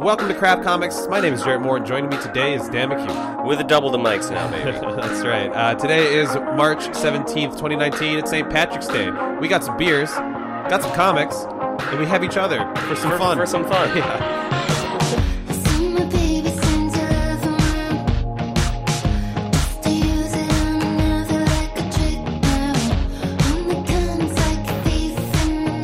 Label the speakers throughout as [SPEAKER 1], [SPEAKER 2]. [SPEAKER 1] Welcome to Crab Comics. My name is Jarrett Moore, and joining me today is Dan McHugh.
[SPEAKER 2] With a double the mics now, baby.
[SPEAKER 1] That's right. Uh, today is March 17th, 2019. It's St. Patrick's Day. We got some beers, got some comics, and we have each other for some
[SPEAKER 2] For-
[SPEAKER 1] fun.
[SPEAKER 2] for some fun.
[SPEAKER 1] Yeah.
[SPEAKER 3] Summer baby sends her love around. Just to use it on another like a trick now. On the comes like a thief in the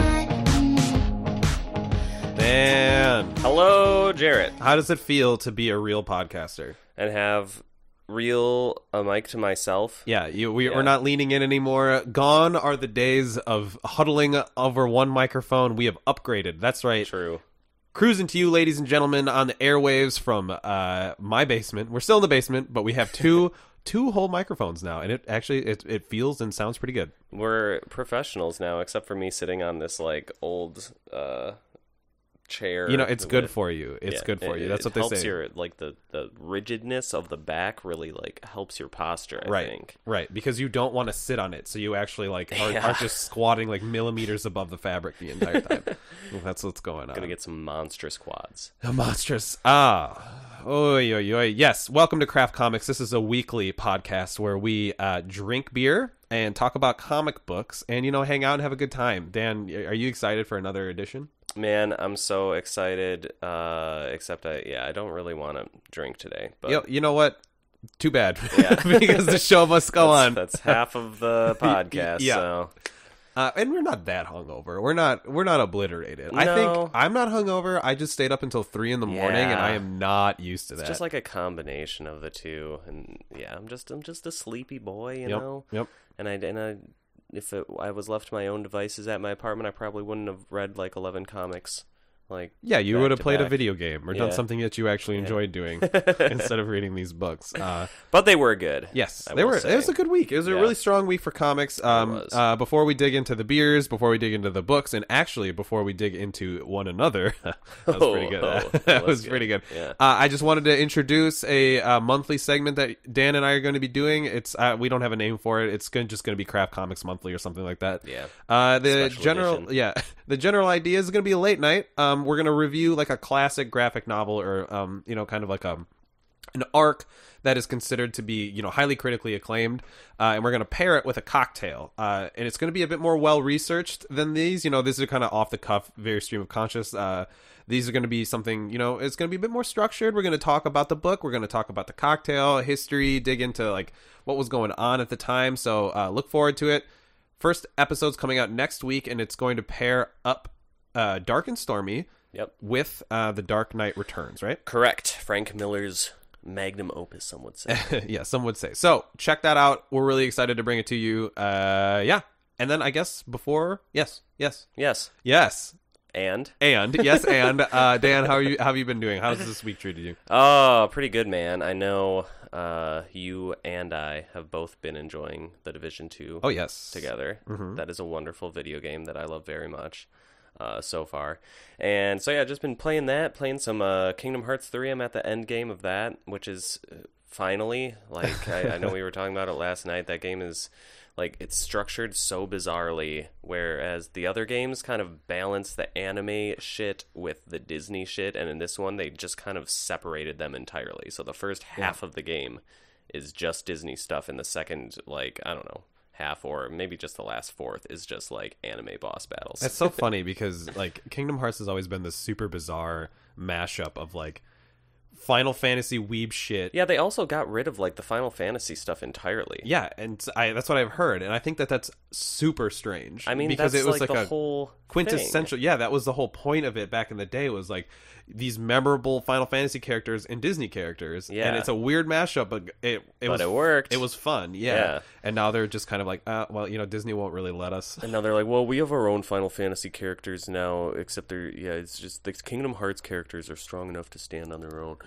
[SPEAKER 3] night.
[SPEAKER 1] Man,
[SPEAKER 2] Hello, Jarrett.
[SPEAKER 1] how does it feel to be a real podcaster?
[SPEAKER 2] And have real a mic to myself.
[SPEAKER 1] Yeah, you, we,
[SPEAKER 2] Yeah.
[SPEAKER 1] we're not leaning in anymore. Gone are the days of huddling over one microphone. We have upgraded. That's right.
[SPEAKER 2] True.
[SPEAKER 1] Cruising to you, ladies and gentlemen, on the airwaves from uh, my basement. We're still in the basement, but we have two two whole microphones now, and it actually it, it feels and sounds pretty good.
[SPEAKER 2] We're professionals now, except for me sitting on this like old uh chair.
[SPEAKER 1] You know, it's good
[SPEAKER 2] with-
[SPEAKER 1] for you. It's
[SPEAKER 2] Yeah,
[SPEAKER 1] good for
[SPEAKER 2] it-
[SPEAKER 1] you. That's
[SPEAKER 2] it
[SPEAKER 1] what they
[SPEAKER 2] helps
[SPEAKER 1] say.
[SPEAKER 2] Your, like the the rigidness of the back really like helps your posture. I
[SPEAKER 1] right,
[SPEAKER 2] think.
[SPEAKER 1] right, because you don't want to sit on it, so you actually like are,
[SPEAKER 2] Yeah.
[SPEAKER 1] are just squatting like millimeters above the fabric the entire time. That's what's going on.
[SPEAKER 2] Gonna get some monstrous quads.
[SPEAKER 1] The monstrous. Ah. Oy, oy, oy. Yes. Welcome to Craft Comics. This is a weekly podcast where we uh, drink beer and talk about comic books and, you know, hang out and have a good time. Dan, are you excited for another edition?
[SPEAKER 2] Man, I'm so excited. Uh, except I, yeah, I don't really want to drink today. But
[SPEAKER 1] Yo, you know what? Too bad. because the show must go
[SPEAKER 2] that's,
[SPEAKER 1] on.
[SPEAKER 2] that's half of the podcast.
[SPEAKER 1] Yeah.
[SPEAKER 2] So
[SPEAKER 1] Uh, and we're not that hungover. We're not. We're not obliterated. I
[SPEAKER 2] No.
[SPEAKER 1] think I'm not hungover. I just stayed up until three in the morning, and
[SPEAKER 2] Yeah.
[SPEAKER 1] I am not used to that.
[SPEAKER 2] It's just like a combination of the two, and yeah, I'm just I'm just a sleepy boy, you
[SPEAKER 1] yep,
[SPEAKER 2] know.
[SPEAKER 1] yep.
[SPEAKER 2] And I and I, if it, I was left to my own devices at my apartment, I probably wouldn't have read like 11 comics. Like
[SPEAKER 1] Yeah, you
[SPEAKER 2] back
[SPEAKER 1] would have
[SPEAKER 2] to
[SPEAKER 1] played a
[SPEAKER 2] back.
[SPEAKER 1] video game or done
[SPEAKER 2] Yeah.
[SPEAKER 1] something that you actually enjoyed doing instead of reading these books. Uh,
[SPEAKER 2] but they were good.
[SPEAKER 1] yes,
[SPEAKER 2] I
[SPEAKER 1] they
[SPEAKER 2] will
[SPEAKER 1] were.
[SPEAKER 2] say.
[SPEAKER 1] It was a good week. It was a
[SPEAKER 2] Yeah.
[SPEAKER 1] really strong week for comics. Um,
[SPEAKER 2] was.
[SPEAKER 1] uh, before we dig into the beers, before we dig into the books, and actually before we dig into one another, that was pretty
[SPEAKER 2] Oh,
[SPEAKER 1] good.
[SPEAKER 2] oh,
[SPEAKER 1] that,
[SPEAKER 2] that
[SPEAKER 1] was
[SPEAKER 2] was
[SPEAKER 1] pretty good.
[SPEAKER 2] good. Yeah.
[SPEAKER 1] Uh, I just wanted to introduce a uh, monthly segment that Dan and I are going to be doing. It's uh, we don't have a name for it. It's gonna, just going to be Craft Comics Monthly or something like that.
[SPEAKER 2] Yeah.
[SPEAKER 1] Uh, the
[SPEAKER 2] Special
[SPEAKER 1] general,
[SPEAKER 2] edition.
[SPEAKER 1] yeah, the general idea is going to be a late night. Um, we're going to review like a classic graphic novel or um, you know, kind of like um an arc that is considered to be you know highly critically acclaimed uh, and we're going to pair it with a cocktail uh, and it's going to be a bit more well researched than these you know these are kind of off the cuff very stream of conscious uh, these are going to be something you know it's going to be a bit more structured we're going to talk about the book we're going to talk about the cocktail history dig into like what was going on at the time so uh, look forward to it first episode's coming out next week and it's going to pair up uh, dark and stormy
[SPEAKER 2] Yep.
[SPEAKER 1] with uh, the dark knight returns right
[SPEAKER 2] Correct. Frank Miller's magnum opus, some would say.
[SPEAKER 1] yeah, some would say. So check that out. We're really excited to bring it to you. Uh, yeah. And then I guess before, yes, yes,
[SPEAKER 2] yes.
[SPEAKER 1] yes,
[SPEAKER 2] And
[SPEAKER 1] and yes, and uh, Dan, how are you? How have you been doing? How's this week treated you?
[SPEAKER 2] Oh, pretty good, man. I know uh, you and I have both been enjoying the Division Two
[SPEAKER 1] Oh yes,
[SPEAKER 2] together. That is a wonderful video game that I love very much uh, so far. And so yeah, just been playing that, playing some uh, Kingdom Hearts three. I'm at the end game of that, which is uh, finally like I, I know we were talking about it last night. That game is like it's structured so bizarrely, whereas the other games kind of balance the anime shit with the Disney shit, and in this one they just kind of separated them entirely. So the first half of the game is just Disney stuff, and the second like I don't know half or maybe just the last fourth is just like anime boss battles.
[SPEAKER 1] It's so funny because like Kingdom Hearts has always been this super bizarre mashup of like Final Fantasy weeb shit.
[SPEAKER 2] Yeah, they also got rid of like the Final Fantasy stuff entirely.
[SPEAKER 1] Yeah, and I, that's what I've heard, and I think that that's super strange.
[SPEAKER 2] I mean,
[SPEAKER 1] because
[SPEAKER 2] that's
[SPEAKER 1] it was
[SPEAKER 2] like, the
[SPEAKER 1] a
[SPEAKER 2] whole Thing.
[SPEAKER 1] quintessential yeah that was the whole point of it back in the day was like these memorable final fantasy characters and disney characters
[SPEAKER 2] Yeah.
[SPEAKER 1] and it's a weird mashup but it, it
[SPEAKER 2] But
[SPEAKER 1] was
[SPEAKER 2] it worked.
[SPEAKER 1] it was fun yeah.
[SPEAKER 2] Yeah.
[SPEAKER 1] and now they're just kind of like uh, well you know disney won't really let us
[SPEAKER 2] And now they're like, well, we have our own Final Fantasy characters now, except they're yeah, it's just the Kingdom Hearts characters are strong enough to stand on their own.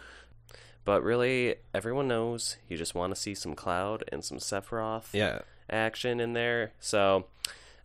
[SPEAKER 2] But really, everyone knows you just want to see some Cloud and some Sephiroth
[SPEAKER 1] yeah
[SPEAKER 2] action in there. So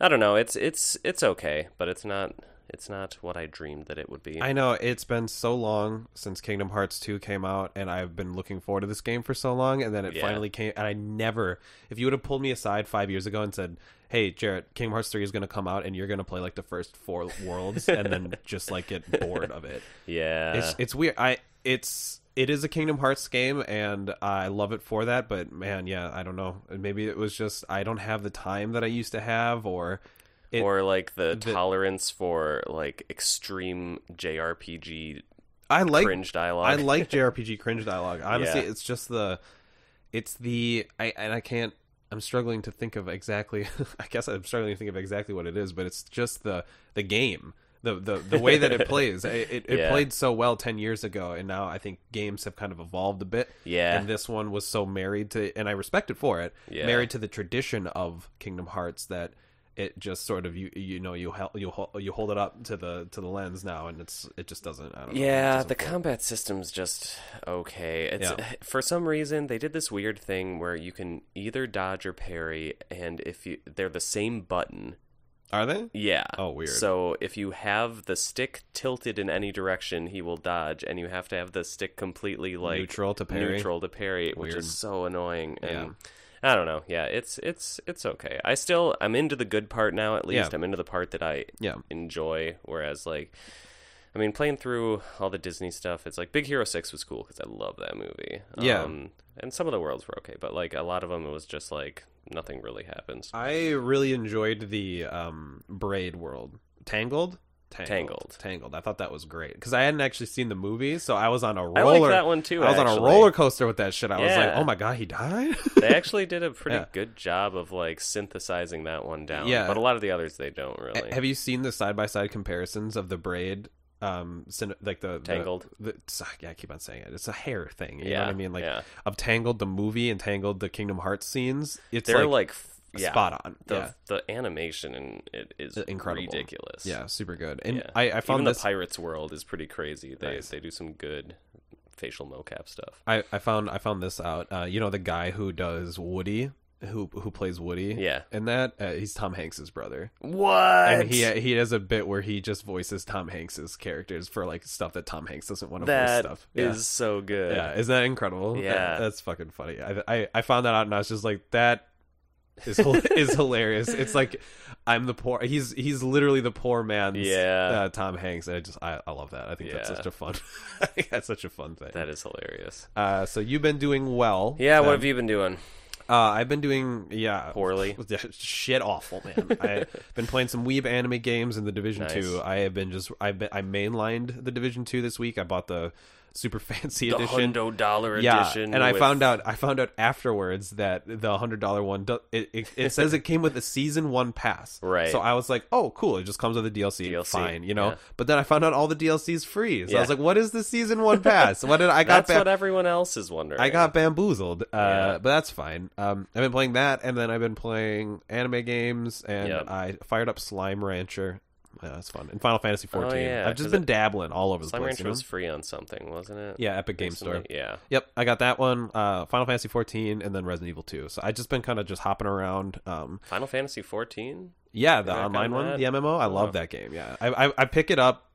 [SPEAKER 2] I don't know. It's it's it's okay, but it's not It's not what I dreamed that it would be.
[SPEAKER 1] I know it's been so long since Kingdom Hearts 2 came out, and I've been looking forward to this game for so long, and then it
[SPEAKER 2] Yeah.
[SPEAKER 1] finally came. And I never, if you would have pulled me aside five years ago and said, "Hey, Jarrett, Kingdom Hearts 3 is going to come out, and you're going to play like the first four worlds, and then just like get bored of it,"
[SPEAKER 2] yeah.
[SPEAKER 1] it's it's weird. I it's it is a Kingdom Hearts game, and I love it for that. But man, yeah, I don't know. Maybe it was just I don't have the time that I used to have, or it-
[SPEAKER 2] or like the, tolerance for like extreme JRPG
[SPEAKER 1] I like
[SPEAKER 2] cringe dialogue.
[SPEAKER 1] I like JRPG cringe dialogue. Honestly,
[SPEAKER 2] Yeah.
[SPEAKER 1] it's just the, it's the I and I can't. I'm struggling to think of exactly. I guess I'm struggling to think of exactly what it is, but it's just the the game, the the, the way that it plays. It, it, it
[SPEAKER 2] Yeah.
[SPEAKER 1] played so well ten years ago, and now I think games have kind of evolved a bit.
[SPEAKER 2] Yeah.
[SPEAKER 1] and this one was so married to, and I respect it for it.
[SPEAKER 2] Yeah.
[SPEAKER 1] married to the tradition of Kingdom Hearts that. It just sort of you you know you hel- you hol- you hold it up to the to the lens now and it's it just doesn't I don't know, it
[SPEAKER 2] Yeah,
[SPEAKER 1] doesn't
[SPEAKER 2] the
[SPEAKER 1] feel-
[SPEAKER 2] combat system's just okay. It's
[SPEAKER 1] Yeah.
[SPEAKER 2] for some reason they did this weird thing where you can either dodge or parry, and if you they're the same button.
[SPEAKER 1] are they
[SPEAKER 2] Yeah.
[SPEAKER 1] Oh, weird.
[SPEAKER 2] So if you have the stick tilted in any direction, he will dodge, and you have to have the stick completely like
[SPEAKER 1] Neutral to parry?
[SPEAKER 2] neutral to parry, which
[SPEAKER 1] Weird.
[SPEAKER 2] is so annoying. And
[SPEAKER 1] Yeah.
[SPEAKER 2] I don't know. Yeah, it's it's it's okay. I still I'm into the good part now. At
[SPEAKER 1] Yeah.
[SPEAKER 2] least I'm into the part that I
[SPEAKER 1] Yeah.
[SPEAKER 2] enjoy. Whereas like. I mean, playing through all the Disney stuff, it's like Big Hero Six was cool because I love that movie. Um,
[SPEAKER 1] Yeah.
[SPEAKER 2] and some of the worlds were okay, but like a lot of them, it was just like nothing really happens.
[SPEAKER 1] I really enjoyed the um, Braid world. Tangled? Tangled?
[SPEAKER 2] Tangled.
[SPEAKER 1] Tangled. I thought that was great because I hadn't actually seen the movie, so I was on a roller.
[SPEAKER 2] like that one, too,
[SPEAKER 1] I was on a
[SPEAKER 2] actually.
[SPEAKER 1] roller coaster with that shit. I was like,
[SPEAKER 2] Yeah.
[SPEAKER 1] oh my god, he died.
[SPEAKER 2] they actually did a pretty
[SPEAKER 1] Yeah.
[SPEAKER 2] good job of like synthesizing that one down.
[SPEAKER 1] Yeah.
[SPEAKER 2] But a lot of the others they don't really.
[SPEAKER 1] Have you seen the side by side comparisons of the Braid? Um, cin- like the the-
[SPEAKER 2] Tangled.
[SPEAKER 1] The, ah, yeah, I keep on saying it. It's a hair thing. You
[SPEAKER 2] Yeah,
[SPEAKER 1] know what I mean? Like
[SPEAKER 2] yeah.
[SPEAKER 1] of Tangled the movie and Tangled the Kingdom Hearts scenes. It's
[SPEAKER 2] They're
[SPEAKER 1] like,
[SPEAKER 2] like, f- yeah,
[SPEAKER 1] spot on.
[SPEAKER 2] The
[SPEAKER 1] yeah.
[SPEAKER 2] the animation and it is
[SPEAKER 1] Incredible.
[SPEAKER 2] ridiculous.
[SPEAKER 1] Yeah, super good. And
[SPEAKER 2] Yeah.
[SPEAKER 1] I, I found
[SPEAKER 2] Even
[SPEAKER 1] this
[SPEAKER 2] the pirates world is pretty crazy. They
[SPEAKER 1] Nice.
[SPEAKER 2] they do some good facial mocap stuff.
[SPEAKER 1] I, I found I found this out. Uh, you know the guy who does Woody, who who plays Woody,
[SPEAKER 2] Yeah.
[SPEAKER 1] and that uh, he's Tom Hanks's brother,
[SPEAKER 2] What?
[SPEAKER 1] and he he has a bit where he just voices Tom Hanks's characters for like stuff that Tom Hanks doesn't want to voice
[SPEAKER 2] that
[SPEAKER 1] stuff. Yeah.
[SPEAKER 2] is so good.
[SPEAKER 1] yeah, isn't that incredible?
[SPEAKER 2] Yeah.
[SPEAKER 1] That- that's fucking funny. I, I I found that out and I was just like that. Is, hil- is hilarious. It's like I'm the poor. He's he's literally the poor man's
[SPEAKER 2] Yeah.
[SPEAKER 1] uh, Tom Hanks. And I just I, I love that. I think that's
[SPEAKER 2] Yeah.
[SPEAKER 1] such a fun. I think that's such a fun thing.
[SPEAKER 2] That is hilarious.
[SPEAKER 1] Uh, so you've been doing well.
[SPEAKER 2] Yeah, what
[SPEAKER 1] Um,
[SPEAKER 2] have you been doing?
[SPEAKER 1] Uh, I've been doing yeah
[SPEAKER 2] Poorly.
[SPEAKER 1] Yeah, shit awful man. I've been playing some weeb anime games in the Division
[SPEAKER 2] Nice.
[SPEAKER 1] Two. I have been just I've been, I mainlined the Division Two this week. I bought the super fancy
[SPEAKER 2] The
[SPEAKER 1] edition.
[SPEAKER 2] hundo dollar
[SPEAKER 1] yeah,
[SPEAKER 2] edition.
[SPEAKER 1] and I
[SPEAKER 2] with-
[SPEAKER 1] found out I found out afterwards that the hundred dollar one do, it, it it says it came with a season one pass.
[SPEAKER 2] Right.
[SPEAKER 1] So I was like, oh cool, it just comes with a DLC.
[SPEAKER 2] DLC,
[SPEAKER 1] Fine, you know.
[SPEAKER 2] yeah.
[SPEAKER 1] But then I found out all the DLCs free. So I was
[SPEAKER 2] Yeah.
[SPEAKER 1] like, what is the season one pass? What did I got
[SPEAKER 2] That's
[SPEAKER 1] back?
[SPEAKER 2] what everyone else is wondering.
[SPEAKER 1] I got bamboozled, uh,
[SPEAKER 2] Yeah.
[SPEAKER 1] but that's fine. Um, I've been playing that, and then I've been playing anime games, and
[SPEAKER 2] Yep.
[SPEAKER 1] I fired up Slime Rancher. Yeah, that's fun. And Final Fantasy
[SPEAKER 2] Oh,
[SPEAKER 1] fourteen.
[SPEAKER 2] yeah,
[SPEAKER 1] I've just
[SPEAKER 2] 'cause
[SPEAKER 1] been
[SPEAKER 2] it-
[SPEAKER 1] dabbling all over the
[SPEAKER 2] Slime
[SPEAKER 1] place.
[SPEAKER 2] Rancher
[SPEAKER 1] you know?
[SPEAKER 2] was free on something, wasn't it?
[SPEAKER 1] Yeah, Epic Game
[SPEAKER 2] Recently?
[SPEAKER 1] Store.
[SPEAKER 2] Yeah.
[SPEAKER 1] Yep, I got that one. Uh, Final Fantasy fourteen, and then Resident Evil two. So I just been kind of just hopping around. Um,
[SPEAKER 2] Final Fantasy 14?
[SPEAKER 1] yeah, the
[SPEAKER 2] Back on
[SPEAKER 1] online one,
[SPEAKER 2] that?
[SPEAKER 1] the MMO. I love that game. Yeah, I, I I pick it up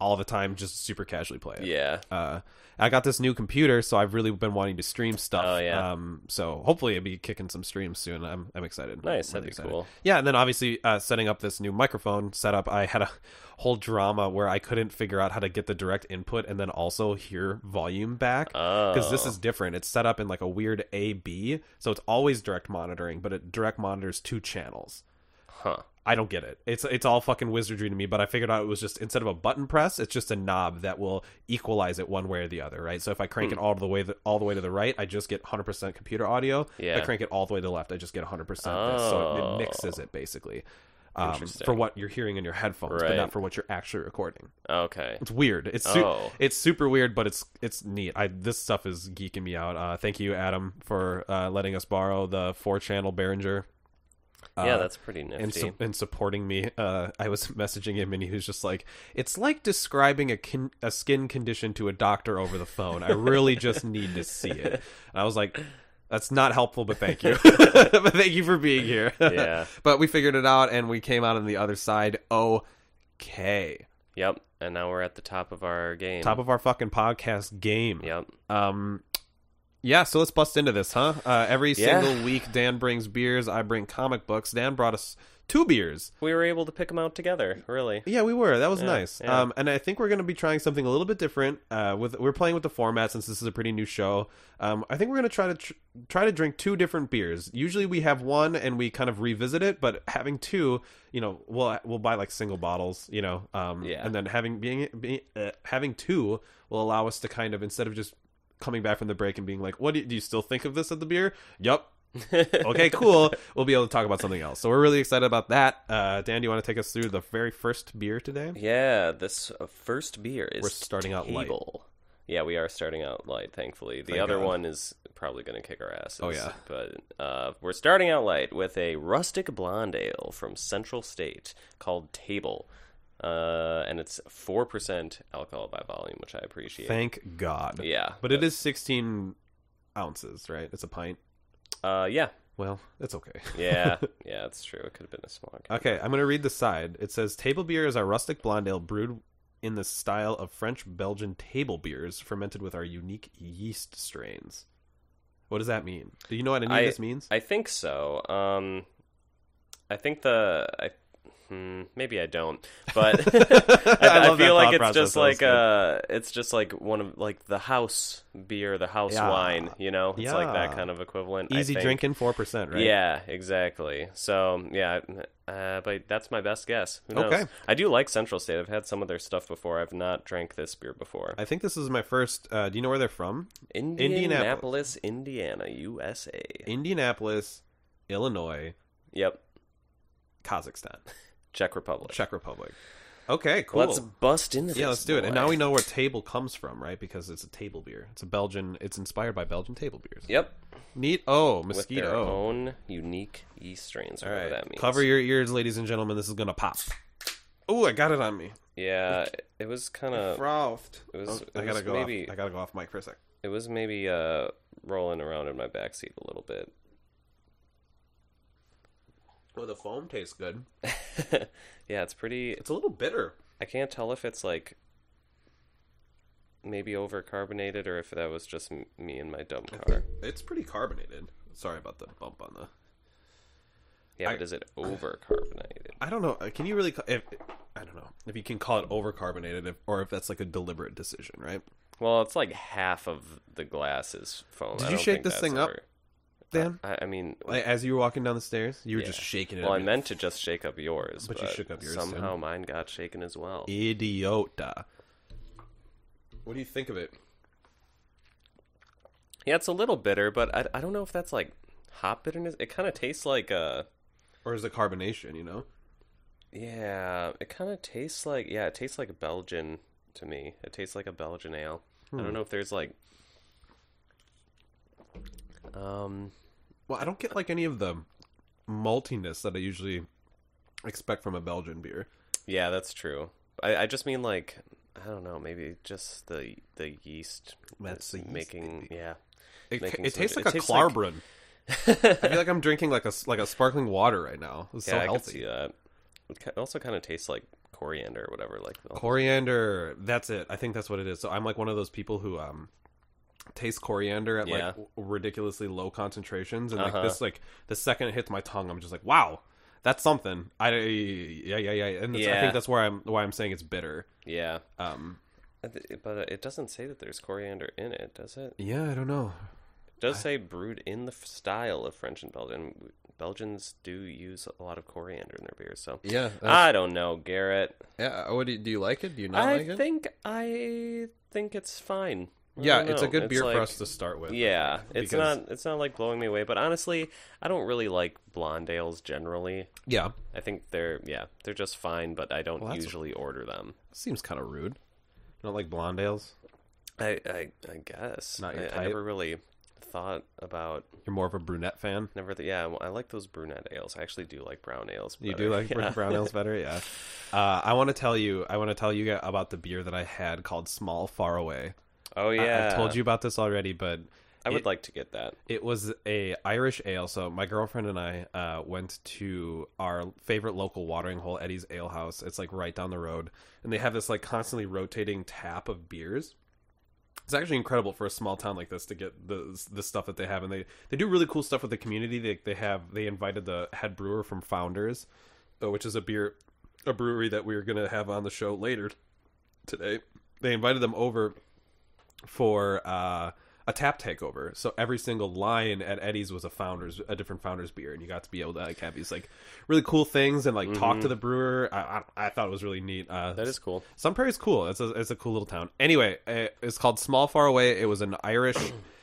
[SPEAKER 1] all the time, just super casually play it.
[SPEAKER 2] Yeah.
[SPEAKER 1] uh, I got this new computer, so I've really been wanting to stream stuff.
[SPEAKER 2] Oh, yeah.
[SPEAKER 1] Um, so hopefully, it'll be kicking some streams soon. I'm I'm excited.
[SPEAKER 2] Nice,
[SPEAKER 1] Really
[SPEAKER 2] that'd be
[SPEAKER 1] excited.
[SPEAKER 2] cool.
[SPEAKER 1] Yeah, and then obviously uh, setting up this new microphone setup. I had a whole drama where I couldn't figure out how to get the direct input and then also hear volume back because this
[SPEAKER 2] Oh.
[SPEAKER 1] is different. It's set up in like a weird A B, so it's always direct monitoring, but it direct monitors two channels.
[SPEAKER 2] Oh, Huh.
[SPEAKER 1] I don't get it. It's it's all fucking wizardry to me, but I figured out it was just instead of a button press, it's just a knob that will equalize it one way or the other, right? So if I
[SPEAKER 2] Hmm.
[SPEAKER 1] crank it all the way the, all the way to the right, I just get 100% computer audio. If
[SPEAKER 2] Yeah. Oh.
[SPEAKER 1] I crank it all the way to the left, I just get 100% this. So it- it mixes it basically. Um,
[SPEAKER 2] Interesting.
[SPEAKER 1] for what you're hearing in your headphones, but
[SPEAKER 2] Right.
[SPEAKER 1] not for what you're actually recording.
[SPEAKER 2] Okay.
[SPEAKER 1] It's weird. It's su-
[SPEAKER 2] Oh.
[SPEAKER 1] it's super weird, but it's it's neat. I this stuff is geeking me out. Uh, thank you, Adam, for uh, letting us borrow the four channel Behringer
[SPEAKER 2] yeah, that's pretty
[SPEAKER 1] Uh, and,
[SPEAKER 2] nifty.
[SPEAKER 1] su- and supporting me. Uh, I was messaging him, and he was just like, "It's like describing a kin- a skin condition to a doctor over the phone. I really just need to see it." And I was like, "That's not helpful, but thank you, but thank you for being here."
[SPEAKER 2] Yeah.
[SPEAKER 1] but we figured it out, and we came out on the other side. Oh. Okay.
[SPEAKER 2] Yep. And now we're at the top of our game.
[SPEAKER 1] Top of our fucking podcast game.
[SPEAKER 2] Yep.
[SPEAKER 1] Um, yeah, so let's bust into this, huh? Uh, every
[SPEAKER 2] Yeah.
[SPEAKER 1] single week, Dan brings beers. I bring comic books. Dan brought us two beers.
[SPEAKER 2] We were able to pick them out together, really.
[SPEAKER 1] Yeah, we were. That was
[SPEAKER 2] Yeah,
[SPEAKER 1] nice.
[SPEAKER 2] yeah.
[SPEAKER 1] Um, and I think we're going to be trying something a little bit different. Uh, with we're playing with the format since this is a pretty new show. Um, I think we're going to try to tr- try to drink two different beers. Usually we have one and we kind of revisit it, but having two, you know, we'll we'll buy like single bottles, you know. Um,
[SPEAKER 2] Yeah.
[SPEAKER 1] And then having being, being uh, having two will allow us to kind of instead of just coming back from the break and being like, "What do you, do you still think of this at the beer?" Yep. okay, cool. We'll be able to talk about something else. So we're really excited about that. Uh, Dan, do you want to take us through the very first beer today?
[SPEAKER 2] Yeah, this uh, first beer is
[SPEAKER 1] We're starting out light.
[SPEAKER 2] table. Yeah, we are starting out light. Thankfully, the
[SPEAKER 1] Thank
[SPEAKER 2] other
[SPEAKER 1] God.
[SPEAKER 2] one is probably going to kick our asses.
[SPEAKER 1] Oh, yeah.
[SPEAKER 2] but uh, we're starting out light with a rustic blonde ale from Central State called Table, uh, and it's four percent alcohol by volume, which I appreciate.
[SPEAKER 1] Thank God.
[SPEAKER 2] yeah,
[SPEAKER 1] But it is 16 ounces, right? It's a pint.
[SPEAKER 2] uh, yeah,
[SPEAKER 1] Well, it's okay.
[SPEAKER 2] yeah, yeah. That's true. It could have been a smaller. can.
[SPEAKER 1] Okay, I'm going to read the side. It says Table beer is our rustic blonde ale brewed in the style of French Belgian table beers fermented with our unique yeast strains. What does that mean? Do you know what any
[SPEAKER 2] I-
[SPEAKER 1] of this means?
[SPEAKER 2] I think so. Um, I think the I hmm, maybe I don't, but I, I,
[SPEAKER 1] love that
[SPEAKER 2] feel like
[SPEAKER 1] thought
[SPEAKER 2] it's
[SPEAKER 1] process.
[SPEAKER 2] just
[SPEAKER 1] That was
[SPEAKER 2] like uh, it's just like one of like the house beer, the house
[SPEAKER 1] Yeah.
[SPEAKER 2] wine. You know, it's like
[SPEAKER 1] Yeah.
[SPEAKER 2] that kind of equivalent. I
[SPEAKER 1] Easy
[SPEAKER 2] think.
[SPEAKER 1] drinking, 4%, right?
[SPEAKER 2] Yeah, exactly. So yeah, uh, but that's my best guess. Who knows?
[SPEAKER 1] Okay.
[SPEAKER 2] I do like Central State. I've had some of their stuff before. I've not drank this beer before.
[SPEAKER 1] I think this is my first. Uh, do you know where they're from?
[SPEAKER 2] Indianapolis, Indiana, USA.
[SPEAKER 1] Indianapolis, Illinois,
[SPEAKER 2] Yep,
[SPEAKER 1] Kazakhstan,
[SPEAKER 2] Czech Republic.
[SPEAKER 1] Czech Republic. Okay, cool.
[SPEAKER 2] Let's bust into this.
[SPEAKER 1] yeah, let's do it. And
[SPEAKER 2] boy.
[SPEAKER 1] now we know where table comes from, right? Because it's a table beer. It's a Belgian. It's inspired by Belgian table beers.
[SPEAKER 2] Yep.
[SPEAKER 1] Neat. Oh,
[SPEAKER 2] With their
[SPEAKER 1] mosquito.
[SPEAKER 2] own unique yeast strains,
[SPEAKER 1] All
[SPEAKER 2] whatever
[SPEAKER 1] right.
[SPEAKER 2] that means.
[SPEAKER 1] Cover your ears, ladies and gentlemen. This is gonna pop. Oh, I got it on me.
[SPEAKER 2] Yeah, it was kind of.
[SPEAKER 1] Frothed.
[SPEAKER 2] Uh, it was- it
[SPEAKER 1] I gotta
[SPEAKER 2] was
[SPEAKER 1] go.
[SPEAKER 2] maybe-
[SPEAKER 1] Off. I gotta go off mic for a sec.
[SPEAKER 2] It was maybe uh, rolling around in my backseat a little bit.
[SPEAKER 1] Well, the foam tastes good.
[SPEAKER 2] yeah, it's pretty.
[SPEAKER 1] It's a little bitter.
[SPEAKER 2] I can't tell if it's like maybe over carbonated or if that was just m- me and my dumb car.
[SPEAKER 1] It's pretty carbonated. Sorry about the bump on the.
[SPEAKER 2] Yeah,
[SPEAKER 1] I-
[SPEAKER 2] but is it over carbonated?
[SPEAKER 1] I don't know. uh, Can you really? ca- If I don't know if you can call it overcarbonated, if, or if that's like a deliberate decision, right?
[SPEAKER 2] Well, it's like half of the glass is foam.
[SPEAKER 1] Did
[SPEAKER 2] I
[SPEAKER 1] you
[SPEAKER 2] don't
[SPEAKER 1] shake
[SPEAKER 2] think
[SPEAKER 1] this
[SPEAKER 2] that's
[SPEAKER 1] thing up,
[SPEAKER 2] over-
[SPEAKER 1] Dan,
[SPEAKER 2] I, I mean,
[SPEAKER 1] Like, as you were walking down the stairs, you were
[SPEAKER 2] Uh, Yeah.
[SPEAKER 1] just shaking it.
[SPEAKER 2] Well,
[SPEAKER 1] up.
[SPEAKER 2] I meant to just shake up yours,
[SPEAKER 1] But you shook up yours, E Tim.
[SPEAKER 2] Somehow mine got shaken as well.
[SPEAKER 1] idiota. What do you think of it?
[SPEAKER 2] Yeah, it's a little bitter, but I, I don't know if that's like hop bitterness. It kind of tastes like uh
[SPEAKER 1] Or is it carbonation? You know,
[SPEAKER 2] yeah, it kind of tastes like yeah, it tastes like a Belgian to me. It tastes like a Belgian ale. I
[SPEAKER 1] Hmm.
[SPEAKER 2] don't know if there's like um
[SPEAKER 1] well, I don't get like any of the maltiness that I usually expect from a Belgian beer.
[SPEAKER 2] yeah, that's true. I, I just mean like I don't know, maybe just the the yeast
[SPEAKER 1] That's the yeast,
[SPEAKER 2] making yeah.
[SPEAKER 1] It,
[SPEAKER 2] Making
[SPEAKER 1] it
[SPEAKER 2] so
[SPEAKER 1] tastes
[SPEAKER 2] much-
[SPEAKER 1] like
[SPEAKER 2] it
[SPEAKER 1] a
[SPEAKER 2] tastes like-
[SPEAKER 1] Klarbrin. I feel like I'm drinking like a s- like a sparkling water right now. It's so
[SPEAKER 2] yeah, I could
[SPEAKER 1] healthy.
[SPEAKER 2] see that. It ki- also kind of tastes like coriander or whatever like the-
[SPEAKER 1] coriander that's it i think that's what it is so i'm like one of those people who um taste coriander at like
[SPEAKER 2] Yeah.
[SPEAKER 1] w- ridiculously low concentrations and
[SPEAKER 2] Uh-huh.
[SPEAKER 1] like this like the second it hits my tongue i'm just like wow that's something i yeah yeah yeah and that's, i
[SPEAKER 2] Yeah.
[SPEAKER 1] think that's where i'm why i'm saying it's bitter
[SPEAKER 2] Yeah.
[SPEAKER 1] um
[SPEAKER 2] Uh, th- But uh, it doesn't say that there's coriander in it, does it?
[SPEAKER 1] yeah i don't know
[SPEAKER 2] It does say brewed in the f- style of French and Belgian. Belgians do use a lot of coriander in their beers, so
[SPEAKER 1] yeah uh,
[SPEAKER 2] I don't know, Garrett.
[SPEAKER 1] yeah uh, what do you, do you like it do you
[SPEAKER 2] I think I think it's fine. I
[SPEAKER 1] yeah
[SPEAKER 2] don't
[SPEAKER 1] it's a
[SPEAKER 2] know.
[SPEAKER 1] good beer
[SPEAKER 2] like-
[SPEAKER 1] for us to start with
[SPEAKER 2] Yeah, it's
[SPEAKER 1] because-
[SPEAKER 2] not it's not like blowing me away, but honestly, I don't really like blonde ales generally.
[SPEAKER 1] yeah
[SPEAKER 2] I think they're yeah they're just fine, but I don't
[SPEAKER 1] Well, that's-
[SPEAKER 2] usually order them.
[SPEAKER 1] seems kind of rude you don't like blonde ales
[SPEAKER 2] I I, I guess
[SPEAKER 1] Not your
[SPEAKER 2] I, I
[SPEAKER 1] type?
[SPEAKER 2] never really thought about
[SPEAKER 1] you're more of a brunette fan
[SPEAKER 2] Never, th- yeah. well, I like those brunette ales. I actually do like brown ales.
[SPEAKER 1] You
[SPEAKER 2] better.
[SPEAKER 1] do like
[SPEAKER 2] Yeah.
[SPEAKER 1] brown brown ales better, yeah. Uh, I want to tell you, I want to tell you g- about the beer that I had called Small Far Away.
[SPEAKER 2] Oh
[SPEAKER 1] I-
[SPEAKER 2] yeah,
[SPEAKER 1] I've told you about this already, but
[SPEAKER 2] I would
[SPEAKER 1] It-
[SPEAKER 2] like to get that.
[SPEAKER 1] It was a Irish ale. So my girlfriend and I uh, went to our favorite local watering hole, Eddie's Ale House. It's like right down the road, and they have this like constantly rotating tap of beers. It's actually incredible for a small town like this to get the the stuff that they have, and they they do really cool stuff with the community. They they have they invited the head brewer from Founders, uh, which is a beer a brewery that we are going to have on the show later today. They invited them over for uh, a tap takeover. So every single line at Eddie's was a founders, a different founders beer, and you got to be able to like have these like really cool things and like talk to the brewer. I, I, I thought it was really neat. Uh,
[SPEAKER 2] That is cool.
[SPEAKER 1] Sun Prairie's cool. It's a it's a cool little town. Anyway, it, it's called Small Far Away. It was an Irish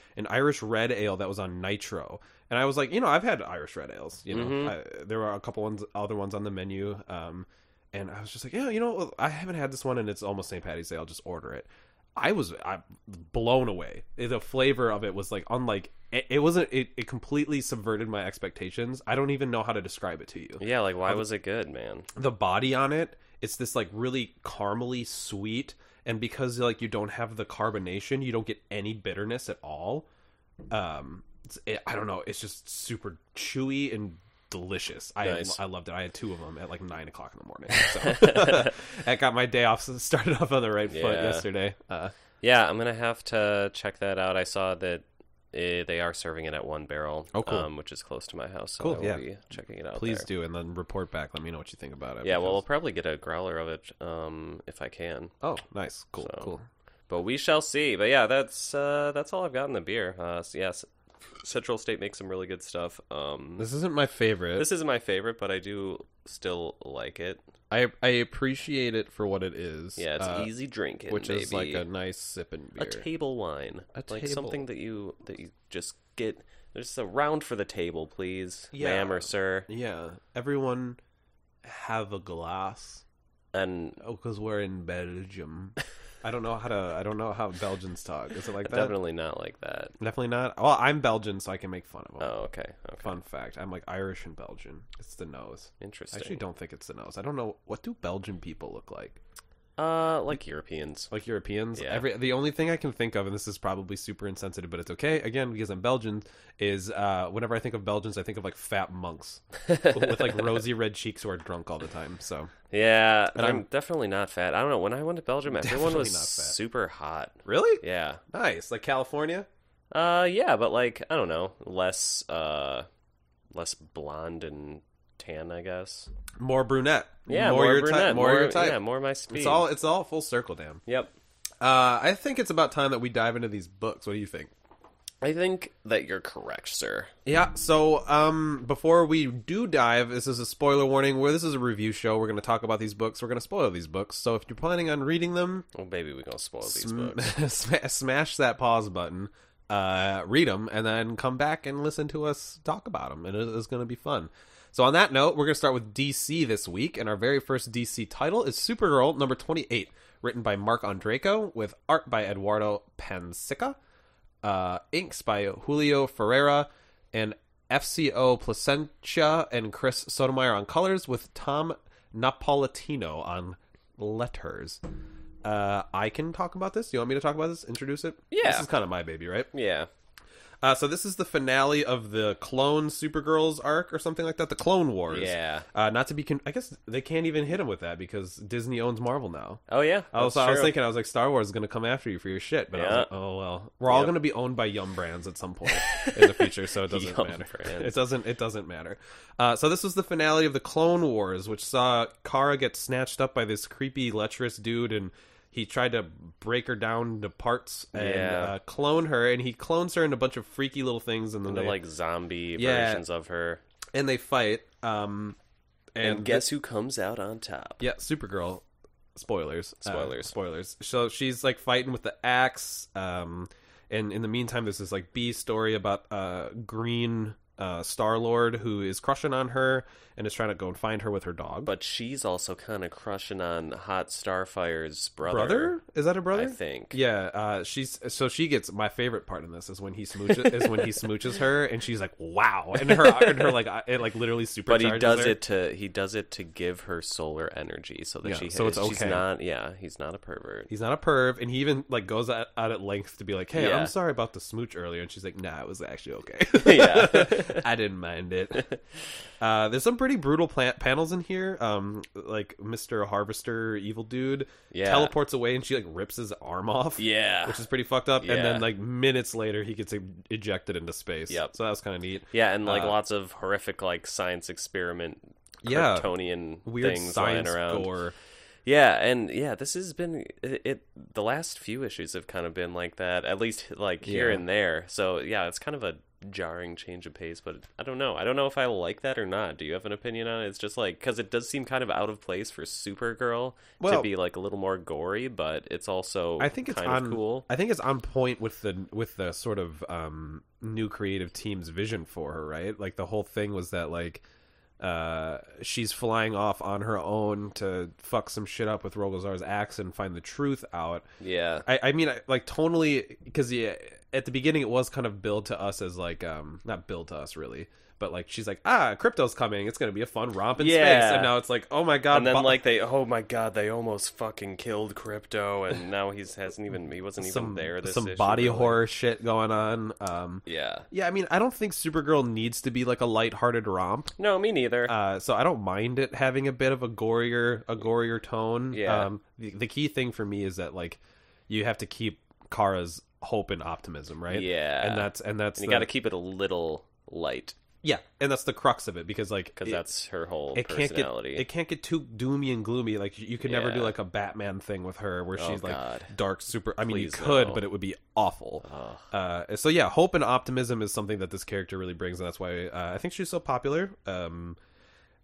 [SPEAKER 1] an Irish red ale that was on Nitro, and I was like, you know, I've had Irish red ales. You know, I, there were a couple ones other ones on the menu, um, and I was just like, yeah, you know, I haven't had this one, and it's almost St. Patty's Day. I'll just order it. I was I, blown away. The flavor of it was like unlike it, it wasn't. It, it completely subverted my expectations. I don't even know how to describe it to you
[SPEAKER 2] Yeah, like why was it good, man?
[SPEAKER 1] the body on it it's this like really caramely sweet and because like you don't have the carbonation you don't get any bitterness at all um it's- it, i don't know it's just super chewy and delicious i
[SPEAKER 2] Nice.
[SPEAKER 1] i loved it i had two of them at like nine o'clock in the morning so that got my day off started off on the right foot
[SPEAKER 2] Yeah.
[SPEAKER 1] yesterday uh
[SPEAKER 2] Yeah, I'm gonna have to check that out. I saw that eh, they are serving it at One Barrel,
[SPEAKER 1] Oh, cool.
[SPEAKER 2] um, which is close to my house. So
[SPEAKER 1] Cool,
[SPEAKER 2] I will
[SPEAKER 1] yeah.
[SPEAKER 2] be checking it out.
[SPEAKER 1] please
[SPEAKER 2] there.
[SPEAKER 1] do and then report back let me know what you think about it
[SPEAKER 2] Yeah, well, we'll
[SPEAKER 1] because-
[SPEAKER 2] probably get a growler of it um, if I can,
[SPEAKER 1] oh nice cool
[SPEAKER 2] So-
[SPEAKER 1] cool
[SPEAKER 2] but we shall see. But yeah, that's uh, that's all I've got in the beer. Uh, so yes, Central State makes some really good stuff. Um,
[SPEAKER 1] this isn't my favorite
[SPEAKER 2] this isn't my favorite, but I do still like it.
[SPEAKER 1] i i appreciate it for what it is
[SPEAKER 2] Yeah, it's
[SPEAKER 1] Uh,
[SPEAKER 2] easy drinking,
[SPEAKER 1] which is like
[SPEAKER 2] baby.
[SPEAKER 1] a nice sipping beer.
[SPEAKER 2] a table wine,
[SPEAKER 1] A
[SPEAKER 2] like
[SPEAKER 1] table.
[SPEAKER 2] something that you that you just get. There's a round for the table, please,
[SPEAKER 1] Yeah.
[SPEAKER 2] ma'am or sir.
[SPEAKER 1] yeah, everyone have a glass.
[SPEAKER 2] And
[SPEAKER 1] Oh, because we're in Belgium. I don't know how to. I don't know how Belgians talk. Is it like that? Definitely,
[SPEAKER 2] definitely not like that.
[SPEAKER 1] not. Well, I'm Belgian, so I can make fun of them.
[SPEAKER 2] Oh, okay, okay,
[SPEAKER 1] Fun fact: I'm like Irish and Belgian. It's the nose. I
[SPEAKER 2] interesting.
[SPEAKER 1] actually don't think it's the nose. I don't know what do Belgian people look like.
[SPEAKER 2] uh, like Europeans.
[SPEAKER 1] Like Europeans.
[SPEAKER 2] Yeah.
[SPEAKER 1] Every the only thing I can think of, and this is probably super insensitive, but it's okay again because I'm Belgian. Is uh, whenever I think of Belgians, I think of like fat monks with like rosy red cheeks who are drunk all the time. So
[SPEAKER 2] Yeah, and I'm
[SPEAKER 1] I'm-
[SPEAKER 2] definitely not fat. I don't know. When I went to Belgium, everyone
[SPEAKER 1] Definitely
[SPEAKER 2] was
[SPEAKER 1] not fat.
[SPEAKER 2] super hot.
[SPEAKER 1] really,
[SPEAKER 2] Yeah.
[SPEAKER 1] Nice, like California.
[SPEAKER 2] Uh yeah, but like I don't know, less uh less blonde and tan, I guess.
[SPEAKER 1] More brunette.
[SPEAKER 2] Yeah, more,
[SPEAKER 1] your
[SPEAKER 2] brunette,
[SPEAKER 1] type. More, your type.
[SPEAKER 2] Yeah, more my speed.
[SPEAKER 1] it's all. It's all full circle, damn.
[SPEAKER 2] Yep.
[SPEAKER 1] Uh, I think it's about time that we dive into these books. What do you think?
[SPEAKER 2] I think that you're correct, sir.
[SPEAKER 1] Yeah. So, um, before we do dive, this is a spoiler warning. Where this is a review show, we're going to talk about these books. We're going to spoil these books. So, if you're planning on reading them,
[SPEAKER 2] Well, baby, we gonna spoil these
[SPEAKER 1] sm-
[SPEAKER 2] books.
[SPEAKER 1] sma- smash that pause button, uh, read them, and then come back and listen to us talk about them. And it is going to be fun. So, on that note, we're going to start with DC this week. And our very first DC title is Supergirl number 28, written by Mark Andreco, with art by Eduardo Pansica, uh, inks by Julio Ferreira, and FCO Placentia and Chris Sotomayor on colors, with Tom Napolitano on letters. Uh, I can talk about this. You want me to talk about this? Introduce it.
[SPEAKER 2] Yeah.
[SPEAKER 1] this is kind of my baby, right?
[SPEAKER 2] Yeah.
[SPEAKER 1] Uh, so this is the finale of the Clone Supergirls arc, or something like that. The Clone Wars.
[SPEAKER 2] Yeah.
[SPEAKER 1] Uh, not to be, con- I guess they can't even hit him with that because Disney owns Marvel now.
[SPEAKER 2] Oh yeah.
[SPEAKER 1] I was,
[SPEAKER 2] that's
[SPEAKER 1] I was
[SPEAKER 2] true.
[SPEAKER 1] thinking, I was like, Star Wars is going to come after you for your shit, but I was
[SPEAKER 2] Yeah.
[SPEAKER 1] like, oh well, we're all
[SPEAKER 2] Yep.
[SPEAKER 1] going to be owned by Yum Brands at some point in the future, so it doesn't
[SPEAKER 2] Yum
[SPEAKER 1] matter.
[SPEAKER 2] Brands.
[SPEAKER 1] It doesn't. It doesn't matter. Uh, so this was the finale of the Clone Wars, which saw Kara get snatched up by this creepy, lecherous dude, and he tried to break her down to parts and
[SPEAKER 2] Yeah.
[SPEAKER 1] uh, clone her, and he clones her into a bunch of freaky little things, and then
[SPEAKER 2] the
[SPEAKER 1] they
[SPEAKER 2] like zombie
[SPEAKER 1] Yeah.
[SPEAKER 2] versions of her.
[SPEAKER 1] and they fight. Um,
[SPEAKER 2] And,
[SPEAKER 1] and,
[SPEAKER 2] guess who comes out on top?
[SPEAKER 1] Yeah, Supergirl. Spoilers. Uh,
[SPEAKER 2] Spoilers.
[SPEAKER 1] spoilers. So she's like fighting with the axe. Um, and in the meantime, there's this like B story about uh green uh Star Lord who is crushing on her and is trying to go and find her with her dog.
[SPEAKER 2] But she's also kind of crushing on Hot Starfire's brother.
[SPEAKER 1] brother? Is that her brother?
[SPEAKER 2] I think.
[SPEAKER 1] Yeah, uh, she's so she gets my favorite part in this is when he smooches is when he smooches her and she's like wow and her and her like it like literally supercharges.
[SPEAKER 2] But he does
[SPEAKER 1] her.
[SPEAKER 2] it to he does it to give her solar energy so that
[SPEAKER 1] Yeah,
[SPEAKER 2] she
[SPEAKER 1] so it's
[SPEAKER 2] she's
[SPEAKER 1] okay.
[SPEAKER 2] not yeah he's not a pervert
[SPEAKER 1] He's not a perv, and he even like goes out, out at length to be like, "Hey,
[SPEAKER 2] Yeah.
[SPEAKER 1] I'm sorry about the smooch earlier," and she's like, "Nah, it was actually okay.
[SPEAKER 2] yeah
[SPEAKER 1] I didn't mind it." Uh, there's some pretty brutal plant panels in here. Um, like Mr. Harvester, evil dude,
[SPEAKER 2] Yeah.
[SPEAKER 1] teleports away, and she like rips his arm off.
[SPEAKER 2] yeah
[SPEAKER 1] which is pretty fucked up. And
[SPEAKER 2] Yeah.
[SPEAKER 1] then like minutes later, he gets e- ejected into space.
[SPEAKER 2] Yep.
[SPEAKER 1] So that was kind of neat.
[SPEAKER 2] yeah and like
[SPEAKER 1] uh,
[SPEAKER 2] lots of horrific like science experiment
[SPEAKER 1] Yeah.
[SPEAKER 2] Kryptonian
[SPEAKER 1] Weird
[SPEAKER 2] things lying
[SPEAKER 1] science
[SPEAKER 2] around
[SPEAKER 1] gore.
[SPEAKER 2] Yeah, and yeah, this has been it, it. The last few issues have kind of been like that, at least like here
[SPEAKER 1] Yeah.
[SPEAKER 2] and there. So yeah, it's kind of a jarring change of pace. But I don't know. I don't know if I like that or not. Do you have an opinion on it? It's just like because it does seem kind of out of place for Supergirl to
[SPEAKER 1] Well-
[SPEAKER 2] be like a little more gory, but it's also
[SPEAKER 1] I think it's
[SPEAKER 2] kind
[SPEAKER 1] on.
[SPEAKER 2] of cool.
[SPEAKER 1] I think it's on point with the with the sort of um, new creative team's vision for her, right? Like the whole thing was that like uh, she's flying off on her own to fuck some shit up with Rogozar's axe and find the truth out.
[SPEAKER 2] Yeah,
[SPEAKER 1] I, I mean, I- like tonally, because yeah, at the beginning it was kind of billed to us as like, um, not billed to us really, but like she's like, ah, crypto's coming, it's gonna be a fun romp in
[SPEAKER 2] Yeah.
[SPEAKER 1] space, and now it's like, oh my god,
[SPEAKER 2] and then
[SPEAKER 1] Bo-
[SPEAKER 2] like they, oh my god, they almost fucking killed Crypto, and now he's hasn't even he wasn't even
[SPEAKER 1] some
[SPEAKER 2] there. This
[SPEAKER 1] some
[SPEAKER 2] issue,
[SPEAKER 1] body
[SPEAKER 2] really.
[SPEAKER 1] horror shit going on. Um,
[SPEAKER 2] Yeah.
[SPEAKER 1] yeah, I mean, I don't think Supergirl needs to be like a lighthearted romp.
[SPEAKER 2] No, me neither.
[SPEAKER 1] Uh, so I don't mind it having a bit of a gorier, a gorier tone.
[SPEAKER 2] Yeah.
[SPEAKER 1] Um, the, the key thing for me is that like you have to keep Kara's hope and optimism, right?
[SPEAKER 2] Yeah.
[SPEAKER 1] And that's and that's
[SPEAKER 2] and you
[SPEAKER 1] the-
[SPEAKER 2] got to keep it a little light
[SPEAKER 1] Yeah, and that's the crux of it because like
[SPEAKER 2] because
[SPEAKER 1] it-
[SPEAKER 2] that's her whole
[SPEAKER 1] it can't get
[SPEAKER 2] personality.
[SPEAKER 1] it can't get too doomy and gloomy. Like you could never
[SPEAKER 2] Yeah.
[SPEAKER 1] do like a Batman thing with her where
[SPEAKER 2] Oh,
[SPEAKER 1] she's like
[SPEAKER 2] God.
[SPEAKER 1] dark super. I mean, you
[SPEAKER 2] Please,
[SPEAKER 1] could,
[SPEAKER 2] no. Oh,
[SPEAKER 1] but it would be awful. Uh, so yeah, hope and optimism is something that this character really brings, and that's why uh, I think she's so popular. Um,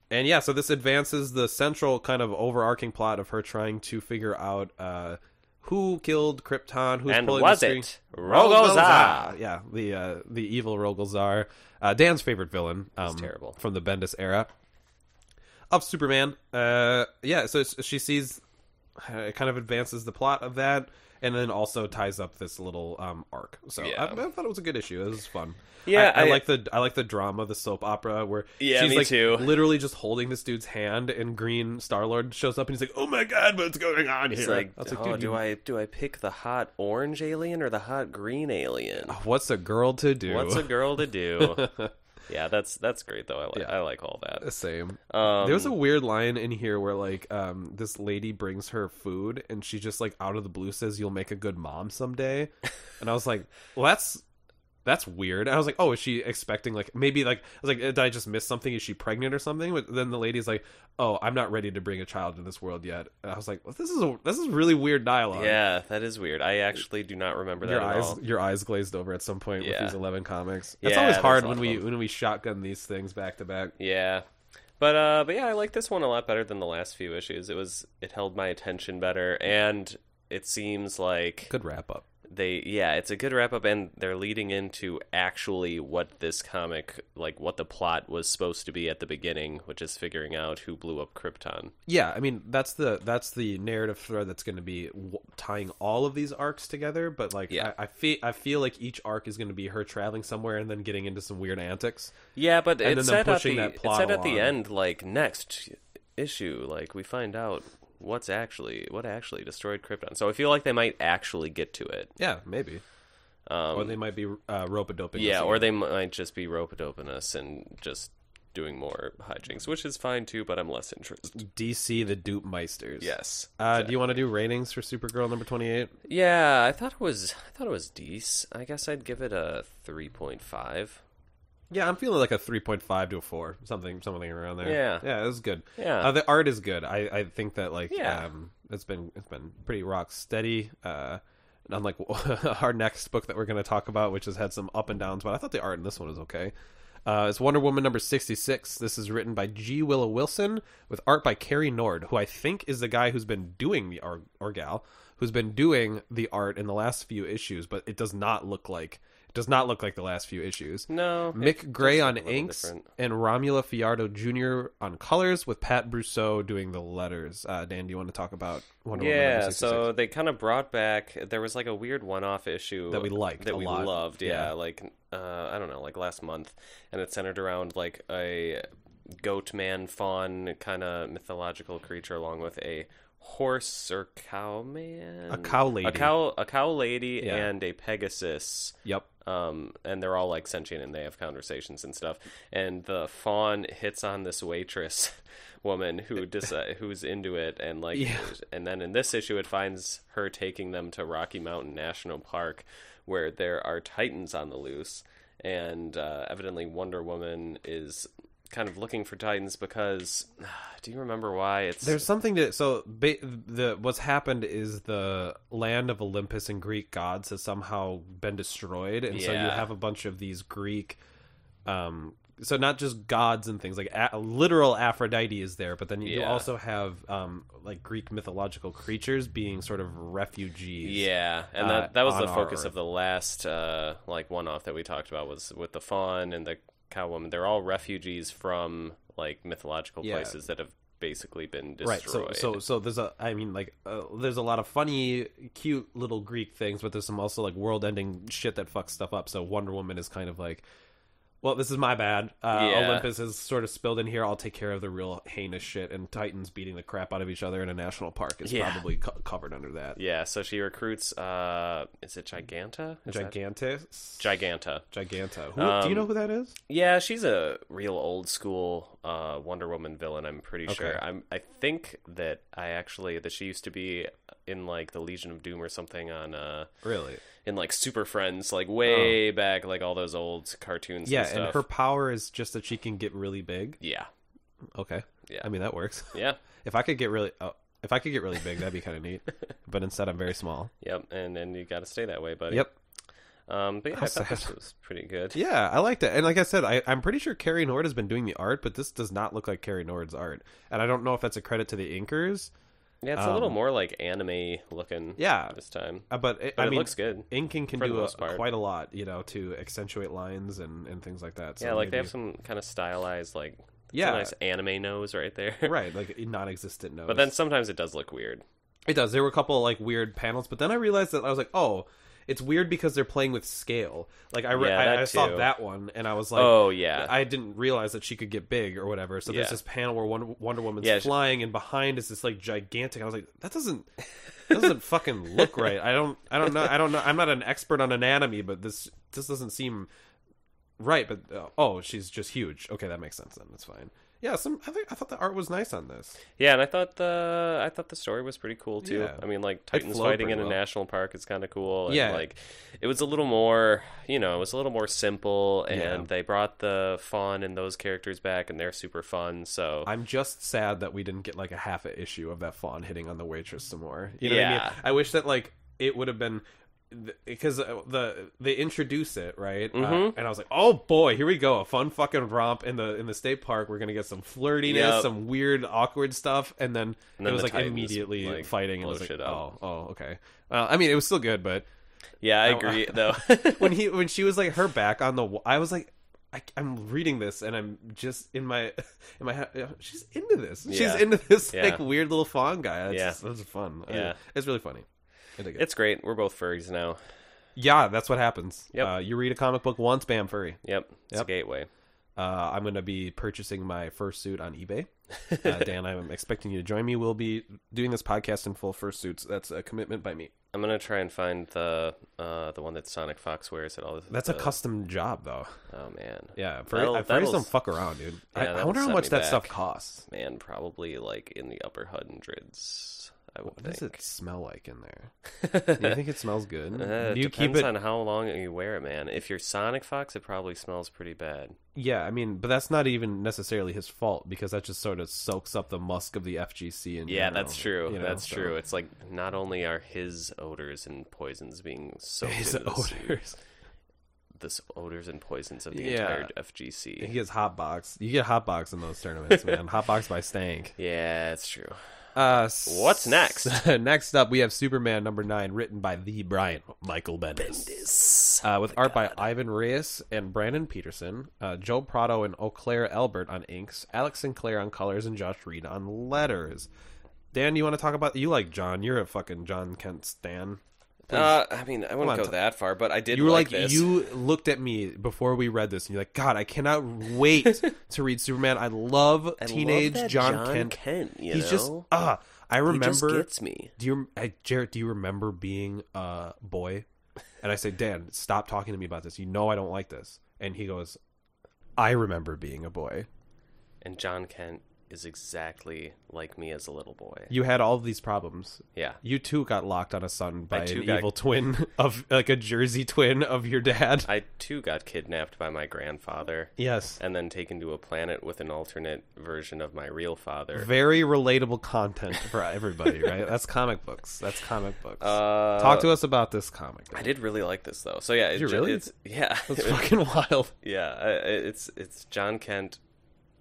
[SPEAKER 1] and yeah, so this advances the central kind of overarching plot of her trying to figure out uh, who killed Krypton, who's
[SPEAKER 2] and
[SPEAKER 1] pulling
[SPEAKER 2] was
[SPEAKER 1] the
[SPEAKER 2] it
[SPEAKER 1] string-
[SPEAKER 2] Rogozar?
[SPEAKER 1] yeah, the uh, the evil Rogolzar, uh, Dan's favorite villain. Um,
[SPEAKER 2] terrible.
[SPEAKER 1] from the Bendis era of Superman. Uh, yeah, so it's- she sees uh, it kind of advances the plot of that, and then also ties up this little um, arc. So
[SPEAKER 2] Yeah.
[SPEAKER 1] I, I thought it was a good issue. It was fun.
[SPEAKER 2] Yeah,
[SPEAKER 1] I, I
[SPEAKER 2] I-
[SPEAKER 1] like the I like the drama, the soap opera where
[SPEAKER 2] Yeah,
[SPEAKER 1] she's
[SPEAKER 2] me
[SPEAKER 1] like
[SPEAKER 2] too.
[SPEAKER 1] literally just holding this dude's hand, and Green Star Lord shows up, and he's like, "Oh my god, what's going on
[SPEAKER 2] It's
[SPEAKER 1] here?"
[SPEAKER 2] like,
[SPEAKER 1] I was
[SPEAKER 2] oh,
[SPEAKER 1] "Dude,
[SPEAKER 2] do
[SPEAKER 1] you-
[SPEAKER 2] I do I pick the hot orange alien or the hot green alien?
[SPEAKER 1] What's a girl to do?
[SPEAKER 2] What's a girl to do? yeah, that's that's great though. I like
[SPEAKER 1] Yeah.
[SPEAKER 2] I like all that.
[SPEAKER 1] Same.
[SPEAKER 2] Um,
[SPEAKER 1] There's a weird line in here where like um this lady brings her food and she just like out of the blue says you'll make a good mom someday. And I was like, "Well, that's that's weird." And I was like, "Oh, is she expecting like maybe like I was like, did I just miss something? Is she pregnant or something?" But then the lady's like, "Oh, I'm not ready to bring a child in this world yet." And I was like, well, "This is a this is really weird dialogue."
[SPEAKER 2] yeah, that is weird. I actually do not remember that
[SPEAKER 1] Your
[SPEAKER 2] at
[SPEAKER 1] eyes,
[SPEAKER 2] all.
[SPEAKER 1] your eyes glazed over at some point with
[SPEAKER 2] Yeah.
[SPEAKER 1] these eleven comics. It's
[SPEAKER 2] Yeah,
[SPEAKER 1] always
[SPEAKER 2] that's
[SPEAKER 1] hard
[SPEAKER 2] a
[SPEAKER 1] when
[SPEAKER 2] lot
[SPEAKER 1] we
[SPEAKER 2] of them.
[SPEAKER 1] when we shotgun these things back to back.
[SPEAKER 2] Yeah. But uh but yeah, I like this one a lot better than the last few issues. It was it held my attention better and it seems like
[SPEAKER 1] Good wrap up.
[SPEAKER 2] they yeah it's a good wrap up and they're leading into actually what this comic like what the plot was supposed to be at the beginning which is figuring out who blew up krypton
[SPEAKER 1] yeah i mean that's the that's the narrative thread that's going to be w- tying all of these arcs together but like
[SPEAKER 2] Yeah.
[SPEAKER 1] I, I feel i feel like each arc is going to be her traveling somewhere and then getting into some weird antics
[SPEAKER 2] yeah but
[SPEAKER 1] And then
[SPEAKER 2] it
[SPEAKER 1] them
[SPEAKER 2] said, at
[SPEAKER 1] pushing
[SPEAKER 2] the,
[SPEAKER 1] that
[SPEAKER 2] it
[SPEAKER 1] plot
[SPEAKER 2] said at the
[SPEAKER 1] along.
[SPEAKER 2] end like next issue like we find out what's actually what actually destroyed krypton so i feel like they might actually get to it
[SPEAKER 1] yeah maybe
[SPEAKER 2] um,
[SPEAKER 1] or they might be uh, rope-a-doping
[SPEAKER 2] yeah
[SPEAKER 1] us
[SPEAKER 2] or
[SPEAKER 1] again.
[SPEAKER 2] they might just be rope-a-doping us and just doing more hijinks which is fine too but i'm less interested
[SPEAKER 1] dc the dupe meisters
[SPEAKER 2] yes
[SPEAKER 1] uh, do you want to do ratings for supergirl number 28
[SPEAKER 2] Yeah, I thought it was I thought it was decent. I guess I'd give it a 3.5.
[SPEAKER 1] yeah i'm feeling like a 3.5 to a 4 something something around there
[SPEAKER 2] Yeah.
[SPEAKER 1] yeah it was good
[SPEAKER 2] Yeah.
[SPEAKER 1] uh, the art is good i i think that like
[SPEAKER 2] Yeah.
[SPEAKER 1] um it's been it's been pretty rock steady uh and unlike our next book that we're going to talk about which has had some up and downs but i thought the art in this one was okay uh, it's Wonder Woman number 66. This is written by G. Willow Wilson with art by Carrie Nord, who I think is the guy who's been doing the art, or gal, who's been doing the art in the last few issues, but it does not look like, it Does not look like the last few issues.
[SPEAKER 2] No. it
[SPEAKER 1] Mick Gray
[SPEAKER 2] does
[SPEAKER 1] on
[SPEAKER 2] look a little
[SPEAKER 1] inks
[SPEAKER 2] different.
[SPEAKER 1] and Romula Fiardo Jr. on colors, with Pat Brousseau doing the letters. Uh, Dan, do you want to talk about Wonder Woman? number
[SPEAKER 2] yeah,
[SPEAKER 1] 66?
[SPEAKER 2] so they kind of brought back. There was like a weird one-off issue
[SPEAKER 1] That we liked
[SPEAKER 2] that
[SPEAKER 1] a
[SPEAKER 2] we
[SPEAKER 1] lot.
[SPEAKER 2] loved. Yeah,
[SPEAKER 1] Yeah.
[SPEAKER 2] like uh, I don't know, like last month, and it centered around like a goat man fawn kind of mythological creature, along with a horse or cow man,
[SPEAKER 1] A cow
[SPEAKER 2] a
[SPEAKER 1] lady.
[SPEAKER 2] cow, a cow lady,
[SPEAKER 1] Yeah.
[SPEAKER 2] and a Pegasus.
[SPEAKER 1] yep,
[SPEAKER 2] um, and they're all like sentient and they have conversations and stuff. And the fawn hits on this waitress woman who dis- uh, who's into it, and like,
[SPEAKER 1] Yeah.
[SPEAKER 2] and then in this issue, it finds her taking them to Rocky Mountain National Park, where there are titans on the loose, and uh, evidently Wonder Woman is kind of looking for titans because do you remember why it's
[SPEAKER 1] there's something to so ba- the what's happened is the land of Olympus and Greek gods has somehow been destroyed, and so you
[SPEAKER 2] Yeah.
[SPEAKER 1] have a bunch of these Greek. Um, so not just gods and things like a- literal Aphrodite is there, but then you
[SPEAKER 2] Yeah.
[SPEAKER 1] also have um, like Greek mythological creatures being sort of refugees.
[SPEAKER 2] Yeah, and
[SPEAKER 1] uh,
[SPEAKER 2] that that was
[SPEAKER 1] on
[SPEAKER 2] the
[SPEAKER 1] our
[SPEAKER 2] focus
[SPEAKER 1] Earth.
[SPEAKER 2] of the last uh, like one off that we talked about was with the fawn and the cow woman. They're all refugees from like mythological
[SPEAKER 1] Yeah.
[SPEAKER 2] places that have basically been
[SPEAKER 1] right
[SPEAKER 2] destroyed.
[SPEAKER 1] so so so there's a i mean like uh, there's a lot of funny cute little greek things but there's some also like world ending shit that fucks stuff up so wonder woman is kind of like well this is my bad uh,
[SPEAKER 2] Yeah.
[SPEAKER 1] olympus is sort of spilled in here i'll take care of the real heinous shit and titans beating the crap out of each other in a national park is
[SPEAKER 2] Yeah.
[SPEAKER 1] probably co- covered under that
[SPEAKER 2] yeah, so she recruits. Uh, is it Giganta? Is that-
[SPEAKER 1] gigantis
[SPEAKER 2] Giganta.
[SPEAKER 1] giganta who,
[SPEAKER 2] um,
[SPEAKER 1] do you know who that is
[SPEAKER 2] Yeah, she's a real old school uh, Wonder Woman villain. I'm pretty sure. I'm. I think that I actually that she used to be in like the Legion of Doom or something on. Uh,
[SPEAKER 1] really
[SPEAKER 2] in like Super Friends, like way back, like all those old cartoons.
[SPEAKER 1] Oh. yeah
[SPEAKER 2] and, stuff.
[SPEAKER 1] and her power is just that she can get really big
[SPEAKER 2] Yeah,
[SPEAKER 1] okay
[SPEAKER 2] Yeah.
[SPEAKER 1] i mean that works
[SPEAKER 2] yeah,
[SPEAKER 1] If I could get really, oh, if I could get really big, that'd be kind of neat. But instead, I'm very small.
[SPEAKER 2] yep. And and you got to stay that way, buddy.
[SPEAKER 1] Yep.
[SPEAKER 2] Um, but yeah, I
[SPEAKER 1] How
[SPEAKER 2] thought this
[SPEAKER 1] sad.
[SPEAKER 2] was pretty good.
[SPEAKER 1] Yeah, I liked it. And like I said, I, I'm pretty sure Carrie Nord has been doing the art, but this does not look like Carrie Nord's art. And I don't know if that's a credit to the inkers.
[SPEAKER 2] Yeah, it's a little more like anime looking.
[SPEAKER 1] Um, Yeah.
[SPEAKER 2] this time,
[SPEAKER 1] Uh, But, it,
[SPEAKER 2] but
[SPEAKER 1] I
[SPEAKER 2] it
[SPEAKER 1] mean,
[SPEAKER 2] looks good.
[SPEAKER 1] inking can
[SPEAKER 2] for the
[SPEAKER 1] do a,
[SPEAKER 2] most part.
[SPEAKER 1] quite a lot, you know, to accentuate lines and, and things like that. So
[SPEAKER 2] yeah, like they
[SPEAKER 1] maybe-
[SPEAKER 2] have some kind of stylized, like it's
[SPEAKER 1] Yeah.
[SPEAKER 2] a nice anime nose right there.
[SPEAKER 1] right, like non-existent notes.
[SPEAKER 2] But then sometimes it does look weird.
[SPEAKER 1] It does. There were a couple like weird panels, but then I realized that I was like, oh, it's weird because they're playing with scale. Like I, re-
[SPEAKER 2] Yeah, that
[SPEAKER 1] I, I saw
[SPEAKER 2] too.
[SPEAKER 1] that one, and I was like,
[SPEAKER 2] Oh, yeah.
[SPEAKER 1] I didn't realize that she could get big or whatever. So there's
[SPEAKER 2] Yeah.
[SPEAKER 1] this panel where Wonder, Wonder Woman's
[SPEAKER 2] Yeah, she-
[SPEAKER 1] flying, and behind is this like gigantic. I was like, that doesn't that doesn't fucking look right. I don't I don't know I don't know. I'm not an expert on anatomy, but this this doesn't seem right. But uh, oh, she's just huge. Okay, that makes sense. Then that's fine. Yeah, some I, think, I thought the art was nice on this.
[SPEAKER 2] Yeah, and I thought the I thought the story was pretty cool too.
[SPEAKER 1] Yeah.
[SPEAKER 2] I mean, like Titans
[SPEAKER 1] flowed
[SPEAKER 2] fighting
[SPEAKER 1] pretty
[SPEAKER 2] in a
[SPEAKER 1] well.
[SPEAKER 2] national park is kind of cool. And,
[SPEAKER 1] Yeah.
[SPEAKER 2] like it was a little more, you know, it was a little more simple, and
[SPEAKER 1] Yeah.
[SPEAKER 2] they brought the fun and those characters back, and they're super fun. So
[SPEAKER 1] I'm just sad that we didn't get like a half a issue of that fawn hitting on the waitress some more. You know what I
[SPEAKER 2] Yeah.
[SPEAKER 1] mean? I wish that like it would have been because uh, the they introduce it right,
[SPEAKER 2] Mm-hmm.
[SPEAKER 1] uh, and I was like, oh boy, here we go, a fun fucking romp in the in the state park. We're gonna get some flirtiness,
[SPEAKER 2] Yep.
[SPEAKER 1] some weird awkward stuff, and then,
[SPEAKER 2] And then
[SPEAKER 1] it was
[SPEAKER 2] the
[SPEAKER 1] like
[SPEAKER 2] Titans,
[SPEAKER 1] immediately
[SPEAKER 2] like,
[SPEAKER 1] fighting. And I
[SPEAKER 2] blow
[SPEAKER 1] was like,
[SPEAKER 2] shit up.
[SPEAKER 1] oh, oh, okay. Uh, I mean, it was still good, but
[SPEAKER 2] yeah, I
[SPEAKER 1] I-
[SPEAKER 2] agree though.
[SPEAKER 1] when he when she was like her back on the wa- I was like I, am reading this and I'm just in my in my head, she's into this
[SPEAKER 2] Yeah.
[SPEAKER 1] she's into this
[SPEAKER 2] Yeah.
[SPEAKER 1] like weird little fawn guy that's,
[SPEAKER 2] Yeah.
[SPEAKER 1] that's fun I-
[SPEAKER 2] Yeah.
[SPEAKER 1] it's really funny I dig it.
[SPEAKER 2] it's great. We're both furries now.
[SPEAKER 1] yeah that's what happens
[SPEAKER 2] Yep.
[SPEAKER 1] uh, you read a comic book once bam furry
[SPEAKER 2] Yep, it's a
[SPEAKER 1] Yep.
[SPEAKER 2] gateway.
[SPEAKER 1] uh, I'm gonna be purchasing my fursuit on eBay uh, Dan I'm expecting you to join me we'll be doing this podcast in full fursuits that's a commitment by me
[SPEAKER 2] I'm gonna try and find the uh, the one that Sonic Fox wears at all. the-
[SPEAKER 1] that's a
[SPEAKER 2] the-
[SPEAKER 1] custom job though
[SPEAKER 2] Oh man,
[SPEAKER 1] Uh, yeah furry,
[SPEAKER 2] That'll-
[SPEAKER 1] uh, furries
[SPEAKER 2] that'll-
[SPEAKER 1] don't fuck around dude I, I
[SPEAKER 2] that'll
[SPEAKER 1] wonder how
[SPEAKER 2] set
[SPEAKER 1] much
[SPEAKER 2] me
[SPEAKER 1] that
[SPEAKER 2] back.
[SPEAKER 1] stuff costs
[SPEAKER 2] man, probably like in the upper hundreds. I would
[SPEAKER 1] What
[SPEAKER 2] think.
[SPEAKER 1] does it smell like in there? Do you think it smells good?
[SPEAKER 2] Uh,
[SPEAKER 1] Mm-hmm. Do you
[SPEAKER 2] it
[SPEAKER 1] keep
[SPEAKER 2] depends
[SPEAKER 1] it?
[SPEAKER 2] on how long you wear it, man. If you're Sonic Fox, it probably smells pretty bad.
[SPEAKER 1] Yeah, I mean, but that's not even necessarily his fault because that just sort of soaks up the musk of the FGC. In
[SPEAKER 2] Yeah,
[SPEAKER 1] general,
[SPEAKER 2] that's true.
[SPEAKER 1] you know,
[SPEAKER 2] that's
[SPEAKER 1] so-
[SPEAKER 2] true. It's like not only are his odors and poisons being soaked
[SPEAKER 1] His
[SPEAKER 2] into this,
[SPEAKER 1] odors.
[SPEAKER 2] this odors and poisons of the
[SPEAKER 1] Yeah.
[SPEAKER 2] entire
[SPEAKER 1] He
[SPEAKER 2] FGC.
[SPEAKER 1] gets hot box. You get hot box in those tournaments, man. Hot box by Stank.
[SPEAKER 2] Yeah, it's true.
[SPEAKER 1] Uh, s-
[SPEAKER 2] What's next?
[SPEAKER 1] next up, we have Superman number nine, written by the Brian Michael Bendis, uh,
[SPEAKER 2] Oh
[SPEAKER 1] with art by Ivan Reyes and Brandon Peterson, uh, Joe Prado and Eau Claire Elbert on inks, Alex Sinclair on colors, and Josh Reed on letters. Dan, you want to talk about? You like John? You're a fucking John Kent stan.
[SPEAKER 2] Uh, I mean, I wouldn't
[SPEAKER 1] on,
[SPEAKER 2] go
[SPEAKER 1] t-
[SPEAKER 2] that far, but I did.
[SPEAKER 1] You were
[SPEAKER 2] like,
[SPEAKER 1] like,
[SPEAKER 2] this.
[SPEAKER 1] you looked at me before we read this, and you're like, God, I cannot wait to read Superman. I love
[SPEAKER 2] I love
[SPEAKER 1] teenage
[SPEAKER 2] that
[SPEAKER 1] John,
[SPEAKER 2] John
[SPEAKER 1] Kent.
[SPEAKER 2] Kent, you
[SPEAKER 1] He's just
[SPEAKER 2] know?
[SPEAKER 1] ah. I
[SPEAKER 2] He
[SPEAKER 1] remember.
[SPEAKER 2] just gets me.
[SPEAKER 1] Do you, I, Jarrett? Do you remember being a boy? And I say, Dan, stop talking to me about this. You know I don't like this. And he goes, I remember being a boy.
[SPEAKER 2] And John Kent is exactly like me as a little boy.
[SPEAKER 1] You had all of these problems.
[SPEAKER 2] Yeah.
[SPEAKER 1] You too got locked on a son by
[SPEAKER 2] too
[SPEAKER 1] an
[SPEAKER 2] got-
[SPEAKER 1] evil twin of like a Jersey twin of your dad.
[SPEAKER 2] I too got kidnapped by my grandfather
[SPEAKER 1] yes.
[SPEAKER 2] and then taken to a planet with an alternate version of my real father.
[SPEAKER 1] Very relatable content for everybody, right? That's comic books. That's comic books.
[SPEAKER 2] Uh,
[SPEAKER 1] Talk to us about this comic.
[SPEAKER 2] I did really like this though. So yeah, it,
[SPEAKER 1] you
[SPEAKER 2] ju-
[SPEAKER 1] really?
[SPEAKER 2] it's yeah.
[SPEAKER 1] That's fucking wild.
[SPEAKER 2] Yeah, I- I- it's it's John Kent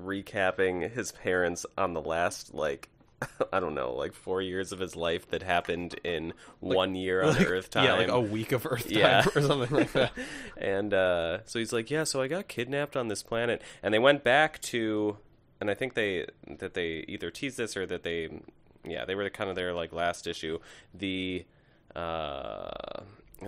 [SPEAKER 2] recapping his parents on the last like I don't know, like 4 years of his life that happened in 1 year on earth time.
[SPEAKER 1] Yeah, like a week of Earth time
[SPEAKER 2] Yeah.
[SPEAKER 1] or something like that.
[SPEAKER 2] and uh, so he's like, "Yeah, so I got kidnapped on this planet," and they went back to, and I think they that they either teased this or that they, yeah, they were kind of their like last issue, the, uh,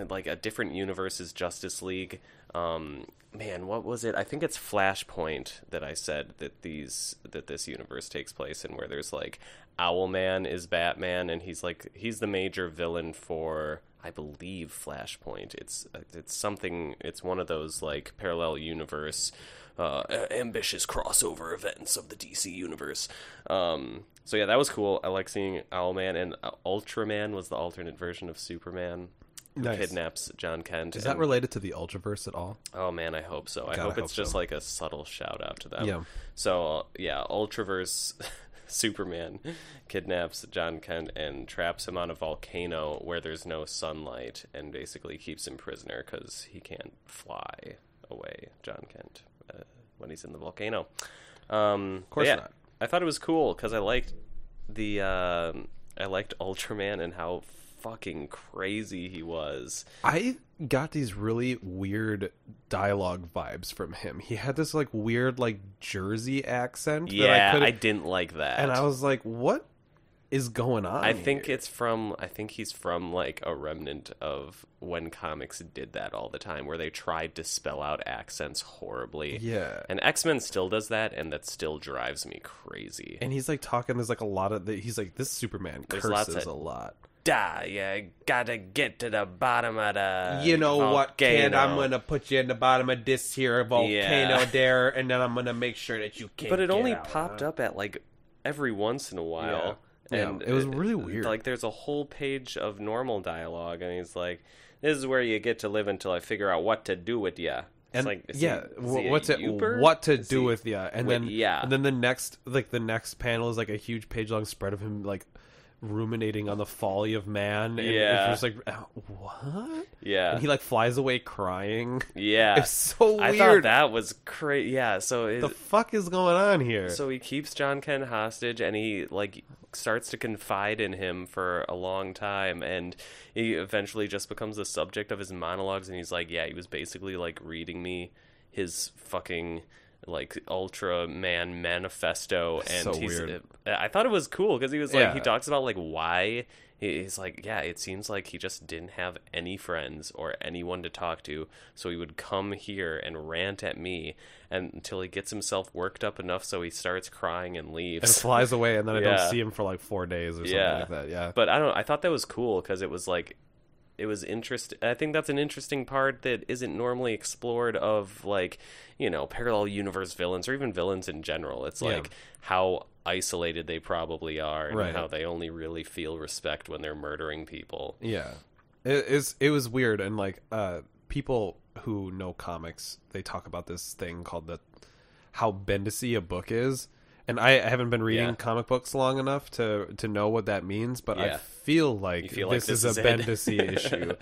[SPEAKER 2] like a different universe's Justice League. Um, man, what was it? I think it's Flashpoint that I said that these that this universe takes place in, where there's like Owlman is Batman, and he's like he's the major villain for I believe Flashpoint. It's it's something. It's one of those like parallel universe, uh, a- ambitious crossover events of the DC universe. Um, so yeah, that was cool. I like seeing Owlman and uh, Ultraman was the alternate version of Superman. Who
[SPEAKER 1] Nice.
[SPEAKER 2] kidnaps John Kent?
[SPEAKER 1] Is that
[SPEAKER 2] and-
[SPEAKER 1] related to the Ultraverse at all?
[SPEAKER 2] Oh man, I hope so. I
[SPEAKER 1] God, I
[SPEAKER 2] hope it's
[SPEAKER 1] hope
[SPEAKER 2] just
[SPEAKER 1] so.
[SPEAKER 2] like a subtle shout out to them.
[SPEAKER 1] Yeah.
[SPEAKER 2] So yeah, Ultraverse Superman kidnaps John Kent and traps him on a volcano where there's no sunlight, and basically keeps him prisoner because he can't fly away. John Kent uh, when he's in the volcano. Um, of
[SPEAKER 1] course
[SPEAKER 2] yeah,
[SPEAKER 1] not.
[SPEAKER 2] I thought it was cool because I liked the um I liked Ultraman and how fucking crazy he was.
[SPEAKER 1] I got these really weird dialogue vibes from him. He had this like weird like Jersey accent.
[SPEAKER 2] Yeah,
[SPEAKER 1] that I,
[SPEAKER 2] I,
[SPEAKER 1] couldn't-
[SPEAKER 2] didn't like that.
[SPEAKER 1] and I was like, what is going on?
[SPEAKER 2] I think
[SPEAKER 1] here?
[SPEAKER 2] it's from I think he's from like a remnant of when comics did that all the time where they tried to spell out accents horribly.
[SPEAKER 1] yeah.
[SPEAKER 2] And X-Men still does that and that still drives me crazy.
[SPEAKER 1] And he's like talking. There's like a lot of. The, he's like this Superman
[SPEAKER 2] There's
[SPEAKER 1] curses
[SPEAKER 2] lots
[SPEAKER 1] a
[SPEAKER 2] of-
[SPEAKER 1] lot.
[SPEAKER 2] Die, you gotta get to the bottom of the
[SPEAKER 1] you know what, kid? I'm
[SPEAKER 2] uh, volcano.
[SPEAKER 1] gonna put you in the bottom of this here volcano
[SPEAKER 2] volcano Yeah.
[SPEAKER 1] there, and then I'm gonna make sure that you can't.
[SPEAKER 2] But it only popped up at like every once in a while.
[SPEAKER 1] Yeah.
[SPEAKER 2] And
[SPEAKER 1] It was really weird.
[SPEAKER 2] Like there's a whole page of normal dialogue and he's like, This is where you get to live until I figure out what to do with ya. It's
[SPEAKER 1] and
[SPEAKER 2] like is he-
[SPEAKER 1] yeah,
[SPEAKER 2] is
[SPEAKER 1] wh-
[SPEAKER 2] he a
[SPEAKER 1] what's it?
[SPEAKER 2] youper?
[SPEAKER 1] What to
[SPEAKER 2] Is
[SPEAKER 1] do
[SPEAKER 2] he-
[SPEAKER 1] with yeah? And
[SPEAKER 2] with-
[SPEAKER 1] then
[SPEAKER 2] yeah.
[SPEAKER 1] and then the next like the next panel is like a huge page long spread of him like ruminating on the folly of man. And
[SPEAKER 2] Yeah.
[SPEAKER 1] it's just like "Uh, what?
[SPEAKER 2] Yeah.
[SPEAKER 1] And he like flies away crying.
[SPEAKER 2] yeah.
[SPEAKER 1] It's so
[SPEAKER 2] I
[SPEAKER 1] weird.
[SPEAKER 2] thought that was crazy. Yeah, so it,
[SPEAKER 1] the fuck is going on here?
[SPEAKER 2] So he keeps John Kent hostage, and he like starts to confide in him for a long time, and he eventually just becomes the subject of his monologues. And he's like, "Yeah, he was basically like reading me his fucking." like ultra man manifesto and
[SPEAKER 1] So
[SPEAKER 2] he's
[SPEAKER 1] weird.
[SPEAKER 2] i thought it was cool because he was like
[SPEAKER 1] Yeah.
[SPEAKER 2] he talks about like why he- he's like yeah it seems like he just didn't have any friends or anyone to talk to so he would come here and rant at me and, until he gets himself worked up enough so he starts crying and
[SPEAKER 1] and
[SPEAKER 2] leaves
[SPEAKER 1] flies away, and then I
[SPEAKER 2] Yeah.
[SPEAKER 1] don't see him for like four days or something
[SPEAKER 2] Yeah.
[SPEAKER 1] like that. Yeah.
[SPEAKER 2] but i don't i thought that was cool because it was like it was interest i think that's an interesting part that isn't normally explored of like you know parallel universe villains or even villains in general it's
[SPEAKER 1] Yeah.
[SPEAKER 2] like how isolated they probably are and
[SPEAKER 1] Right.
[SPEAKER 2] how they only really feel respect when they're murdering people
[SPEAKER 1] Yeah, it is. It was weird, and like uh, people who know comics, they talk about this thing called the how bendisy a book is. And I I haven't been reading
[SPEAKER 2] Yeah.
[SPEAKER 1] comic books long enough to to know what that means, but I
[SPEAKER 2] Yeah.
[SPEAKER 1] feel like
[SPEAKER 2] feel like
[SPEAKER 1] this, is,
[SPEAKER 2] this
[SPEAKER 1] a
[SPEAKER 2] is it.
[SPEAKER 1] bendisy issue.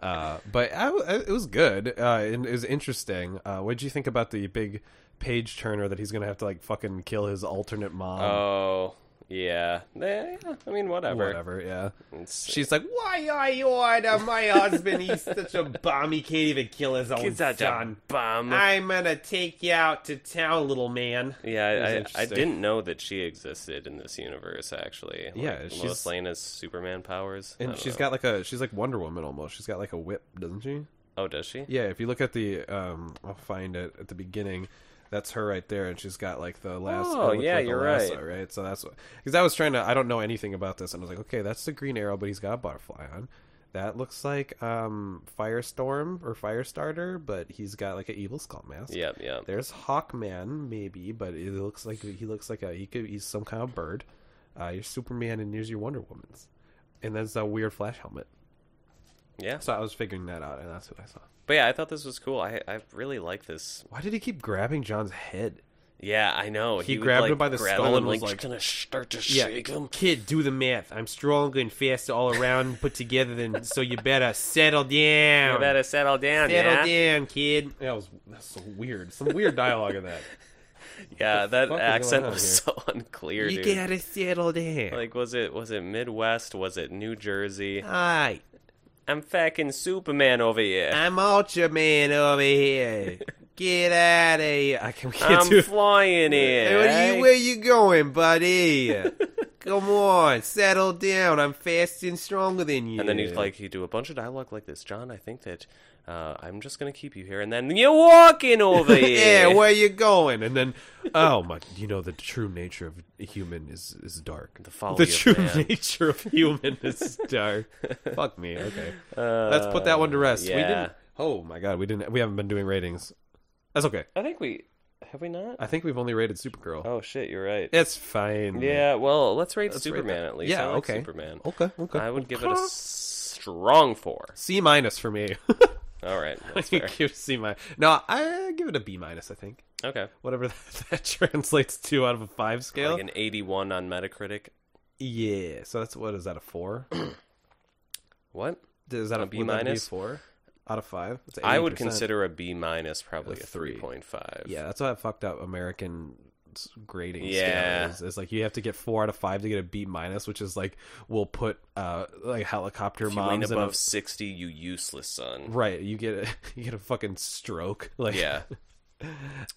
[SPEAKER 1] Uh, but I, I- it was good. Uh, and it was interesting. Uh, what did you think Um, about the big page turner that he's gonna have to like fucking kill his alternate mom?
[SPEAKER 2] oh Yeah. Eh, yeah, I mean, whatever.
[SPEAKER 1] Whatever, yeah.
[SPEAKER 2] It's-
[SPEAKER 1] She's like, why are you order my husband? He's such a bum. He can't even kill his own
[SPEAKER 2] He's such a
[SPEAKER 1] son.
[SPEAKER 2] bum.
[SPEAKER 1] I'm gonna take you out to town, little man. It was
[SPEAKER 2] yeah, I, I
[SPEAKER 1] interesting.
[SPEAKER 2] didn't know that she existed in this universe. Actually,
[SPEAKER 1] Yeah,
[SPEAKER 2] like,
[SPEAKER 1] she's-
[SPEAKER 2] Lois Lane has Superman powers, I
[SPEAKER 1] And
[SPEAKER 2] don't
[SPEAKER 1] she's
[SPEAKER 2] know.
[SPEAKER 1] got like a she's like Wonder Woman almost. She's got like a whip, doesn't she?
[SPEAKER 2] Oh, does she?
[SPEAKER 1] Yeah, if you look at the um I'll find it at the beginning. That's her right there, and she's got like the last.
[SPEAKER 2] Oh,
[SPEAKER 1] it looked
[SPEAKER 2] yeah,
[SPEAKER 1] like a
[SPEAKER 2] you're
[SPEAKER 1] lasso,
[SPEAKER 2] right.
[SPEAKER 1] Right, so that's what because I was trying to. I don't know anything about this, and I was like, okay, that's the Green Arrow, but he's got a butterfly on. That looks like um Firestorm or Firestarter, but he's got like an evil skull mask.
[SPEAKER 2] Yep, yep.
[SPEAKER 1] There's Hawkman, maybe, but it looks like he looks like a he could he's some kind of bird. Uh, your Superman and here's your Wonder Woman's, and that's a weird Flash helmet.
[SPEAKER 2] Yeah.
[SPEAKER 1] So I was figuring that out, and that's what I saw.
[SPEAKER 2] But yeah, I thought this was cool. I I really like this.
[SPEAKER 1] Why did he keep grabbing John's head?
[SPEAKER 2] Yeah, I know.
[SPEAKER 1] He
[SPEAKER 2] would,
[SPEAKER 1] grabbed
[SPEAKER 2] like,
[SPEAKER 1] him by the
[SPEAKER 2] grab
[SPEAKER 1] skull
[SPEAKER 2] him
[SPEAKER 1] and was
[SPEAKER 2] just
[SPEAKER 1] like-
[SPEAKER 2] gonna start to shake him.
[SPEAKER 1] kid, do the math. I'm stronger and faster all around put together than so you better settle down.
[SPEAKER 2] You better settle down, yeah.
[SPEAKER 1] down, kid. That was that's so weird. Some weird dialogue in that.
[SPEAKER 2] Yeah, that
[SPEAKER 1] fuck is
[SPEAKER 2] accent
[SPEAKER 1] going on
[SPEAKER 2] was
[SPEAKER 1] here?
[SPEAKER 2] so unclear,
[SPEAKER 1] You
[SPEAKER 2] dude.
[SPEAKER 1] gotta settle down.
[SPEAKER 2] Like, was it was it Midwest? Was it New Jersey?
[SPEAKER 1] Hi,
[SPEAKER 2] I'm fucking Superman over here.
[SPEAKER 1] I'm Ultraman over here. Get out of here. I can get
[SPEAKER 2] I'm
[SPEAKER 1] to
[SPEAKER 2] flying here.
[SPEAKER 1] where,
[SPEAKER 2] eh?
[SPEAKER 1] you, where you going, buddy? Come on, settle down. I'm fast and stronger than you.
[SPEAKER 2] And then he's like, he'd do a bunch of dialogue like this. John, I think that uh, I'm just gonna keep you here. And then you're walking over
[SPEAKER 1] yeah,
[SPEAKER 2] here.
[SPEAKER 1] where you going? And then, oh my, you know the true nature of human is is dark.
[SPEAKER 2] The folly
[SPEAKER 1] The
[SPEAKER 2] of
[SPEAKER 1] true
[SPEAKER 2] man.
[SPEAKER 1] nature of human is dark. Fuck me. Okay, let's put that one to rest. We
[SPEAKER 2] Uh, yeah.
[SPEAKER 1] didn't. Oh my god, we didn't. We haven't been doing ratings. That's okay.
[SPEAKER 2] I think we have we not.
[SPEAKER 1] I think we've only rated Supergirl.
[SPEAKER 2] Oh shit, you're right.
[SPEAKER 1] It's fine.
[SPEAKER 2] Yeah, well, let's rate
[SPEAKER 1] Let's rate
[SPEAKER 2] Superman
[SPEAKER 1] that.
[SPEAKER 2] at least.
[SPEAKER 1] Yeah,
[SPEAKER 2] I like
[SPEAKER 1] okay. Oh,
[SPEAKER 2] Superman.
[SPEAKER 1] Okay. Okay.
[SPEAKER 2] I would give it a strong four.
[SPEAKER 1] C minus for me.
[SPEAKER 2] All right, that's fair.
[SPEAKER 1] give C minus. No, I give it a B minus. I think
[SPEAKER 2] Okay,
[SPEAKER 1] whatever that, that translates to out of a five scale.
[SPEAKER 2] like an 81 on Metacritic.
[SPEAKER 1] yeah. So that's what is that a four?
[SPEAKER 2] What?
[SPEAKER 1] Is that a,
[SPEAKER 2] B
[SPEAKER 1] would that be a
[SPEAKER 2] minus?
[SPEAKER 1] four out of five? It's
[SPEAKER 2] I would
[SPEAKER 1] 80%.
[SPEAKER 2] consider a B minus probably
[SPEAKER 1] A
[SPEAKER 2] a,
[SPEAKER 1] three.
[SPEAKER 2] 3.5.
[SPEAKER 1] Yeah, that's why I fucked up American s- grading.
[SPEAKER 2] Yeah.
[SPEAKER 1] Yeah, is, It's like you have to get four out of five to get a B minus, which is like we'll put uh like helicopter
[SPEAKER 2] If you ain't
[SPEAKER 1] moms in a,
[SPEAKER 2] above 60, you useless son.
[SPEAKER 1] right. You get a, you get a fucking stroke. Like
[SPEAKER 2] Yeah.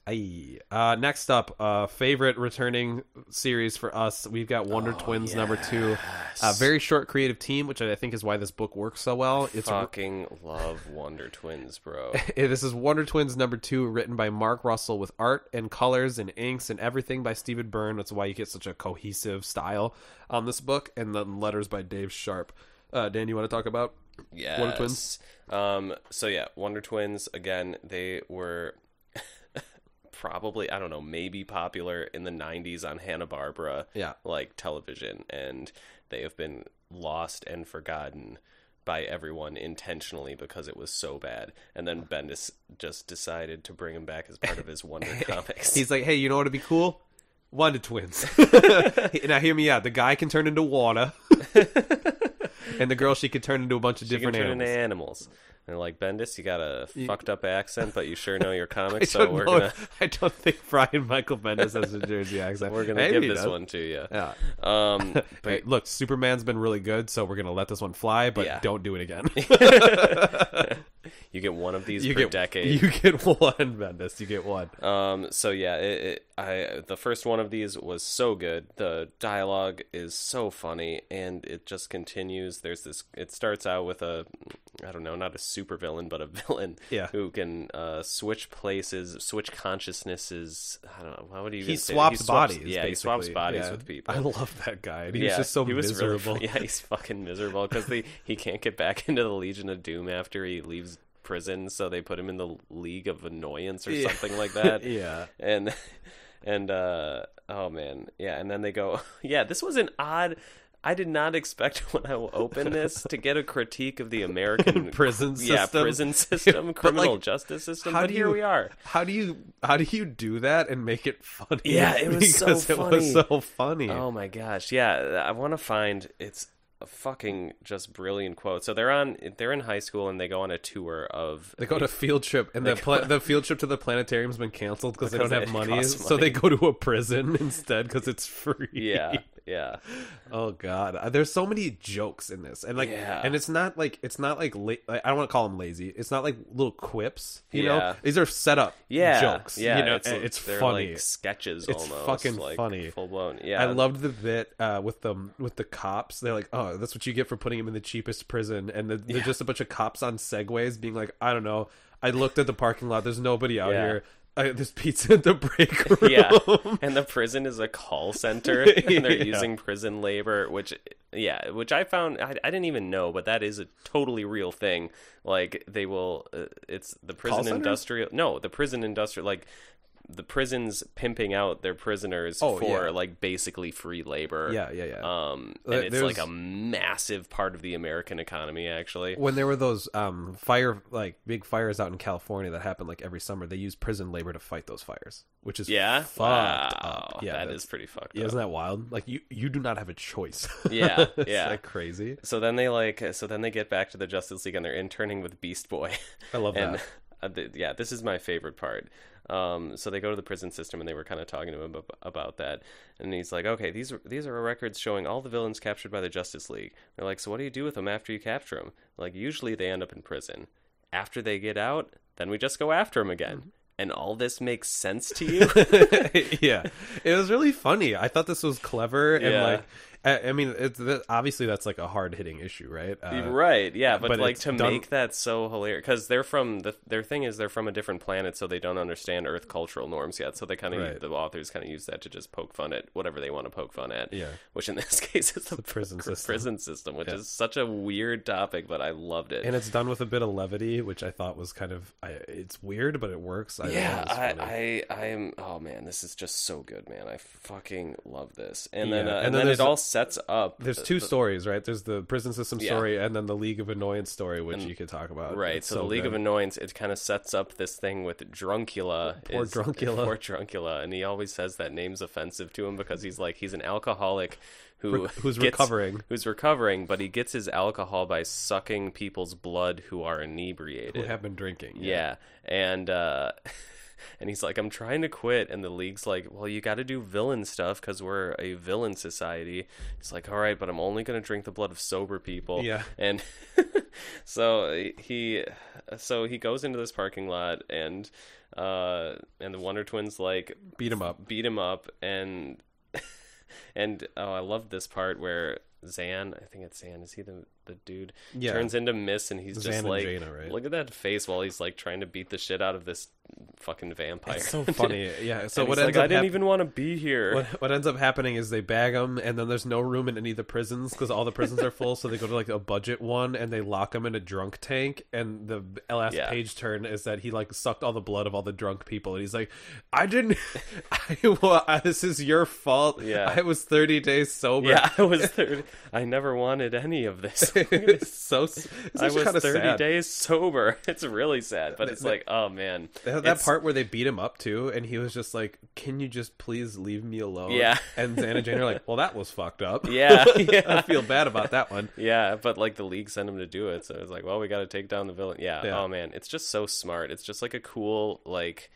[SPEAKER 1] aye. Uh, next up, uh, favorite returning series for us, we've got Wonder Twins number two. A very short creative team, which I think is why this book works so well. It's
[SPEAKER 2] Fucking love Wonder Twins, bro.
[SPEAKER 1] Yeah, This is Wonder Twins number two, written by Mark Russell, with art and colors and inks and everything by Stephen Byrne. That's why you get such a cohesive style on this book, and then letters by Dave Sharp. Uh, Dan, you want to talk about?
[SPEAKER 2] Yeah.
[SPEAKER 1] Wonder Twins?
[SPEAKER 2] Um, so yeah, Wonder Twins, again, they were probably, I don't know, maybe popular in the 90s on Hanna-Barbera,
[SPEAKER 1] Yeah.
[SPEAKER 2] like television, and they have been lost and forgotten by everyone intentionally because it was so bad. And then Bendis just decided to bring him back as part of his Wonder Comics.
[SPEAKER 1] He's like, hey, you know what would be cool? Wonder Twins. now, hear me out. The guy can turn into water, and the girl she could turn into a bunch of
[SPEAKER 2] you can
[SPEAKER 1] different
[SPEAKER 2] turn
[SPEAKER 1] animals.
[SPEAKER 2] into animals. And like Bendis, you got a fucked up accent, but you sure know your comics,
[SPEAKER 1] I,
[SPEAKER 2] so
[SPEAKER 1] don't
[SPEAKER 2] we're
[SPEAKER 1] know-
[SPEAKER 2] gonna
[SPEAKER 1] I don't think Brian Michael Bendis has a Jersey accent.
[SPEAKER 2] we're gonna
[SPEAKER 1] Maybe he
[SPEAKER 2] give this
[SPEAKER 1] does.
[SPEAKER 2] one to you.
[SPEAKER 1] Yeah.
[SPEAKER 2] Um, but
[SPEAKER 1] Hey, look, Superman's been really good, so we're gonna let this one fly, but
[SPEAKER 2] Yeah.
[SPEAKER 1] don't do it again.
[SPEAKER 2] you get one of these
[SPEAKER 1] you
[SPEAKER 2] per
[SPEAKER 1] get
[SPEAKER 2] decade.
[SPEAKER 1] You get one, Bendis. You get one.
[SPEAKER 2] Um, so yeah, it, it, I the first one of these was so good. The dialogue is so funny, and it just continues. There's this. It starts out with a, I don't know, not a super villain, but a villain
[SPEAKER 1] Yeah.
[SPEAKER 2] who can uh, switch places, switch consciousnesses. I don't know. How would you?
[SPEAKER 1] he
[SPEAKER 2] even say that?
[SPEAKER 1] swaps bodies.
[SPEAKER 2] Yeah, he swaps
[SPEAKER 1] basically.
[SPEAKER 2] bodies
[SPEAKER 1] Yeah.
[SPEAKER 2] with people.
[SPEAKER 1] I love that guy. and He's just so
[SPEAKER 2] really
[SPEAKER 1] miserable.
[SPEAKER 2] fu- yeah, he's fucking miserable because he can't get back into the Legion of Doom after he leaves prison, so they put him in the League of Annoyance or
[SPEAKER 1] Yeah.
[SPEAKER 2] something like that.
[SPEAKER 1] Yeah.
[SPEAKER 2] and and uh, oh man, yeah. And then they go, yeah, this was an odd. I did not expect when I will open this to get a critique of the American
[SPEAKER 1] Prison
[SPEAKER 2] yeah,
[SPEAKER 1] system.
[SPEAKER 2] prison system,
[SPEAKER 1] But,
[SPEAKER 2] criminal
[SPEAKER 1] like,
[SPEAKER 2] justice system.
[SPEAKER 1] how
[SPEAKER 2] but
[SPEAKER 1] do
[SPEAKER 2] here
[SPEAKER 1] you-
[SPEAKER 2] we are.
[SPEAKER 1] How do you how do you do that and make it funny?
[SPEAKER 2] Yeah, it was so
[SPEAKER 1] because It was
[SPEAKER 2] funny.
[SPEAKER 1] so funny.
[SPEAKER 2] Oh my gosh, yeah. I want to find it's a fucking just brilliant quote. So they're on they're in high school and they go on a tour of
[SPEAKER 1] They go on a field trip, and the pla- the field trip to the planetarium's been canceled because they
[SPEAKER 2] Because
[SPEAKER 1] don't have
[SPEAKER 2] it
[SPEAKER 1] money,
[SPEAKER 2] costs
[SPEAKER 1] So they go to a prison instead because it's free.
[SPEAKER 2] yeah Yeah.
[SPEAKER 1] Oh god, Uh, there's so many jokes in this, and like,
[SPEAKER 2] Yeah.
[SPEAKER 1] and it's not like it's not like la- like, I don't want to call them lazy. It's not like little quips, you know.
[SPEAKER 2] Yeah.
[SPEAKER 1] These are set up
[SPEAKER 2] Yeah.
[SPEAKER 1] jokes.
[SPEAKER 2] Yeah.
[SPEAKER 1] you know,
[SPEAKER 2] it's,
[SPEAKER 1] and it's
[SPEAKER 2] they're
[SPEAKER 1] funny.
[SPEAKER 2] like sketches
[SPEAKER 1] It's
[SPEAKER 2] almost.
[SPEAKER 1] fucking
[SPEAKER 2] like,
[SPEAKER 1] funny.
[SPEAKER 2] Full blown. Yeah.
[SPEAKER 1] I loved the bit uh, with them with the cops. They're like, "Oh, that's what you get for putting him in the cheapest prison," and the, they're just a bunch of cops on segways, being like, "I don't know. I looked at the parking lot. There's nobody out
[SPEAKER 2] Yeah.
[SPEAKER 1] here. I, there's pizza in the break room."
[SPEAKER 2] yeah and the prison is a call center and they're
[SPEAKER 1] Yeah.
[SPEAKER 2] using prison labor which yeah which i found I, I didn't even know but that is a totally real thing like they will uh, it's the prison
[SPEAKER 1] centers?
[SPEAKER 2] industrial no the prison industrial like the prisons pimping out their prisoners
[SPEAKER 1] Oh,
[SPEAKER 2] for
[SPEAKER 1] yeah.
[SPEAKER 2] like basically free labor
[SPEAKER 1] Yeah, yeah, yeah.
[SPEAKER 2] um
[SPEAKER 1] Uh,
[SPEAKER 2] and it's
[SPEAKER 1] there's-
[SPEAKER 2] like a massive part of the american economy actually
[SPEAKER 1] when there were those um, fire like big fires out in California that happened like every summer, they used prison labor to fight those fires, which is
[SPEAKER 2] yeah
[SPEAKER 1] fucked
[SPEAKER 2] wow
[SPEAKER 1] up. Yeah,
[SPEAKER 2] that
[SPEAKER 1] that's-
[SPEAKER 2] is pretty fucked
[SPEAKER 1] yeah,
[SPEAKER 2] up
[SPEAKER 1] isn't that wild? Like you you do not have a choice.
[SPEAKER 2] Yeah,
[SPEAKER 1] It's,
[SPEAKER 2] yeah.
[SPEAKER 1] like crazy.
[SPEAKER 2] so then they like so then they get back to the justice league and they're interning with beast boy
[SPEAKER 1] I love
[SPEAKER 2] and
[SPEAKER 1] that.
[SPEAKER 2] uh, th- yeah this is my favorite part um, so they go to the prison system and they were kind of talking to him ab- about that and he's like okay these are these are records showing all the villains captured by the justice league they're like so what do you do with them after you capture them like usually they end up in prison after they get out then we just go after them again and all this makes sense to you
[SPEAKER 1] yeah, it was really funny. I thought this was clever
[SPEAKER 2] Yeah.
[SPEAKER 1] and like, I, I mean, it's that, obviously that's like a hard hitting issue, right? Uh,
[SPEAKER 2] right yeah but,
[SPEAKER 1] but
[SPEAKER 2] like
[SPEAKER 1] it's
[SPEAKER 2] to
[SPEAKER 1] done-
[SPEAKER 2] make that so hilarious because they're from the, their thing is they're from a different planet so they don't understand earth cultural norms yet so they kind of
[SPEAKER 1] Right.
[SPEAKER 2] the authors kind of use that to just poke fun at whatever they want to poke fun at
[SPEAKER 1] Yeah.
[SPEAKER 2] which in this case is the,
[SPEAKER 1] prison
[SPEAKER 2] pr-
[SPEAKER 1] system.
[SPEAKER 2] prison system which
[SPEAKER 1] Yeah.
[SPEAKER 2] is such a weird topic but i loved it
[SPEAKER 1] And it's done with a bit of levity, which I thought was kind of I, it's weird, but it works. I
[SPEAKER 2] yeah,
[SPEAKER 1] I, I,
[SPEAKER 2] I, I, I am. Oh man, this is just so good, man. I fucking love this. And then,
[SPEAKER 1] Yeah,
[SPEAKER 2] uh,
[SPEAKER 1] and
[SPEAKER 2] and,
[SPEAKER 1] then
[SPEAKER 2] then,
[SPEAKER 1] there's
[SPEAKER 2] it
[SPEAKER 1] a-
[SPEAKER 2] all sets up.
[SPEAKER 1] there's two stories, right? There's the prison system
[SPEAKER 2] uh, Yeah.
[SPEAKER 1] story and then the League of Annoyance story, which you could talk about.
[SPEAKER 2] Right.
[SPEAKER 1] It's
[SPEAKER 2] So, the League of
[SPEAKER 1] good.
[SPEAKER 2] Annoyance, it kind of sets up this thing with Druncula.
[SPEAKER 1] Poor Druncula.
[SPEAKER 2] Poor Druncula. And he always says that name's offensive to him because he's like, he's an alcoholic who
[SPEAKER 1] Re- who's
[SPEAKER 2] gets-
[SPEAKER 1] recovering.
[SPEAKER 2] Who's recovering, but he gets his alcohol by sucking people's blood who are inebriated.
[SPEAKER 1] who have been drinking.
[SPEAKER 2] Yeah. And uh and he's like, I'm trying to quit, and the league's like, Well, you gotta do villain stuff because we're a villain society. He's like, All right, but I'm only gonna drink the blood of sober people.
[SPEAKER 1] Yeah.
[SPEAKER 2] And so he so he goes into this parking lot and uh and the Wonder Twins like
[SPEAKER 1] Beat 'em up.
[SPEAKER 2] beat him up and and oh I love this part where Zan, I think it's Zan, is he the the dude?
[SPEAKER 1] Yeah.
[SPEAKER 2] Turns into Miss and he's
[SPEAKER 1] Zan
[SPEAKER 2] just
[SPEAKER 1] and
[SPEAKER 2] like
[SPEAKER 1] Jaina, right?
[SPEAKER 2] look at that face while he's like trying to beat the shit out of this fucking vampire.
[SPEAKER 1] It's so funny. Yeah. So
[SPEAKER 2] And
[SPEAKER 1] what
[SPEAKER 2] he's
[SPEAKER 1] ends
[SPEAKER 2] like, I
[SPEAKER 1] up
[SPEAKER 2] didn't
[SPEAKER 1] hap-
[SPEAKER 2] even want to be here.
[SPEAKER 1] what, what ends up happening is they bag them, and then there's no room in any of the prisons because all the prisons are full. So they go to like a budget one, and they lock him in a drunk tank. And the last
[SPEAKER 2] Yeah.
[SPEAKER 1] page turn is that he like sucked all the blood of all the drunk people, and he's like, "I didn't. I, well, I- this is your fault.
[SPEAKER 2] Yeah.
[SPEAKER 1] I was 30 days sober.
[SPEAKER 2] Yeah, I was. 30, I never wanted any of this. Look at
[SPEAKER 1] it's
[SPEAKER 2] this.
[SPEAKER 1] so. It's
[SPEAKER 2] I was
[SPEAKER 1] kind of
[SPEAKER 2] thirty
[SPEAKER 1] sad.
[SPEAKER 2] days sober. It's really sad, but it's
[SPEAKER 1] th-
[SPEAKER 2] like, oh man,
[SPEAKER 1] They had that
[SPEAKER 2] It's-
[SPEAKER 1] part where they beat him up too, and he was just like, "Can you just please leave me alone?"
[SPEAKER 2] Yeah.
[SPEAKER 1] And Xan and Jane are like, "Well, that was fucked up.
[SPEAKER 2] Yeah, yeah.
[SPEAKER 1] I feel bad about that one."
[SPEAKER 2] Yeah, but like the league sent him to do it, so it's like, well, we got to take down the villain. Yeah.
[SPEAKER 1] Yeah.
[SPEAKER 2] Oh man, it's just so smart. It's just like a cool like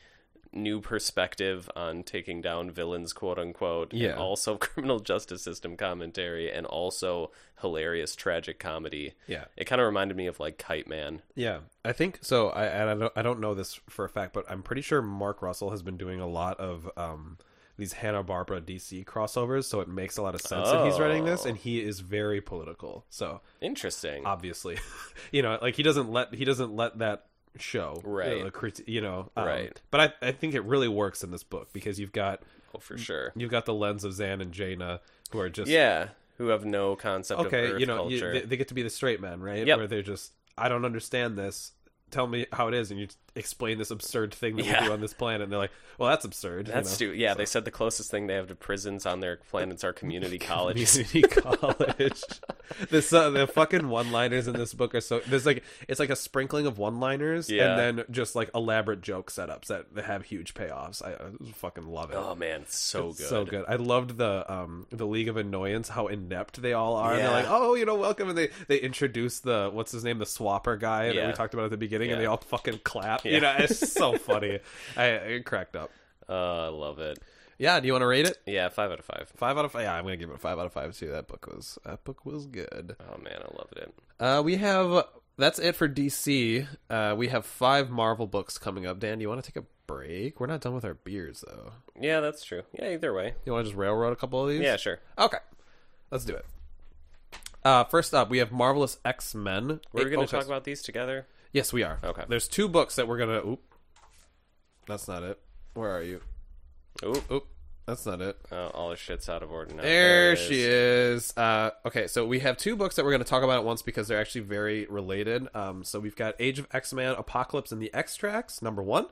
[SPEAKER 2] new perspective on taking down villains, quote unquote. and
[SPEAKER 1] Yeah.
[SPEAKER 2] also criminal justice system commentary, and also hilarious tragic comedy.
[SPEAKER 1] Yeah.
[SPEAKER 2] It kind of reminded me of like Kite Man.
[SPEAKER 1] Yeah, I think so. I and I don't I don't know this for a fact, but I'm pretty sure Mark Russell has been doing a lot of um these Hanna Barbera DC crossovers, so it makes a lot of sense that he's writing this,
[SPEAKER 2] Oh.
[SPEAKER 1] and he is very political. So Uh,
[SPEAKER 2] Interesting.
[SPEAKER 1] obviously, you know, like he doesn't let he doesn't let that show
[SPEAKER 2] Right.
[SPEAKER 1] You know, crit- you know, um,
[SPEAKER 2] Right.
[SPEAKER 1] But I I think it really works in this book because you've got
[SPEAKER 2] oh, for sure.
[SPEAKER 1] you've got the lens of Zan and Jaina who are just
[SPEAKER 2] Yeah. Who have no concept of
[SPEAKER 1] okay,
[SPEAKER 2] Earth
[SPEAKER 1] you know, you,
[SPEAKER 2] culture.
[SPEAKER 1] they, they get to be the straight man, right?
[SPEAKER 2] Yep.
[SPEAKER 1] Where they're just, I don't understand this. Tell me how it is, and you explain this absurd thing that we
[SPEAKER 2] Yeah.
[SPEAKER 1] do on this planet, and they're like, "Well, that's absurd."
[SPEAKER 2] That's
[SPEAKER 1] you know?
[SPEAKER 2] stupid. Yeah, they said the closest thing they have to prisons on their planets are community colleges.
[SPEAKER 1] Community college. this uh, the fucking one-liners in this book are so there's like it's like a sprinkling of one-liners,
[SPEAKER 2] Yeah.
[SPEAKER 1] and then just like elaborate joke setups that, that have huge payoffs. I, I fucking love it.
[SPEAKER 2] Oh man, it's so good.
[SPEAKER 1] So good. I loved the um the League of Annoyance, how inept they all are. And they're
[SPEAKER 2] Yeah.
[SPEAKER 1] like, oh, you know, welcome. And they they introduce the what's his name, the swapper guy that
[SPEAKER 2] Yeah.
[SPEAKER 1] we talked about at the beginning, and
[SPEAKER 2] Yeah.
[SPEAKER 1] they all fucking clap. You
[SPEAKER 2] Yeah.
[SPEAKER 1] know, it's so funny. I, I cracked up.
[SPEAKER 2] Oh, I love it.
[SPEAKER 1] Yeah, do you want to rate it?
[SPEAKER 2] Yeah, five out of five.
[SPEAKER 1] Five out of five. Yeah, I'm gonna give it a five out of five too. That book was that book was good.
[SPEAKER 2] Oh man, I loved it.
[SPEAKER 1] Uh, we have that's it for DC. Uh, we have five Marvel books coming up. Dan, do you want to take a break? We're not done with our beers though.
[SPEAKER 2] Yeah, that's true. Yeah, either way.
[SPEAKER 1] You want to just railroad a couple of these?
[SPEAKER 2] Yeah, sure.
[SPEAKER 1] Okay, let's do it. Uh, first up, we have Marvelous X Men.
[SPEAKER 2] We're going to oh, talk about these together.
[SPEAKER 1] Yes, we are.
[SPEAKER 2] Okay.
[SPEAKER 1] There's two books that we're gonna. Oop. That's not it. Where are you?
[SPEAKER 2] Ooh,
[SPEAKER 1] Oop. That's not it.
[SPEAKER 2] oh, all this shit's out of order now.
[SPEAKER 1] There
[SPEAKER 2] it
[SPEAKER 1] she is. Uh, okay, so we have two books that we're going to talk about at once because they're actually very related. Um, so we've got Age of X Man, Apocalypse, and the Extracts, number one,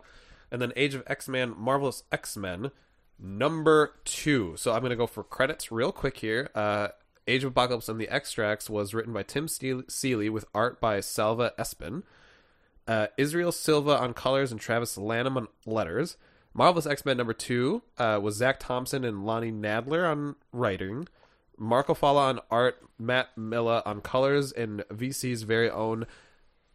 [SPEAKER 1] and then Age of X Man, Marvelous X Men, number two. So I'm going to go for credits real quick here. Uh, Age of Apocalypse and the Extracts was written by Tim Steel- Seeley with art by Salva Espin uh, Israel Silva on colors and Travis Lanham on letters. Marvelous X Men number two uh, was Zach Thompson and Lonnie Nadler on writing. Marco Fala on art, Matt Milla on colors, and VC's very own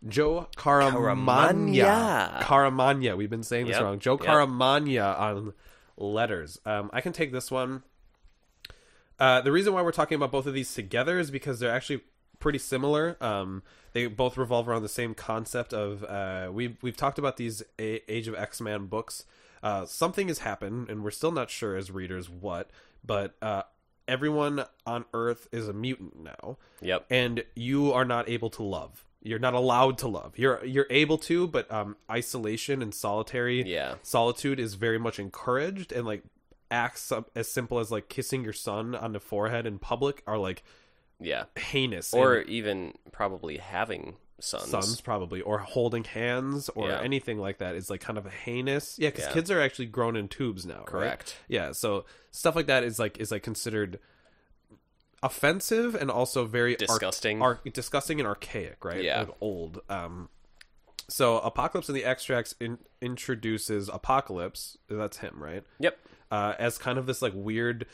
[SPEAKER 1] Joe Caramagna.
[SPEAKER 2] Caramagna.
[SPEAKER 1] Caramagna. We've been saying this
[SPEAKER 2] Yep.
[SPEAKER 1] wrong. Joe
[SPEAKER 2] Yep.
[SPEAKER 1] Caramagna on letters. Um, I can take this one. Uh, the reason why we're talking about both of these together is because they're actually pretty similar. Um, they both revolve around the same concept of uh, we we've talked about these A- Age of X Man books. Uh, something has happened, and we're still not sure as readers what, but uh, everyone on Earth is a mutant now
[SPEAKER 2] Yep.
[SPEAKER 1] and you are not able to love. You're not allowed to love. You're you're able to, but um, isolation and solitary
[SPEAKER 2] Yeah.
[SPEAKER 1] solitude is very much encouraged, and like acts up- as simple as like kissing your son on the forehead in public are like
[SPEAKER 2] yeah.
[SPEAKER 1] heinous
[SPEAKER 2] Or
[SPEAKER 1] and
[SPEAKER 2] even probably having sons.
[SPEAKER 1] sons probably or holding hands or
[SPEAKER 2] Yeah.
[SPEAKER 1] anything like that is like kind of heinous. Yeah, because
[SPEAKER 2] Yeah.
[SPEAKER 1] kids are actually grown in tubes now. right?
[SPEAKER 2] Correct.
[SPEAKER 1] Yeah, so stuff like that is like is like considered offensive and also very arch-
[SPEAKER 2] Disgusting.
[SPEAKER 1] ar- disgusting and archaic, right?
[SPEAKER 2] Yeah.
[SPEAKER 1] Like old. Um, so Apocalypse and the Extracts in- introduces Apocalypse. That's him, right?
[SPEAKER 2] Yep.
[SPEAKER 1] Uh, as kind of this like weird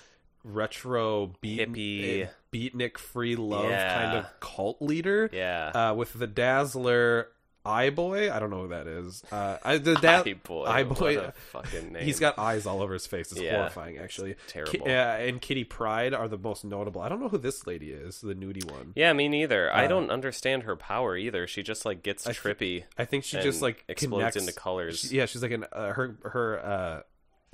[SPEAKER 1] retro beat-
[SPEAKER 2] Hippie.
[SPEAKER 1] beatnik free love
[SPEAKER 2] Yeah.
[SPEAKER 1] kind of cult leader.
[SPEAKER 2] Yeah.
[SPEAKER 1] Uh, with the Dazzler Eye Boy. I don't know who that is. Uh, I, the da-
[SPEAKER 2] Eye boy.
[SPEAKER 1] Eye
[SPEAKER 2] What
[SPEAKER 1] Boy. uh,
[SPEAKER 2] a fucking name.
[SPEAKER 1] He's got eyes all over his face. It's
[SPEAKER 2] Yeah.
[SPEAKER 1] horrifying, actually.
[SPEAKER 2] terrible.
[SPEAKER 1] Ki- uh, and Kitty Pride are the most notable. I don't know who this lady is, the nudie one.
[SPEAKER 2] Yeah, me neither. I don't understand her power either. She just like gets
[SPEAKER 1] thi-
[SPEAKER 2] trippy.
[SPEAKER 1] Uh, I think she
[SPEAKER 2] and
[SPEAKER 1] just like
[SPEAKER 2] explodes
[SPEAKER 1] connects-
[SPEAKER 2] into colors.
[SPEAKER 1] she- yeah, she's like an uh, her her uh,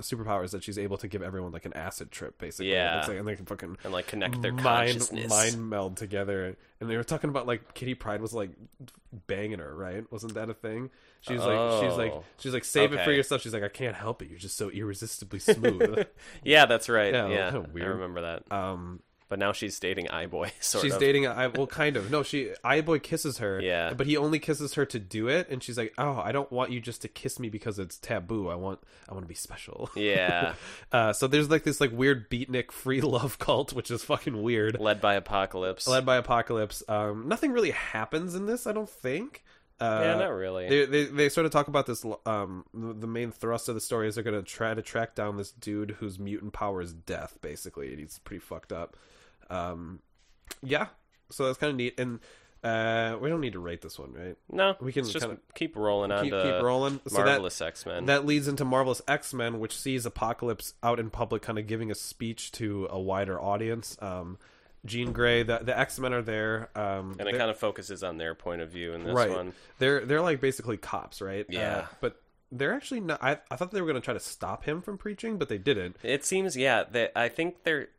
[SPEAKER 1] superpower is that she's able to give everyone like an acid trip, basically.
[SPEAKER 2] Yeah.
[SPEAKER 1] It's like- and they can fucking
[SPEAKER 2] and like connect their
[SPEAKER 1] mind
[SPEAKER 2] consciousness.
[SPEAKER 1] mind meld together. And they were talking about like Kitty Pride was like banging her, right? Wasn't that a thing? She's like she's like
[SPEAKER 2] Oh.
[SPEAKER 1] she's like save it for
[SPEAKER 2] Okay.
[SPEAKER 1] yourself. She's like I can't help it. You're just so irresistibly smooth.
[SPEAKER 2] Yeah, that's right.
[SPEAKER 1] Yeah,
[SPEAKER 2] Yeah,
[SPEAKER 1] kinda weird.
[SPEAKER 2] I remember that.
[SPEAKER 1] um,
[SPEAKER 2] but now she's dating iBoy. Sort
[SPEAKER 1] she's
[SPEAKER 2] of.
[SPEAKER 1] dating a, I- well kind of no she i boy kisses her
[SPEAKER 2] Yeah.
[SPEAKER 1] but he only kisses her to do it and she's like oh i don't want you just to kiss me because it's taboo i want i want to be special
[SPEAKER 2] Yeah,
[SPEAKER 1] uh so there's like this like weird beatnik free love cult which is fucking weird
[SPEAKER 2] led by Apocalypse.
[SPEAKER 1] led by apocalypse um nothing really happens in this i don't think uh,
[SPEAKER 2] yeah, not really.
[SPEAKER 1] they, they they sort of talk about this. Um, the the main thrust of the story is they're going to try to track down this dude whose mutant power is death, basically, and he's pretty fucked up. Um, yeah, so that's kind of neat. And uh, we don't need to rate this one, right?
[SPEAKER 2] no,
[SPEAKER 1] we can
[SPEAKER 2] let's just
[SPEAKER 1] kinda-
[SPEAKER 2] keep rolling on
[SPEAKER 1] Keep,
[SPEAKER 2] to
[SPEAKER 1] keep rolling. So that
[SPEAKER 2] Marvelous X Men.
[SPEAKER 1] that leads into Marvelous X Men, which sees Apocalypse out in public, kind of giving a speech to a wider audience. Um, Jean Grey, the the X Men are there, um,
[SPEAKER 2] and it
[SPEAKER 1] they're-
[SPEAKER 2] kind of focuses on their point of view in this
[SPEAKER 1] right.
[SPEAKER 2] one.
[SPEAKER 1] They're they're like basically cops, right? Uh,
[SPEAKER 2] Yeah.
[SPEAKER 1] but they're actually not. I, I thought they were going to try to stop him from preaching, but they didn't.
[SPEAKER 2] It seems, yeah, that I think they're,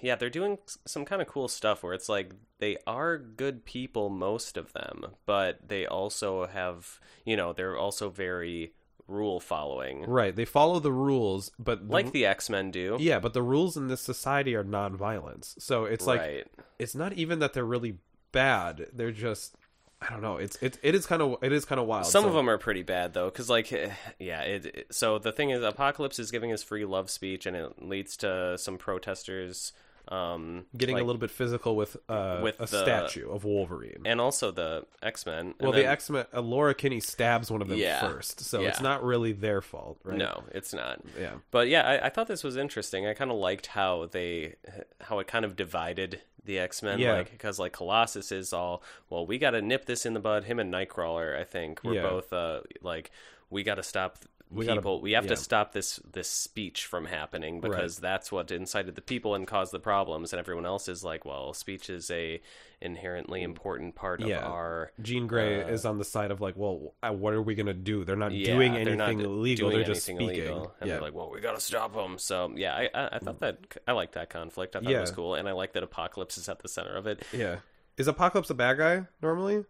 [SPEAKER 2] yeah, they're doing s- some kind of cool stuff where it's like they are good people, most of them, but they also have, you know, they're also very rule following,
[SPEAKER 1] Right. They follow the rules, but the,
[SPEAKER 2] like the X Men do.
[SPEAKER 1] mm-hmm. yeah, but the rules in this society are non-violence. So it's like
[SPEAKER 2] right.
[SPEAKER 1] it's not even that they're really bad. They're just I don't know. It's it it is kind of it is kind of wild.
[SPEAKER 2] Some
[SPEAKER 1] So-
[SPEAKER 2] of them are pretty bad though, because like, eh, yeah. It, it- so the thing is, Apocalypse is giving his free love speech, and it leads to some protesters um,
[SPEAKER 1] getting
[SPEAKER 2] like-
[SPEAKER 1] a little bit physical with uh
[SPEAKER 2] With
[SPEAKER 1] a
[SPEAKER 2] the-
[SPEAKER 1] statue of Wolverine.
[SPEAKER 2] and also the X Men.
[SPEAKER 1] well, the X Men, uh, Laura Kinney stabs one of them
[SPEAKER 2] Yeah.
[SPEAKER 1] first, so it's
[SPEAKER 2] Yeah.
[SPEAKER 1] not really their fault, right?
[SPEAKER 2] No, it's not.
[SPEAKER 1] Yeah.
[SPEAKER 2] But yeah, I, I thought this was interesting. I kind of liked how they, how it kind of divided the X Men.
[SPEAKER 1] Yeah.
[SPEAKER 2] Like, because like Colossus is all, well, we got to nip this in the bud. Him and Nightcrawler, I think, were
[SPEAKER 1] Yeah.
[SPEAKER 2] both uh, like, we got to stop
[SPEAKER 1] We gotta-
[SPEAKER 2] people. we have
[SPEAKER 1] yeah.
[SPEAKER 2] to stop this this speech from happening because that's what incited the people and caused the problems. And everyone else is like, well, speech is a inherently important part
[SPEAKER 1] Mm. Yeah.
[SPEAKER 2] of our.
[SPEAKER 1] Jean Grey
[SPEAKER 2] Uh,
[SPEAKER 1] is on the side of like, well, uh, what are we gonna do? They're not
[SPEAKER 2] Yeah,
[SPEAKER 1] doing
[SPEAKER 2] they're
[SPEAKER 1] anything
[SPEAKER 2] not
[SPEAKER 1] illegal.
[SPEAKER 2] doing
[SPEAKER 1] they're just
[SPEAKER 2] anything
[SPEAKER 1] speaking.
[SPEAKER 2] illegal. And
[SPEAKER 1] yeah,
[SPEAKER 2] they're like, well, we got to stop them. So, yeah, I, I, I thought that, I liked that conflict. I thought it was
[SPEAKER 1] Yeah.
[SPEAKER 2] cool. And I like that Apocalypse is at the center of it.
[SPEAKER 1] yeah. Is Apocalypse a bad guy normally?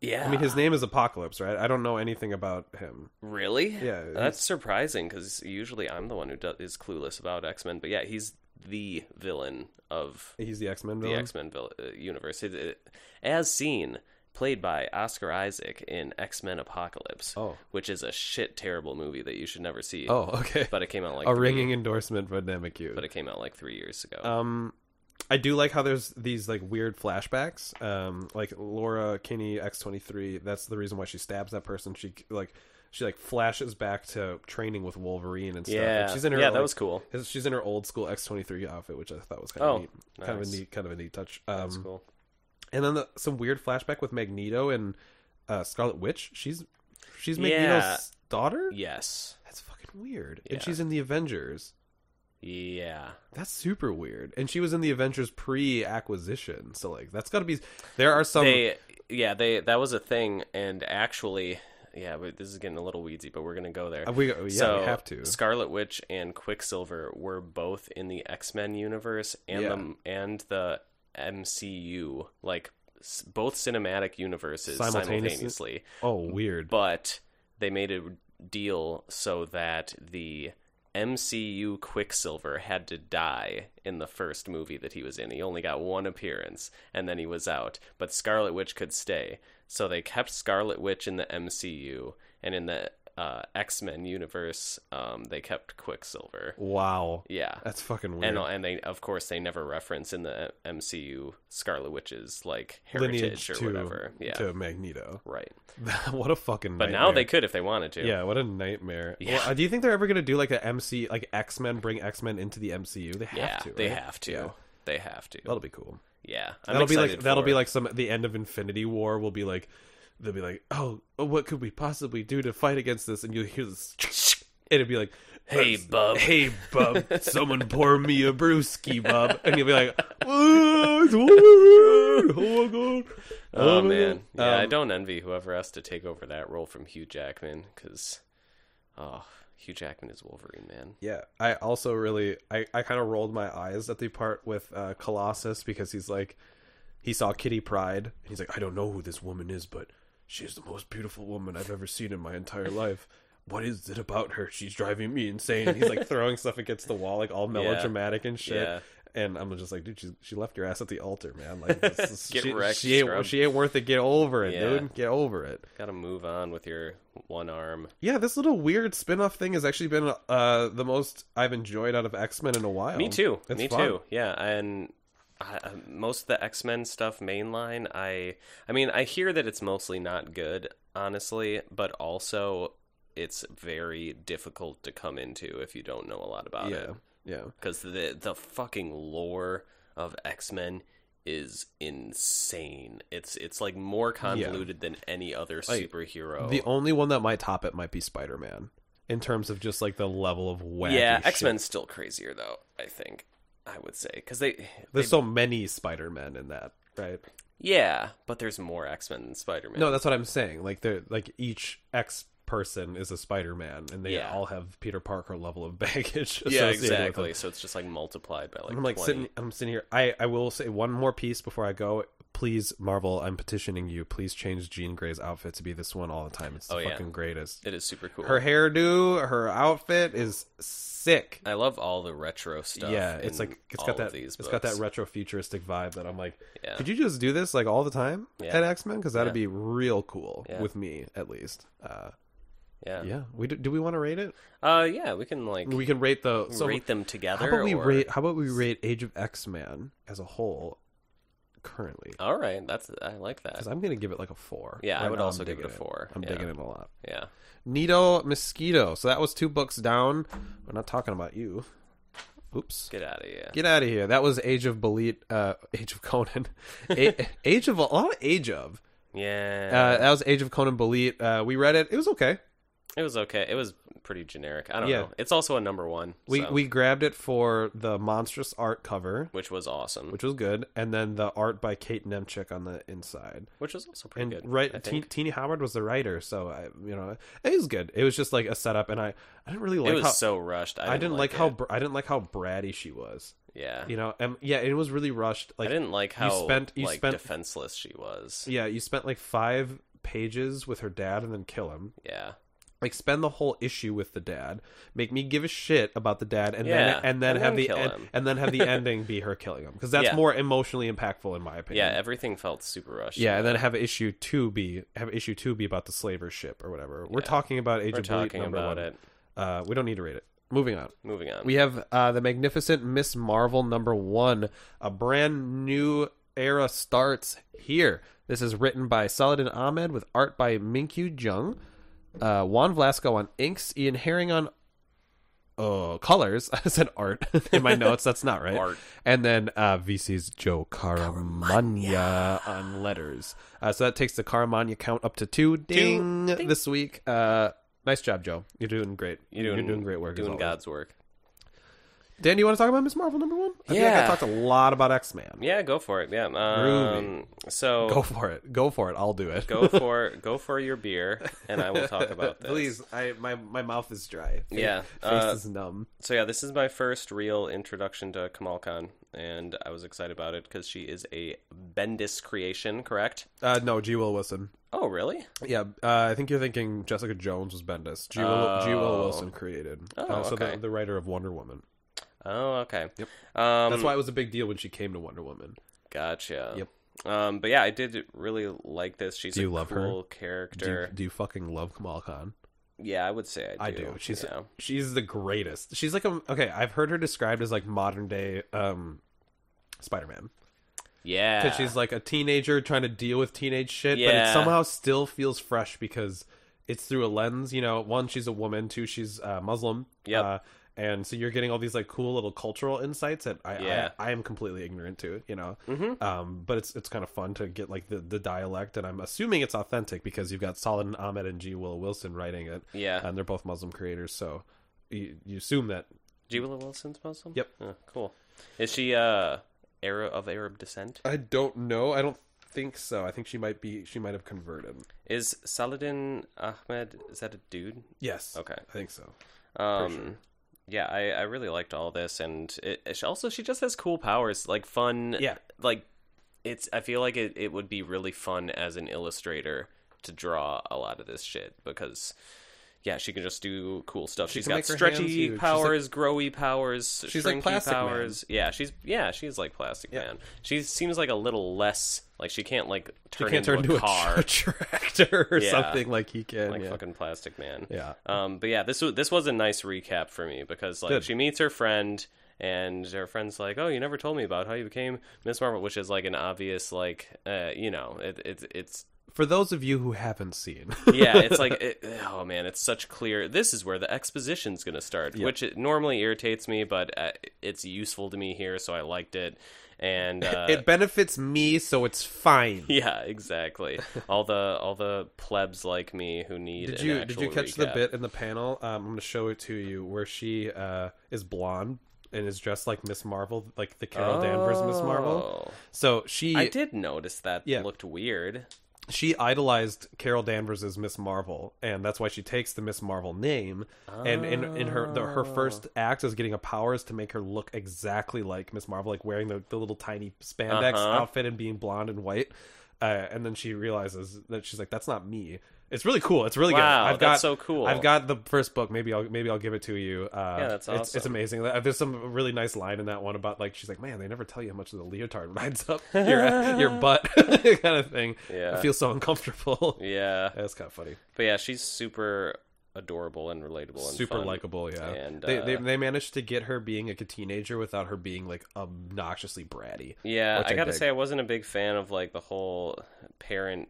[SPEAKER 2] Yeah.
[SPEAKER 1] I mean, his name is Apocalypse, right? I don't know anything about him.
[SPEAKER 2] Really?
[SPEAKER 1] Yeah,
[SPEAKER 2] That's surprising because usually I'm the one who do- is clueless about X Men. But yeah, he's the villain of
[SPEAKER 1] He's the X Men
[SPEAKER 2] the
[SPEAKER 1] villain.
[SPEAKER 2] X Men vil- uh, universe, It- it- as seen, played by Oscar Isaac in X Men Apocalypse,
[SPEAKER 1] Oh.
[SPEAKER 2] which is a shit terrible movie that you should never see.
[SPEAKER 1] oh, okay.
[SPEAKER 2] But it came out like
[SPEAKER 1] a
[SPEAKER 2] three,
[SPEAKER 1] ringing endorsement for Namek.
[SPEAKER 2] But it came out like three years ago.
[SPEAKER 1] Um, I do like how there's these like weird flashbacks. Um, like Laura Kinney X twenty three. That's the reason why she stabs that person. She like she like flashes back to training with Wolverine and stuff.
[SPEAKER 2] yeah,
[SPEAKER 1] And she's in her
[SPEAKER 2] yeah,
[SPEAKER 1] like,
[SPEAKER 2] that was cool.
[SPEAKER 1] his- She's in her old school X twenty three outfit, which I thought was kind of
[SPEAKER 2] Oh,
[SPEAKER 1] neat, kind of
[SPEAKER 2] nice.
[SPEAKER 1] a neat, kind of a neat touch.
[SPEAKER 2] That's
[SPEAKER 1] Um,
[SPEAKER 2] cool.
[SPEAKER 1] and then the, some weird flashback with Magneto and uh, Scarlet Witch. She's she's Magneto's
[SPEAKER 2] Yeah.
[SPEAKER 1] daughter.
[SPEAKER 2] Yes.
[SPEAKER 1] That's fucking weird.
[SPEAKER 2] Yeah.
[SPEAKER 1] And she's in the Avengers.
[SPEAKER 2] Yeah.
[SPEAKER 1] That's super weird. And she was in the Avengers pre-acquisition, so like that's got to be. There are some.
[SPEAKER 2] they yeah they that was a thing and actually yeah but this is getting a little weedsy but we're gonna go there
[SPEAKER 1] Uh, we- yeah, we
[SPEAKER 2] so
[SPEAKER 1] have to.
[SPEAKER 2] scarlet witch and quicksilver were both in the x-men universe and the and the mcu like s- both cinematic universes
[SPEAKER 1] Simultaneously?
[SPEAKER 2] simultaneously
[SPEAKER 1] oh, weird.
[SPEAKER 2] but they made a deal so that the MCU Quicksilver had to die in the first movie that he was in. He only got one appearance and then he was out. But Scarlet Witch could stay. So they kept Scarlet Witch in the MCU and in the uh, X Men universe, um, they kept Quicksilver.
[SPEAKER 1] wow,
[SPEAKER 2] Yeah.
[SPEAKER 1] that's fucking weird.
[SPEAKER 2] And, and they of course they never reference in the MCU Scarlet Witch's like heritage
[SPEAKER 1] Lineage
[SPEAKER 2] or
[SPEAKER 1] to
[SPEAKER 2] whatever. Yeah.
[SPEAKER 1] to Magneto.
[SPEAKER 2] Right.
[SPEAKER 1] what a fucking.
[SPEAKER 2] But now they could if they wanted to.
[SPEAKER 1] Yeah, what a nightmare.
[SPEAKER 2] Yeah.
[SPEAKER 1] Well, uh, do you think they're ever gonna do like the MC, like X Men, bring X Men into the MCU? They have
[SPEAKER 2] yeah,
[SPEAKER 1] to.
[SPEAKER 2] they
[SPEAKER 1] right?
[SPEAKER 2] have to.
[SPEAKER 1] Yeah.
[SPEAKER 2] They have to.
[SPEAKER 1] That'll be cool.
[SPEAKER 2] yeah, I'm
[SPEAKER 1] that'll be like
[SPEAKER 2] excited
[SPEAKER 1] that'll
[SPEAKER 2] for
[SPEAKER 1] be
[SPEAKER 2] it.
[SPEAKER 1] like some the end of Infinity War will be like they'll be like oh what could we possibly do to fight against this and you hear this and it'd be like
[SPEAKER 2] Hey, bub.
[SPEAKER 1] hey bub someone pour me a brewski bub and you'll be like oh, it's Wolverine. oh my god
[SPEAKER 2] oh man, yeah, I
[SPEAKER 1] Um,
[SPEAKER 2] don't envy whoever has to take over that role from Hugh Jackman because, oh, Hugh Jackman is Wolverine, man.
[SPEAKER 1] Yeah, I also really I, I kind of rolled my eyes at the part with uh, Colossus because he's like he saw Kitty Pride and he's like I don't know who this woman is but she is the most beautiful woman I've ever seen in my entire life. What is it about her? She's driving me insane. And he's like throwing stuff against the wall like all melodramatic and shit.
[SPEAKER 2] Yeah.
[SPEAKER 1] And I'm just like, dude, she she left your ass at the altar, man. Like, this is-
[SPEAKER 2] Get
[SPEAKER 1] she,
[SPEAKER 2] wrecked,
[SPEAKER 1] she ain't
[SPEAKER 2] scrub.
[SPEAKER 1] she ain't worth it. Get over it,
[SPEAKER 2] Yeah.
[SPEAKER 1] dude. Get over it.
[SPEAKER 2] Got to move on with your one arm.
[SPEAKER 1] Yeah, this little weird spin-off thing has actually been uh, the most I've enjoyed out of X-Men in a while.
[SPEAKER 2] Me too.
[SPEAKER 1] It's
[SPEAKER 2] Me
[SPEAKER 1] fun.
[SPEAKER 2] too. Yeah, and I, I- most of the X Men stuff mainline. I I mean, I hear that it's mostly not good, honestly, but also it's very difficult to come into if you don't know a lot about it.
[SPEAKER 1] Yeah. Yeah.
[SPEAKER 2] because the the fucking lore of X Men is insane. It's it's like more convoluted than any other
[SPEAKER 1] Like,
[SPEAKER 2] superhero.
[SPEAKER 1] The only one that might top it might be Spider-Man in terms of just like the level of wacky.
[SPEAKER 2] yeah,
[SPEAKER 1] shit.
[SPEAKER 2] X Men's still crazier though. I think I would say because they, they
[SPEAKER 1] There's so many Spider-Men in that, right?
[SPEAKER 2] yeah, but there's more X Men than Spider Man.
[SPEAKER 1] No, that's what I'm saying. Like they're like each X person is a Spider-Man and they
[SPEAKER 2] Yeah.
[SPEAKER 1] all have Peter Parker level of baggage.
[SPEAKER 2] yeah,
[SPEAKER 1] associated with them.
[SPEAKER 2] exactly. So it's just like multiplied by like
[SPEAKER 1] I'm like
[SPEAKER 2] 20.
[SPEAKER 1] sitting. I'm sitting here. I I will say one more piece before I go. Please, Marvel, I'm petitioning you. Please change Jean Grey's outfit to be this one all the time. It's the
[SPEAKER 2] Oh, yeah.
[SPEAKER 1] fucking greatest.
[SPEAKER 2] It is super cool.
[SPEAKER 1] Her hairdo, her outfit is sick.
[SPEAKER 2] I love all the retro stuff.
[SPEAKER 1] yeah, it's
[SPEAKER 2] in
[SPEAKER 1] like it's
[SPEAKER 2] all
[SPEAKER 1] got
[SPEAKER 2] of
[SPEAKER 1] that
[SPEAKER 2] These
[SPEAKER 1] it's got that
[SPEAKER 2] books.
[SPEAKER 1] retro futuristic vibe that I'm like,
[SPEAKER 2] Yeah.
[SPEAKER 1] could you just do this like all the time
[SPEAKER 2] Yeah.
[SPEAKER 1] at X Men? Because that'd
[SPEAKER 2] Yeah.
[SPEAKER 1] be real cool
[SPEAKER 2] Yeah.
[SPEAKER 1] with me at least. Uh,
[SPEAKER 2] yeah.
[SPEAKER 1] yeah, we do, do we want to rate it?
[SPEAKER 2] Uh, yeah, we can like
[SPEAKER 1] We can rate the so
[SPEAKER 2] rate them together.
[SPEAKER 1] How about we
[SPEAKER 2] or...
[SPEAKER 1] rate? How about we rate Age of X Men as a whole currently?
[SPEAKER 2] All right, that's I like that.
[SPEAKER 1] Because I'm gonna give it like a four.
[SPEAKER 2] Uh, Yeah, I would
[SPEAKER 1] now I'm
[SPEAKER 2] also give it
[SPEAKER 1] digging
[SPEAKER 2] a four.
[SPEAKER 1] I'm
[SPEAKER 2] Yeah.
[SPEAKER 1] digging it a lot.
[SPEAKER 2] Yeah.
[SPEAKER 1] Nito Mosquito. So that was two books down. We're not talking about you. Oops.
[SPEAKER 2] Get out of here.
[SPEAKER 1] Get uh, out of here. That was Age of Belit, uh, Age of Conan, A- Age of a lot of Age of. Uh,
[SPEAKER 2] yeah.
[SPEAKER 1] that was Age of Conan Belit. Uh, we read it. It was okay.
[SPEAKER 2] It was okay. It was pretty generic. I don't
[SPEAKER 1] Yeah.
[SPEAKER 2] know. It's also a number one,
[SPEAKER 1] We
[SPEAKER 2] so-
[SPEAKER 1] we grabbed it for the monstrous art cover,
[SPEAKER 2] which was awesome, which,
[SPEAKER 1] which was good, and then the art by Kate Nemchik on the inside.
[SPEAKER 2] was also pretty
[SPEAKER 1] and
[SPEAKER 2] good. I
[SPEAKER 1] right, Teen,
[SPEAKER 2] think.
[SPEAKER 1] Teeny Howard was the writer, so I, you know, it was good. It was just like a setup, and I, I didn't really like
[SPEAKER 2] it was
[SPEAKER 1] how
[SPEAKER 2] so rushed. I
[SPEAKER 1] I
[SPEAKER 2] didn't,
[SPEAKER 1] didn't, like, how
[SPEAKER 2] it.
[SPEAKER 1] br- I didn't like how bratty she was.
[SPEAKER 2] yeah.
[SPEAKER 1] You know, and yeah, it was really rushed. Like
[SPEAKER 2] I didn't like how
[SPEAKER 1] spent- you
[SPEAKER 2] like
[SPEAKER 1] spent-
[SPEAKER 2] defenseless she was.
[SPEAKER 1] yeah, you spent like five pages with her dad and then kill him.
[SPEAKER 2] Yeah.
[SPEAKER 1] Like spend the whole issue with the dad. Make me give a shit about the dad, and
[SPEAKER 2] Yeah,
[SPEAKER 1] then and then
[SPEAKER 2] and
[SPEAKER 1] have
[SPEAKER 2] then
[SPEAKER 1] the
[SPEAKER 2] kill
[SPEAKER 1] end,
[SPEAKER 2] him.
[SPEAKER 1] and then have the ending be her killing him because that's
[SPEAKER 2] Yeah.
[SPEAKER 1] more emotionally impactful in my opinion.
[SPEAKER 2] Yeah, everything felt super rushed.
[SPEAKER 1] Yeah, and then have issue two be have issue two be about the slaver ship or whatever. We're talking about Age
[SPEAKER 2] We're
[SPEAKER 1] of Bleed
[SPEAKER 2] talking
[SPEAKER 1] number
[SPEAKER 2] about
[SPEAKER 1] one.
[SPEAKER 2] it.
[SPEAKER 1] Uh, we don't need to read it. Moving on.
[SPEAKER 2] Moving on.
[SPEAKER 1] We have uh, the magnificent Miss Marvel number one. A brand new era starts here. This is written by Saladin Ahmed with art by Minkyu Jung, uh, Juan Velasco on inks, Ian Herring on oh colors. I said art in my notes. That's not right.
[SPEAKER 2] Art.
[SPEAKER 1] And then uh, VC's Joe Caramagna on letters. Uh, so that takes the Caramagna count up to two. Ding, this week. Uh, nice job, Joe. You're doing great. You're doing, great work. as
[SPEAKER 2] Doing
[SPEAKER 1] always.
[SPEAKER 2] God's work.
[SPEAKER 1] Dan, do you want to talk about Miss Marvel number one? I feel like I
[SPEAKER 2] Yeah.
[SPEAKER 1] talked a lot about X Man.
[SPEAKER 2] Yeah, go for it. Yeah. Um, so
[SPEAKER 1] Go for it. Go for it. I'll do it.
[SPEAKER 2] go for go for your beer, and I will talk about this.
[SPEAKER 1] Please, I my my mouth is dry. Face-
[SPEAKER 2] Yeah,
[SPEAKER 1] face
[SPEAKER 2] uh,
[SPEAKER 1] is numb.
[SPEAKER 2] So yeah, this is my first real introduction to Kamal Khan, and I was excited about it because she is a Bendis creation, correct?
[SPEAKER 1] Uh, no, G. Will Wilson.
[SPEAKER 2] Oh, really?
[SPEAKER 1] Yeah, uh, I think you're thinking Jessica Jones was Bendis. G. Will, G. Will Wilson created. Oh, so
[SPEAKER 2] okay.
[SPEAKER 1] the, the writer of Wonder Woman.
[SPEAKER 2] Oh, okay. Yep. Um,
[SPEAKER 1] That's why it was a big deal when she came to Wonder Woman.
[SPEAKER 2] Gotcha.
[SPEAKER 1] Yep.
[SPEAKER 2] Um, but yeah, I did really like this. She's
[SPEAKER 1] Do you
[SPEAKER 2] a
[SPEAKER 1] love her? Do
[SPEAKER 2] cool
[SPEAKER 1] you,
[SPEAKER 2] character.
[SPEAKER 1] do you fucking love Kamal Khan?
[SPEAKER 2] Yeah, I would say I
[SPEAKER 1] I
[SPEAKER 2] do.
[SPEAKER 1] do. She's
[SPEAKER 2] yeah.
[SPEAKER 1] she's the greatest. She's like a okay. I've heard her described as like modern day um, Spider Man.
[SPEAKER 2] yeah.
[SPEAKER 1] because she's like a teenager trying to deal with teenage shit, but it
[SPEAKER 2] Yeah.
[SPEAKER 1] somehow still feels fresh because it's through a lens. You know, one, she's a woman. Two, she's uh, Muslim.
[SPEAKER 2] Yep.
[SPEAKER 1] Uh, and so you're getting all these like cool little cultural insights that I
[SPEAKER 2] Yeah.
[SPEAKER 1] I, I am completely ignorant to. You know,
[SPEAKER 2] Mm-hmm.
[SPEAKER 1] um, but it's it's kind of fun to get like the, the dialect, and I'm assuming it's authentic because you've got Saladin Ahmed and G. Will Wilson writing it.
[SPEAKER 2] Yeah.
[SPEAKER 1] and they're both Muslim creators, so you, you assume that.
[SPEAKER 2] G. Willow Wilson's Muslim.
[SPEAKER 1] Yep.
[SPEAKER 2] Oh, cool. Is she uh Arab of Arab descent?
[SPEAKER 1] I don't know. I don't think so. I think she might be. She might have converted.
[SPEAKER 2] Is Saladin Ahmed? Is that a dude?
[SPEAKER 1] Yes.
[SPEAKER 2] Okay.
[SPEAKER 1] I think so.
[SPEAKER 2] Um, yeah, I, I really liked all this, and it, it- she- also she just has cool powers, like fun.
[SPEAKER 1] Yeah.
[SPEAKER 2] like it's. I feel like it, it would be really fun as an illustrator to draw a lot of this shit because. Yeah, she can just do cool stuff. She has
[SPEAKER 1] can
[SPEAKER 2] got
[SPEAKER 1] make her hands
[SPEAKER 2] stretchy
[SPEAKER 1] huge. She's
[SPEAKER 2] powers, growy powers,
[SPEAKER 1] She's like
[SPEAKER 2] shrinky
[SPEAKER 1] Plastic Man.
[SPEAKER 2] powers. Yeah, she's yeah, she's like Plastic Man. She seems like a little less like she can't like turn,
[SPEAKER 1] can't turn into a,
[SPEAKER 2] car.
[SPEAKER 1] tr- tractor or
[SPEAKER 2] Yeah.
[SPEAKER 1] something like he can.
[SPEAKER 2] like
[SPEAKER 1] yeah.
[SPEAKER 2] fucking Plastic Man.
[SPEAKER 1] Yeah.
[SPEAKER 2] Um, but yeah, this was this was a nice recap for me because like
[SPEAKER 1] Good.
[SPEAKER 2] she meets her friend and her friend's like, "Oh, you never told me about how you became Miss Marvel," which is like an obvious like, uh, you know, it, it's it's
[SPEAKER 1] For those of you who haven't seen,
[SPEAKER 2] yeah, it's like it, oh man, it's such clear. This is where the exposition's gonna start, which it normally irritates me, but uh, it's useful to me here, so I liked it. And uh,
[SPEAKER 1] it benefits me, so it's fine.
[SPEAKER 2] yeah, exactly. All the all the plebs like me who need
[SPEAKER 1] Did
[SPEAKER 2] an
[SPEAKER 1] you did you
[SPEAKER 2] actual
[SPEAKER 1] catch the
[SPEAKER 2] recap.
[SPEAKER 1] bit in the panel? Um, I'm going to show it to you where she uh, is blonde and is dressed like Miss Marvel, like the Carol Danvers Miss Marvel.
[SPEAKER 2] Oh.
[SPEAKER 1] So she
[SPEAKER 2] I did notice that
[SPEAKER 1] Yeah.
[SPEAKER 2] looked weird.
[SPEAKER 1] she idolized Carol Danvers as Miss Marvel, and that's why she takes the Miss Marvel name. And in in her the,
[SPEAKER 2] Ah.
[SPEAKER 1] her first act is getting a powers to make her look exactly like Miss Marvel, like wearing the, the little tiny spandex
[SPEAKER 2] Uh-huh.
[SPEAKER 1] outfit and being blonde and white. Uh, and then she realizes that she's like, "That's not me." It's really cool. It's really
[SPEAKER 2] Wow,
[SPEAKER 1] good. I've got
[SPEAKER 2] that's so cool.
[SPEAKER 1] I've got the first book. Maybe I'll maybe I'll give it to you. Uh,
[SPEAKER 2] Yeah, that's
[SPEAKER 1] it's, it's
[SPEAKER 2] awesome.
[SPEAKER 1] amazing. Uh, There's some really nice line in that one about like she's like, "Man, they never tell you how much of the leotard rides up your your butt," kind of thing.
[SPEAKER 2] Yeah.
[SPEAKER 1] I feel so uncomfortable.
[SPEAKER 2] Yeah.
[SPEAKER 1] That's kind of funny.
[SPEAKER 2] But yeah, she's super adorable and relatable and
[SPEAKER 1] Super
[SPEAKER 2] fun.
[SPEAKER 1] likable, yeah.
[SPEAKER 2] And,
[SPEAKER 1] they,
[SPEAKER 2] uh,
[SPEAKER 1] they they managed to get her being like a teenager without her being like obnoxiously bratty.
[SPEAKER 2] Yeah,
[SPEAKER 1] which
[SPEAKER 2] I gotta
[SPEAKER 1] dig.
[SPEAKER 2] say I wasn't a big fan of like the whole parent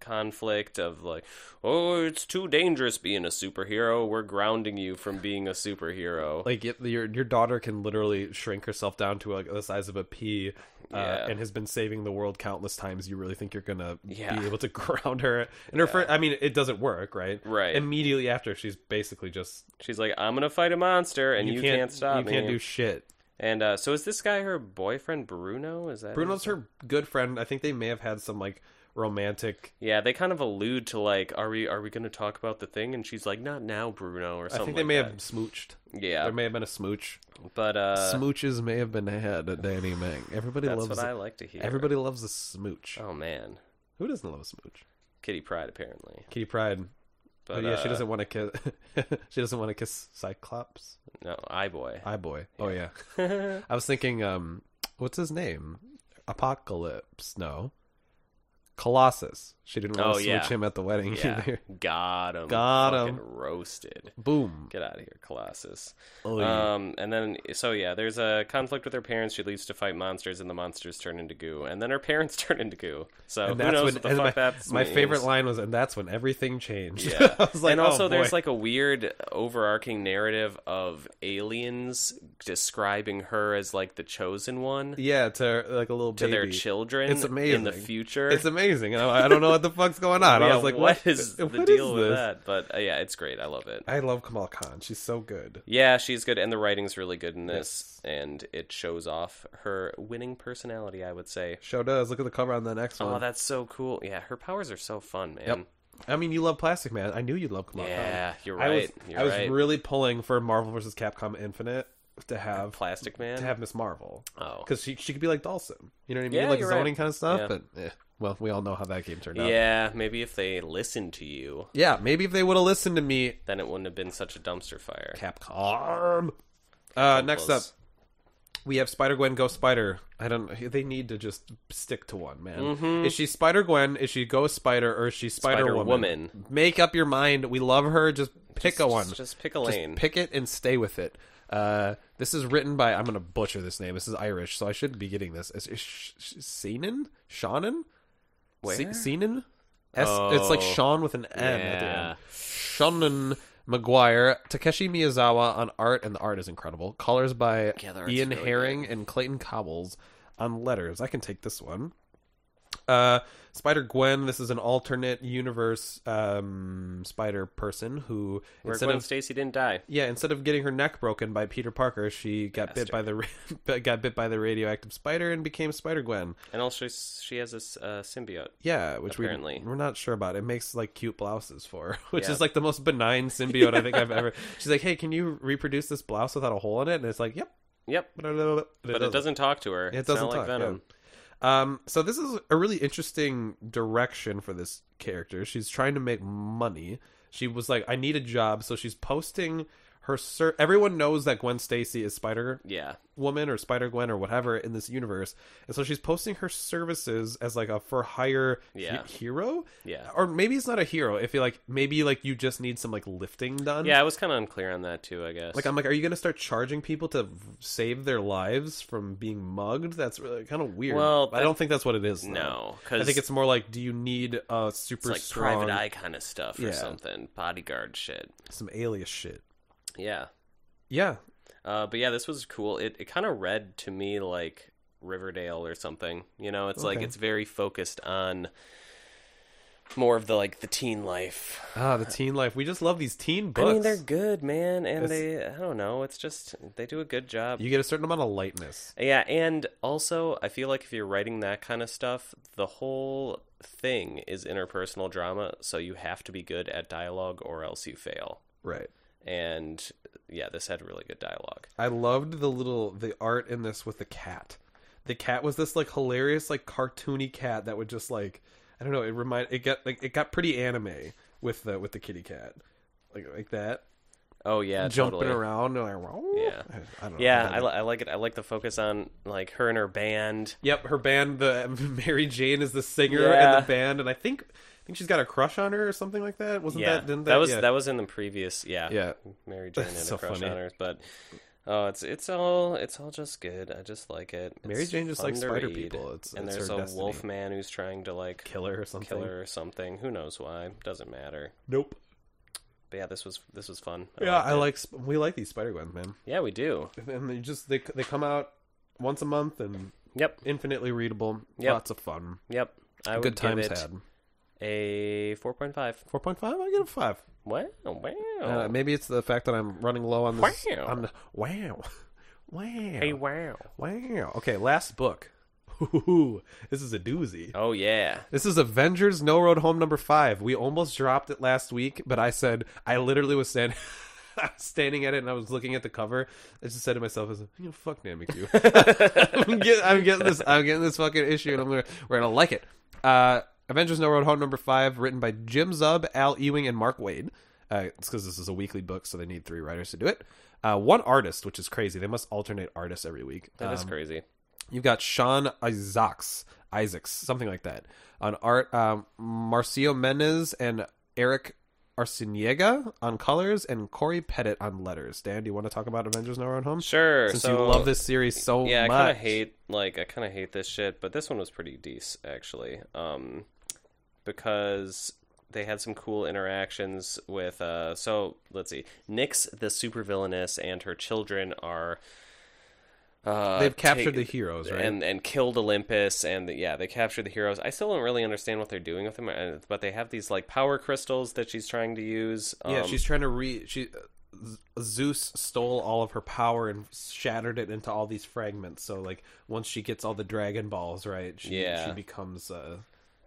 [SPEAKER 2] conflict of like, oh, it's too dangerous being a superhero. We're grounding you from being a superhero.
[SPEAKER 1] Like it, your your daughter can literally shrink herself down to like the size of a pea, uh,
[SPEAKER 2] Yeah.
[SPEAKER 1] and has been saving the world countless times. You really think you're gonna
[SPEAKER 2] Yeah.
[SPEAKER 1] be able to ground her? And her friend, I mean, it doesn't work, right?
[SPEAKER 2] Right.
[SPEAKER 1] Immediately after, she's basically just
[SPEAKER 2] She's like, I'm gonna fight a monster, and you, can't, stop
[SPEAKER 1] you
[SPEAKER 2] me.
[SPEAKER 1] can't do shit.
[SPEAKER 2] and uh, so is this guy her boyfriend Bruno? Is that
[SPEAKER 1] Bruno's her good friend. I think they may have had some like romantic.
[SPEAKER 2] Yeah, they kind of allude to like, are we are we gonna talk about the thing? And she's like, not now, Bruno, or
[SPEAKER 1] I
[SPEAKER 2] something.
[SPEAKER 1] think they
[SPEAKER 2] like
[SPEAKER 1] may
[SPEAKER 2] that.
[SPEAKER 1] have smooched.
[SPEAKER 2] Yeah.
[SPEAKER 1] There may have been a smooch.
[SPEAKER 2] But uh,
[SPEAKER 1] Smooches may have been had at Danny Mang. Everybody
[SPEAKER 2] that's
[SPEAKER 1] loves
[SPEAKER 2] what I like to hear.
[SPEAKER 1] everybody loves a smooch.
[SPEAKER 2] Oh man,
[SPEAKER 1] Who doesn't love a smooch?
[SPEAKER 2] Kitty Pride apparently.
[SPEAKER 1] Kitty Pride.
[SPEAKER 2] But
[SPEAKER 1] Oh, yeah, she
[SPEAKER 2] uh,
[SPEAKER 1] doesn't want to kiss. she doesn't want to kiss Cyclops.
[SPEAKER 2] No, I boy.
[SPEAKER 1] I boy. Oh yeah. I was thinking, um, what's his name? Apocalypse? No. Colossus. She didn't want
[SPEAKER 2] Oh,
[SPEAKER 1] to smooch
[SPEAKER 2] yeah.
[SPEAKER 1] him at the wedding
[SPEAKER 2] Yeah,
[SPEAKER 1] either.
[SPEAKER 2] got him.
[SPEAKER 1] Got 'em.
[SPEAKER 2] Roasted.
[SPEAKER 1] Boom.
[SPEAKER 2] Get out of here, Colossus.
[SPEAKER 1] Oh, yeah.
[SPEAKER 2] Um, and then so yeah, there's a conflict with her parents. She leaves to fight monsters, and the monsters turn into goo, and then her parents turn into goo. So
[SPEAKER 1] and
[SPEAKER 2] who
[SPEAKER 1] that's
[SPEAKER 2] knows
[SPEAKER 1] when
[SPEAKER 2] what the
[SPEAKER 1] and
[SPEAKER 2] fuck
[SPEAKER 1] my,
[SPEAKER 2] that's
[SPEAKER 1] my favorite line was, and that's when everything changed.
[SPEAKER 2] Yeah.
[SPEAKER 1] I was like,
[SPEAKER 2] and
[SPEAKER 1] oh,
[SPEAKER 2] also,
[SPEAKER 1] boy.
[SPEAKER 2] there's like a weird overarching narrative of aliens describing her as like the chosen one
[SPEAKER 1] yeah, to like a little
[SPEAKER 2] to
[SPEAKER 1] baby.
[SPEAKER 2] their children
[SPEAKER 1] It's
[SPEAKER 2] in the
[SPEAKER 1] amazing.
[SPEAKER 2] future.
[SPEAKER 1] It's amazing. And I, I don't know what the fuck's going on. I
[SPEAKER 2] Yeah,
[SPEAKER 1] was like,
[SPEAKER 2] what is the
[SPEAKER 1] what
[SPEAKER 2] deal
[SPEAKER 1] is
[SPEAKER 2] with
[SPEAKER 1] this?
[SPEAKER 2] that? But uh, yeah, it's great. I love it.
[SPEAKER 1] I love Kamal Khan. She's so good.
[SPEAKER 2] Yeah, she's good, and the writing's really good in this, and it shows off her winning personality. I would say.
[SPEAKER 1] Show does. Look at the cover on the next one.
[SPEAKER 2] Oh, that's so cool! Yeah, her powers are so fun, man.
[SPEAKER 1] Yep. I mean, you love Plastic Man. I knew you'd love Kamal Khan.
[SPEAKER 2] Yeah, you're
[SPEAKER 1] I was,
[SPEAKER 2] right. you're
[SPEAKER 1] I was
[SPEAKER 2] right.
[SPEAKER 1] really pulling for Marvel versus Capcom Infinite to have
[SPEAKER 2] Plastic Man.
[SPEAKER 1] to have Miss Marvel
[SPEAKER 2] oh,
[SPEAKER 1] because she she could be like Dawson. You know what I mean?
[SPEAKER 2] Yeah,
[SPEAKER 1] like
[SPEAKER 2] you're
[SPEAKER 1] zoning
[SPEAKER 2] right.
[SPEAKER 1] kind of stuff.
[SPEAKER 2] Yeah.
[SPEAKER 1] But eh, well, we all know how that game turned out.
[SPEAKER 2] yeah. Maybe if they listened to you,
[SPEAKER 1] Yeah, maybe if they would have listened to me,
[SPEAKER 2] then it wouldn't have been such a dumpster fire.
[SPEAKER 1] Capcom. Uh, next up,
[SPEAKER 2] Close.
[SPEAKER 1] we have Spider Gwen, Ghost Spider. I don't. They need to just stick to one, man. Is she Spider Gwen? Is she Ghost Spider? Or is she Mm-hmm. Spider Woman?
[SPEAKER 2] Spider-Woman.
[SPEAKER 1] Make up your mind. We love her. Just pick a
[SPEAKER 2] Just-
[SPEAKER 1] one.
[SPEAKER 2] Just, pick a lane.
[SPEAKER 1] Just pick it and stay with it. Uh, this is written by I'm going to butcher this name. This is Irish, so I should be getting this. Is it Sh- Sh- Seanan? Shannon?
[SPEAKER 2] Where?
[SPEAKER 1] Se- Seanan? S- It's like
[SPEAKER 2] Oh.
[SPEAKER 1] Sean with an N at the
[SPEAKER 2] Yeah.
[SPEAKER 1] end. Shannon McGuire, Takeshi Miyazawa on art, and the art is incredible. Colors by
[SPEAKER 2] Yeah, the art's
[SPEAKER 1] Ian
[SPEAKER 2] really
[SPEAKER 1] Herring and Clayton Cobbles on letters. I can take this one. Uh, Spider Gwen. This is an alternate universe um, Spider person who
[SPEAKER 2] Where
[SPEAKER 1] instead
[SPEAKER 2] Gwen
[SPEAKER 1] of
[SPEAKER 2] Stacy didn't die.
[SPEAKER 1] yeah, instead of getting her neck broken by Peter Parker, she got bit by the ra- got bit by the radioactive spider and became Spider Gwen.
[SPEAKER 2] And also, s- she has this uh, symbiote.
[SPEAKER 1] Yeah, which
[SPEAKER 2] Apparently.
[SPEAKER 1] we we're not sure about. It makes like cute blouses for, her, which
[SPEAKER 2] Yeah.
[SPEAKER 1] is like the most benign symbiote I think I've ever. She's like, "Hey, can you reproduce this blouse without a hole in it?" And it's like, "Yep."
[SPEAKER 2] Yep.
[SPEAKER 1] But it,
[SPEAKER 2] But it doesn't talk to her.
[SPEAKER 1] It
[SPEAKER 2] It's
[SPEAKER 1] doesn't
[SPEAKER 2] not like
[SPEAKER 1] talk. yeah.
[SPEAKER 2] Venom.
[SPEAKER 1] Um, so this is a really interesting direction for this character. She's trying to make money. She was like, "I need a job," so she's posting her. Ser- Everyone knows that Gwen Stacy is Spider
[SPEAKER 2] Yeah.
[SPEAKER 1] woman or Spider Gwen or whatever in this universe, and so she's posting her services as like a for hire he-
[SPEAKER 2] Yeah.
[SPEAKER 1] hero,
[SPEAKER 2] Yeah.
[SPEAKER 1] or maybe it's not a hero. If you like, maybe like you just need some like lifting done.
[SPEAKER 2] Yeah, I was kind of unclear on that too. I guess.
[SPEAKER 1] Like I'm like, are you gonna start charging people to save their lives from being mugged? That's really kind of weird.
[SPEAKER 2] Well,
[SPEAKER 1] I don't think that's what it is. though.
[SPEAKER 2] No,
[SPEAKER 1] I
[SPEAKER 2] 'cause-
[SPEAKER 1] think it's more like, do you need a super
[SPEAKER 2] like
[SPEAKER 1] strong,
[SPEAKER 2] private eye kind of stuff or
[SPEAKER 1] Yeah.
[SPEAKER 2] something. Bodyguard shit.
[SPEAKER 1] some alias shit?
[SPEAKER 2] Yeah.
[SPEAKER 1] Yeah,
[SPEAKER 2] Uh, but yeah, this was cool. It it kind of read to me like Riverdale or something. You know, it's like
[SPEAKER 1] Okay.
[SPEAKER 2] it's very focused on more of the like the teen life.
[SPEAKER 1] ah, the teen life. We just love these teen
[SPEAKER 2] I
[SPEAKER 1] books.
[SPEAKER 2] mean, they're good, man, and
[SPEAKER 1] It's-
[SPEAKER 2] they I don't know. It's just they do a good job.
[SPEAKER 1] you get a certain amount of lightness.
[SPEAKER 2] Yeah, and also I feel like if you're writing that kind of stuff, the whole thing is interpersonal drama, so you have to be good at dialogue or else you fail.
[SPEAKER 1] Right.
[SPEAKER 2] And yeah, this had really good dialogue.
[SPEAKER 1] I loved the little the art in this with the cat. The cat was this like hilarious like cartoony cat that would just like I don't know, it remind it got like it got pretty anime with the with the kitty cat. Like like that.
[SPEAKER 2] Oh yeah,
[SPEAKER 1] Jumping
[SPEAKER 2] totally.
[SPEAKER 1] around and like "Whoa."
[SPEAKER 2] Yeah.
[SPEAKER 1] I, I don't know.
[SPEAKER 2] Yeah,
[SPEAKER 1] don't
[SPEAKER 2] I,
[SPEAKER 1] know.
[SPEAKER 2] li- I like it. I like the focus on like her and her band.
[SPEAKER 1] Yep, her band the Mary Jane is the singer
[SPEAKER 2] Yeah.
[SPEAKER 1] in the band and I think I think she's got a crush on her or something like that. Wasn't
[SPEAKER 2] Yeah,
[SPEAKER 1] that
[SPEAKER 2] that,
[SPEAKER 1] didn't
[SPEAKER 2] was
[SPEAKER 1] yeah.
[SPEAKER 2] that was in the previous. Yeah,
[SPEAKER 1] Yeah.
[SPEAKER 2] Mary Jane and
[SPEAKER 1] That's so
[SPEAKER 2] the Crush
[SPEAKER 1] funny.
[SPEAKER 2] on Her, but Oh, it's it's all it's all just good. I just like it. It's
[SPEAKER 1] Mary Jane just
[SPEAKER 2] fun
[SPEAKER 1] likes
[SPEAKER 2] to
[SPEAKER 1] spider
[SPEAKER 2] read.
[SPEAKER 1] people. It's-
[SPEAKER 2] and
[SPEAKER 1] it's
[SPEAKER 2] there's
[SPEAKER 1] her
[SPEAKER 2] a
[SPEAKER 1] destiny.
[SPEAKER 2] wolf man who's trying to like kill,
[SPEAKER 1] Killer or something.
[SPEAKER 2] her or something. Who knows why? Doesn't matter.
[SPEAKER 1] Nope.
[SPEAKER 2] But yeah, this was this was fun.
[SPEAKER 1] yeah,
[SPEAKER 2] liked
[SPEAKER 1] I
[SPEAKER 2] it.
[SPEAKER 1] like sp- we like these Spider Gwens, man.
[SPEAKER 2] Yeah, we do.
[SPEAKER 1] And they just they they come out once a month and
[SPEAKER 2] Yep,
[SPEAKER 1] infinitely readable.
[SPEAKER 2] Yep.
[SPEAKER 1] Lots of fun.
[SPEAKER 2] yep. I would
[SPEAKER 1] Good times
[SPEAKER 2] give it
[SPEAKER 1] had.
[SPEAKER 2] a four point five.
[SPEAKER 1] Four point five. I give it five.
[SPEAKER 2] Wow, wow.
[SPEAKER 1] Uh, maybe it's the fact that I'm running low on this.
[SPEAKER 2] Wow.
[SPEAKER 1] On the, wow. Wow.
[SPEAKER 2] hey, wow.
[SPEAKER 1] Wow. Okay, last book. Ooh, this is a doozy.
[SPEAKER 2] Oh yeah.
[SPEAKER 1] This is Avengers No Road Home number five. We almost dropped it last week, but I said I literally was standing standing at it and I was looking at the cover. I just said to myself, I was like, you know, fuck Namikyu. I'm, get, I'm getting this I'm getting this fucking issue and I'm gonna we're gonna like it. Uh Avengers No Road Home number five, written by Jim Zub, Al Ewing, and Mark Wade. Uh, it's because this is a weekly book, so they need three writers to do it. Uh, one artist, which is crazy. They must alternate artists every week.
[SPEAKER 2] that is
[SPEAKER 1] Um,
[SPEAKER 2] crazy.
[SPEAKER 1] You've got Sean Isaacs, Isaacs, something like that. On art, um, Marcio Menez and Eric Arciniega on colors, and Corey Pettit on letters. Dan, do you want to talk about Avengers No Road Home?
[SPEAKER 2] Sure.
[SPEAKER 1] Since
[SPEAKER 2] so
[SPEAKER 1] you love this series so
[SPEAKER 2] yeah,
[SPEAKER 1] much.
[SPEAKER 2] I kind of hate like I kind of hate this shit, but this one was pretty decent actually, um, because they had some cool interactions with. Uh, so let's see, Nyx the supervillainess and her children are. Uh,
[SPEAKER 1] They've captured
[SPEAKER 2] take-
[SPEAKER 1] the heroes, right?
[SPEAKER 2] and and killed Olympus, and yeah, they captured the heroes. I still don't really understand what they're doing with them, uh, but they have these like power crystals that she's trying to use.
[SPEAKER 1] yeah,
[SPEAKER 2] um,
[SPEAKER 1] she's trying to re. She, Z- Zeus stole all of her power and shattered it into all these fragments. So, like, once she gets all the Dragon Balls, right? She,
[SPEAKER 2] Yeah.
[SPEAKER 1] She becomes. Uh,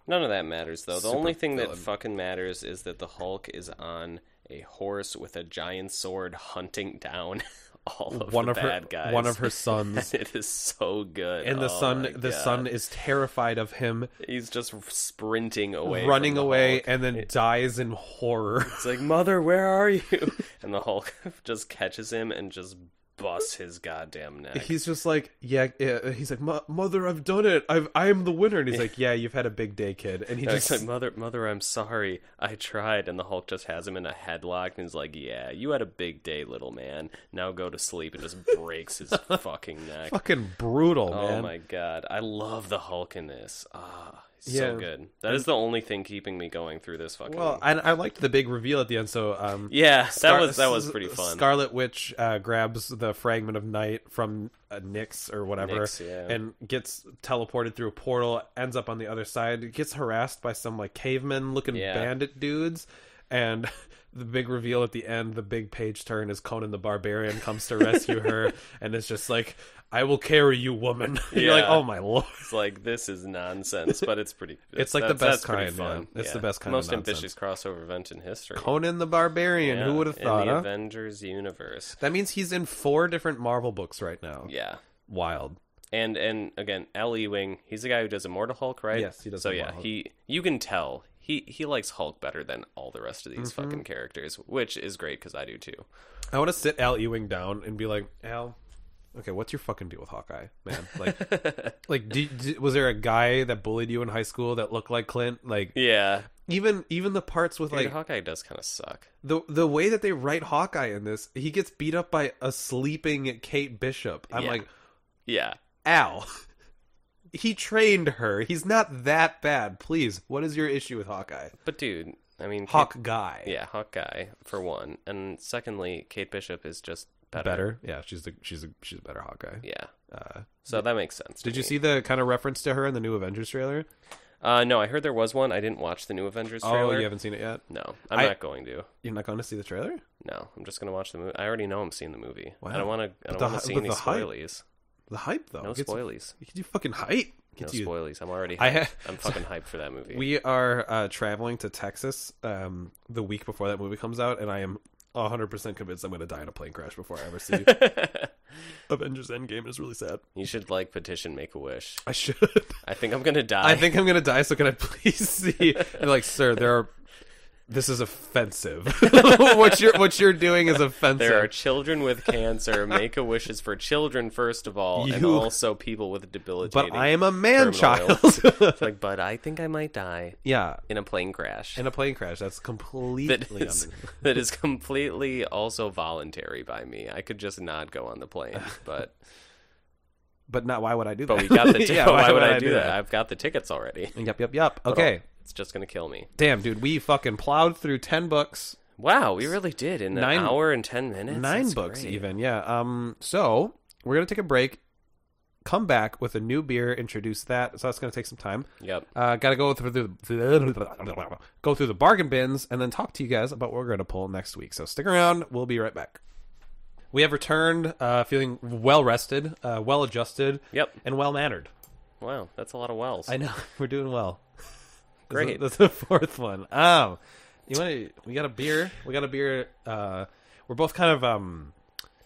[SPEAKER 2] None of that matters, though. The only thing that
[SPEAKER 1] villain.
[SPEAKER 2] fucking matters is that the Hulk is on a horse with a giant sword hunting down all of
[SPEAKER 1] one
[SPEAKER 2] the
[SPEAKER 1] of
[SPEAKER 2] bad
[SPEAKER 1] her.
[SPEAKER 2] guys.
[SPEAKER 1] One of her sons.
[SPEAKER 2] It is so good.
[SPEAKER 1] and the
[SPEAKER 2] Oh
[SPEAKER 1] son
[SPEAKER 2] my
[SPEAKER 1] the
[SPEAKER 2] God.
[SPEAKER 1] son is terrified of him
[SPEAKER 2] He's just sprinting away,
[SPEAKER 1] running
[SPEAKER 2] from the
[SPEAKER 1] away
[SPEAKER 2] Hulk.
[SPEAKER 1] and then dies in horror
[SPEAKER 2] It's like, Mother, where are you? And the Hulk just catches him and just busts his goddamn neck.
[SPEAKER 1] he's just like yeah, yeah he's like "Mo- mother i've done it i've i'm the winner and he's like yeah you've had a big day kid and he
[SPEAKER 2] He's
[SPEAKER 1] just
[SPEAKER 2] like, mother, mother, I'm sorry. I tried, and the Hulk just has him in a headlock, and he's like, "Yeah, you had a big day, little man. Now go to sleep," and just breaks his fucking neck.
[SPEAKER 1] fucking brutal
[SPEAKER 2] oh
[SPEAKER 1] man
[SPEAKER 2] my god, I love the Hulk in this. Ah, he's
[SPEAKER 1] Yeah.
[SPEAKER 2] so good. That is the only thing keeping me going through this fucking.
[SPEAKER 1] well and i liked the big reveal at the end so um
[SPEAKER 2] yeah, that
[SPEAKER 1] Scar-
[SPEAKER 2] was that was pretty fun.
[SPEAKER 1] Scarlet Witch uh, grabs the fragment of night from uh, Nyx or whatever,
[SPEAKER 2] Nyx, yeah.
[SPEAKER 1] and gets teleported through a portal. Ends up on the other side. Gets harassed by some like caveman looking
[SPEAKER 2] Yeah.
[SPEAKER 1] bandit dudes, and the big reveal at the end, the big page turn is Conan the Barbarian comes to rescue her, and it's just like, "I will carry you, woman." You're like,
[SPEAKER 2] Yeah.
[SPEAKER 1] "Oh my lord."
[SPEAKER 2] it's like this is nonsense, but it's pretty.
[SPEAKER 1] It's like the
[SPEAKER 2] that's-
[SPEAKER 1] best
[SPEAKER 2] that's pretty
[SPEAKER 1] kind, man. It's the best kind of
[SPEAKER 2] Most
[SPEAKER 1] nonsense.
[SPEAKER 2] ambitious crossover event in history.
[SPEAKER 1] Conan the Barbarian.
[SPEAKER 2] Yeah,
[SPEAKER 1] Who would have
[SPEAKER 2] in
[SPEAKER 1] thought?
[SPEAKER 2] the
[SPEAKER 1] huh?
[SPEAKER 2] Avengers universe?
[SPEAKER 1] That means he's in four different Marvel books right now.
[SPEAKER 2] Yeah.
[SPEAKER 1] Wild.
[SPEAKER 2] and and again, Al Ewing, he's the guy who does Immortal Hulk, right?
[SPEAKER 1] Yes, he does
[SPEAKER 2] So
[SPEAKER 1] Immortal
[SPEAKER 2] yeah,
[SPEAKER 1] Hulk.
[SPEAKER 2] he you can tell he he likes Hulk better than all the rest of
[SPEAKER 1] Mm-hmm.
[SPEAKER 2] these fucking characters, which is great because I do too.
[SPEAKER 1] I want to sit Al Ewing down and be like, Al, okay, what's your fucking deal with Hawkeye, man? Like, like, do, do- was there a guy that bullied you in high school that looked like Clint? Like,
[SPEAKER 2] Yeah,
[SPEAKER 1] even even the parts with
[SPEAKER 2] like
[SPEAKER 1] like
[SPEAKER 2] Hawkeye does kind of suck.
[SPEAKER 1] the the way that they write Hawkeye in this, he gets beat up by a sleeping Kate Bishop. I'm
[SPEAKER 2] Yeah.
[SPEAKER 1] like,
[SPEAKER 2] Yeah,
[SPEAKER 1] Al, he trained her. He's not that bad. Please, what is your issue with Hawkeye?
[SPEAKER 2] but dude, I mean,
[SPEAKER 1] Hawk guy.
[SPEAKER 2] Kate, yeah, Hawkeye for one, and secondly, Kate Bishop is just better.
[SPEAKER 1] Better, yeah. She's the she's a she's a better Hawkeye.
[SPEAKER 2] Yeah,
[SPEAKER 1] Uh,
[SPEAKER 2] so that makes sense. to
[SPEAKER 1] did you
[SPEAKER 2] me.
[SPEAKER 1] see the kind of reference to her in the new Avengers trailer?
[SPEAKER 2] Uh, no, I heard there was one. I didn't watch the new Avengers
[SPEAKER 1] Oh,
[SPEAKER 2] trailer.
[SPEAKER 1] you haven't seen it yet?
[SPEAKER 2] No, I'm
[SPEAKER 1] I-
[SPEAKER 2] not going to.
[SPEAKER 1] You're not going to see the trailer?
[SPEAKER 2] No, I'm just gonna watch the movie. I already know I'm seeing the movie.
[SPEAKER 1] Wow.
[SPEAKER 2] I don't want to. I
[SPEAKER 1] the
[SPEAKER 2] don't want
[SPEAKER 1] hy-
[SPEAKER 2] to see
[SPEAKER 1] but
[SPEAKER 2] any
[SPEAKER 1] the hype-
[SPEAKER 2] spoilies.
[SPEAKER 1] The hype though.
[SPEAKER 2] No
[SPEAKER 1] Gets-
[SPEAKER 2] spoilies.
[SPEAKER 1] Gets you fucking hype.
[SPEAKER 2] No
[SPEAKER 1] Gets you.
[SPEAKER 2] spoilies. I'm already.
[SPEAKER 1] I
[SPEAKER 2] Hyped.
[SPEAKER 1] ha-
[SPEAKER 2] I'm fucking hyped for that movie.
[SPEAKER 1] We are uh, traveling to Texas um, the week before that movie comes out, and I am 100 percent convinced I'm going to die in a plane crash before I ever see Avengers Endgame. and It's really sad.
[SPEAKER 2] you should like petition Make a Wish.
[SPEAKER 1] I should.
[SPEAKER 2] I think I'm gonna die.
[SPEAKER 1] I think I'm going to die. So can I please see? And like, sir, there are this is offensive. what you're what you're doing is offensive.
[SPEAKER 2] There are children with cancer. Make a wishes for children first of all, and
[SPEAKER 1] You-
[SPEAKER 2] also people with debilitating.
[SPEAKER 1] but I am a man
[SPEAKER 2] terminal
[SPEAKER 1] child.
[SPEAKER 2] illness. like, but I think I might die
[SPEAKER 1] yeah,
[SPEAKER 2] in a plane crash.
[SPEAKER 1] in a plane crash. That's
[SPEAKER 2] that
[SPEAKER 1] completely.
[SPEAKER 2] is,
[SPEAKER 1] un-
[SPEAKER 2] that is completely also voluntary by me. I could just not go on the plane, but
[SPEAKER 1] but not. Why would I do that?
[SPEAKER 2] but we got the ticket.
[SPEAKER 1] yeah,
[SPEAKER 2] why, would I, do that? I've got the tickets already.
[SPEAKER 1] Yep, yep, yep. Okay,
[SPEAKER 2] It's just gonna kill me.
[SPEAKER 1] damn, dude, we fucking plowed through ten books,
[SPEAKER 2] Wow, we really did in
[SPEAKER 1] Nine-
[SPEAKER 2] an hour and ten minutes.
[SPEAKER 1] nine
[SPEAKER 2] That's
[SPEAKER 1] books
[SPEAKER 2] great.
[SPEAKER 1] even. Yeah. Um. So we're gonna take a break. Come back with a new beer. Introduce that. So that's gonna take some time.
[SPEAKER 2] Yep.
[SPEAKER 1] Uh, gotta go through the go through the bargain bins and then talk to you guys about what we're gonna pull next week. So stick around. We'll be right back. We have returned, uh, feeling well rested, uh, well adjusted,
[SPEAKER 2] Yep.
[SPEAKER 1] and well mannered.
[SPEAKER 2] Wow, that's a lot of wells.
[SPEAKER 1] I know we're doing well. That's
[SPEAKER 2] Great.
[SPEAKER 1] the- That's the fourth one. Um, you want to? We got a beer. We got a beer. Uh, we're both kind of um,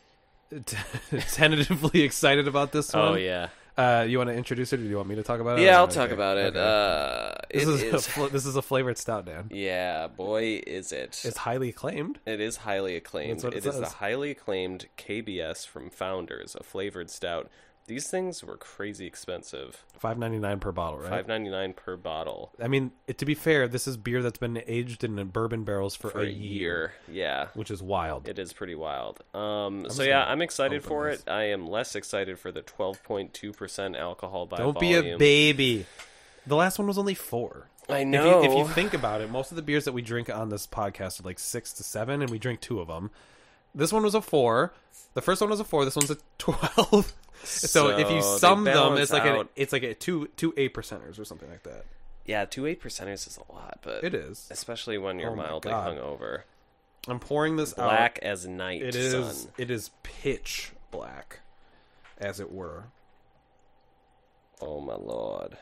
[SPEAKER 1] t- tentatively excited about this one.
[SPEAKER 2] oh yeah.
[SPEAKER 1] Uh, you want to introduce it, or do you want me to talk about it?
[SPEAKER 2] Yeah, I'll
[SPEAKER 1] Oh, Okay.
[SPEAKER 2] talk about it.
[SPEAKER 1] Okay.
[SPEAKER 2] Uh,
[SPEAKER 1] this
[SPEAKER 2] it
[SPEAKER 1] is, a
[SPEAKER 2] is-
[SPEAKER 1] fl- this is a flavored stout, Dan.
[SPEAKER 2] yeah, boy, is it.
[SPEAKER 1] It's highly acclaimed.
[SPEAKER 2] It is highly acclaimed.
[SPEAKER 1] That's what
[SPEAKER 2] it
[SPEAKER 1] it
[SPEAKER 2] is the
[SPEAKER 1] says.
[SPEAKER 2] highly acclaimed KBS from Founders, a flavored stout. These things were crazy expensive.
[SPEAKER 1] Five ninety nine per bottle, right?
[SPEAKER 2] Five ninety nine per bottle
[SPEAKER 1] I mean, it, to be fair, this is beer that's been aged in bourbon barrels for,
[SPEAKER 2] for a year. Yeah.
[SPEAKER 1] which is wild.
[SPEAKER 2] It is pretty wild. Um, so
[SPEAKER 1] just
[SPEAKER 2] yeah,
[SPEAKER 1] gonna
[SPEAKER 2] I'm excited
[SPEAKER 1] open
[SPEAKER 2] for
[SPEAKER 1] this.
[SPEAKER 2] it. I am less excited for the 12.2% alcohol by
[SPEAKER 1] Don't
[SPEAKER 2] volume.
[SPEAKER 1] be a baby. The last one was only four.
[SPEAKER 2] I
[SPEAKER 1] If
[SPEAKER 2] know.
[SPEAKER 1] you, if you think about it, most of the beers that we drink on this podcast are like six to seven, and we drink two of them. This one was a four. The first one was a four. This one's a twelve. So, if you
[SPEAKER 2] So they
[SPEAKER 1] sum them,
[SPEAKER 2] balance
[SPEAKER 1] it's like a,
[SPEAKER 2] out.
[SPEAKER 1] it's like a two two eight percenters or something like that.
[SPEAKER 2] yeah, two eight percenters is a lot, but
[SPEAKER 1] It is.
[SPEAKER 2] especially when you're
[SPEAKER 1] Oh my
[SPEAKER 2] mildly
[SPEAKER 1] God.
[SPEAKER 2] hungover,
[SPEAKER 1] I'm pouring this
[SPEAKER 2] black as night.
[SPEAKER 1] out. It is
[SPEAKER 2] Sun.
[SPEAKER 1] it is pitch black, as it were.
[SPEAKER 2] Oh my lord!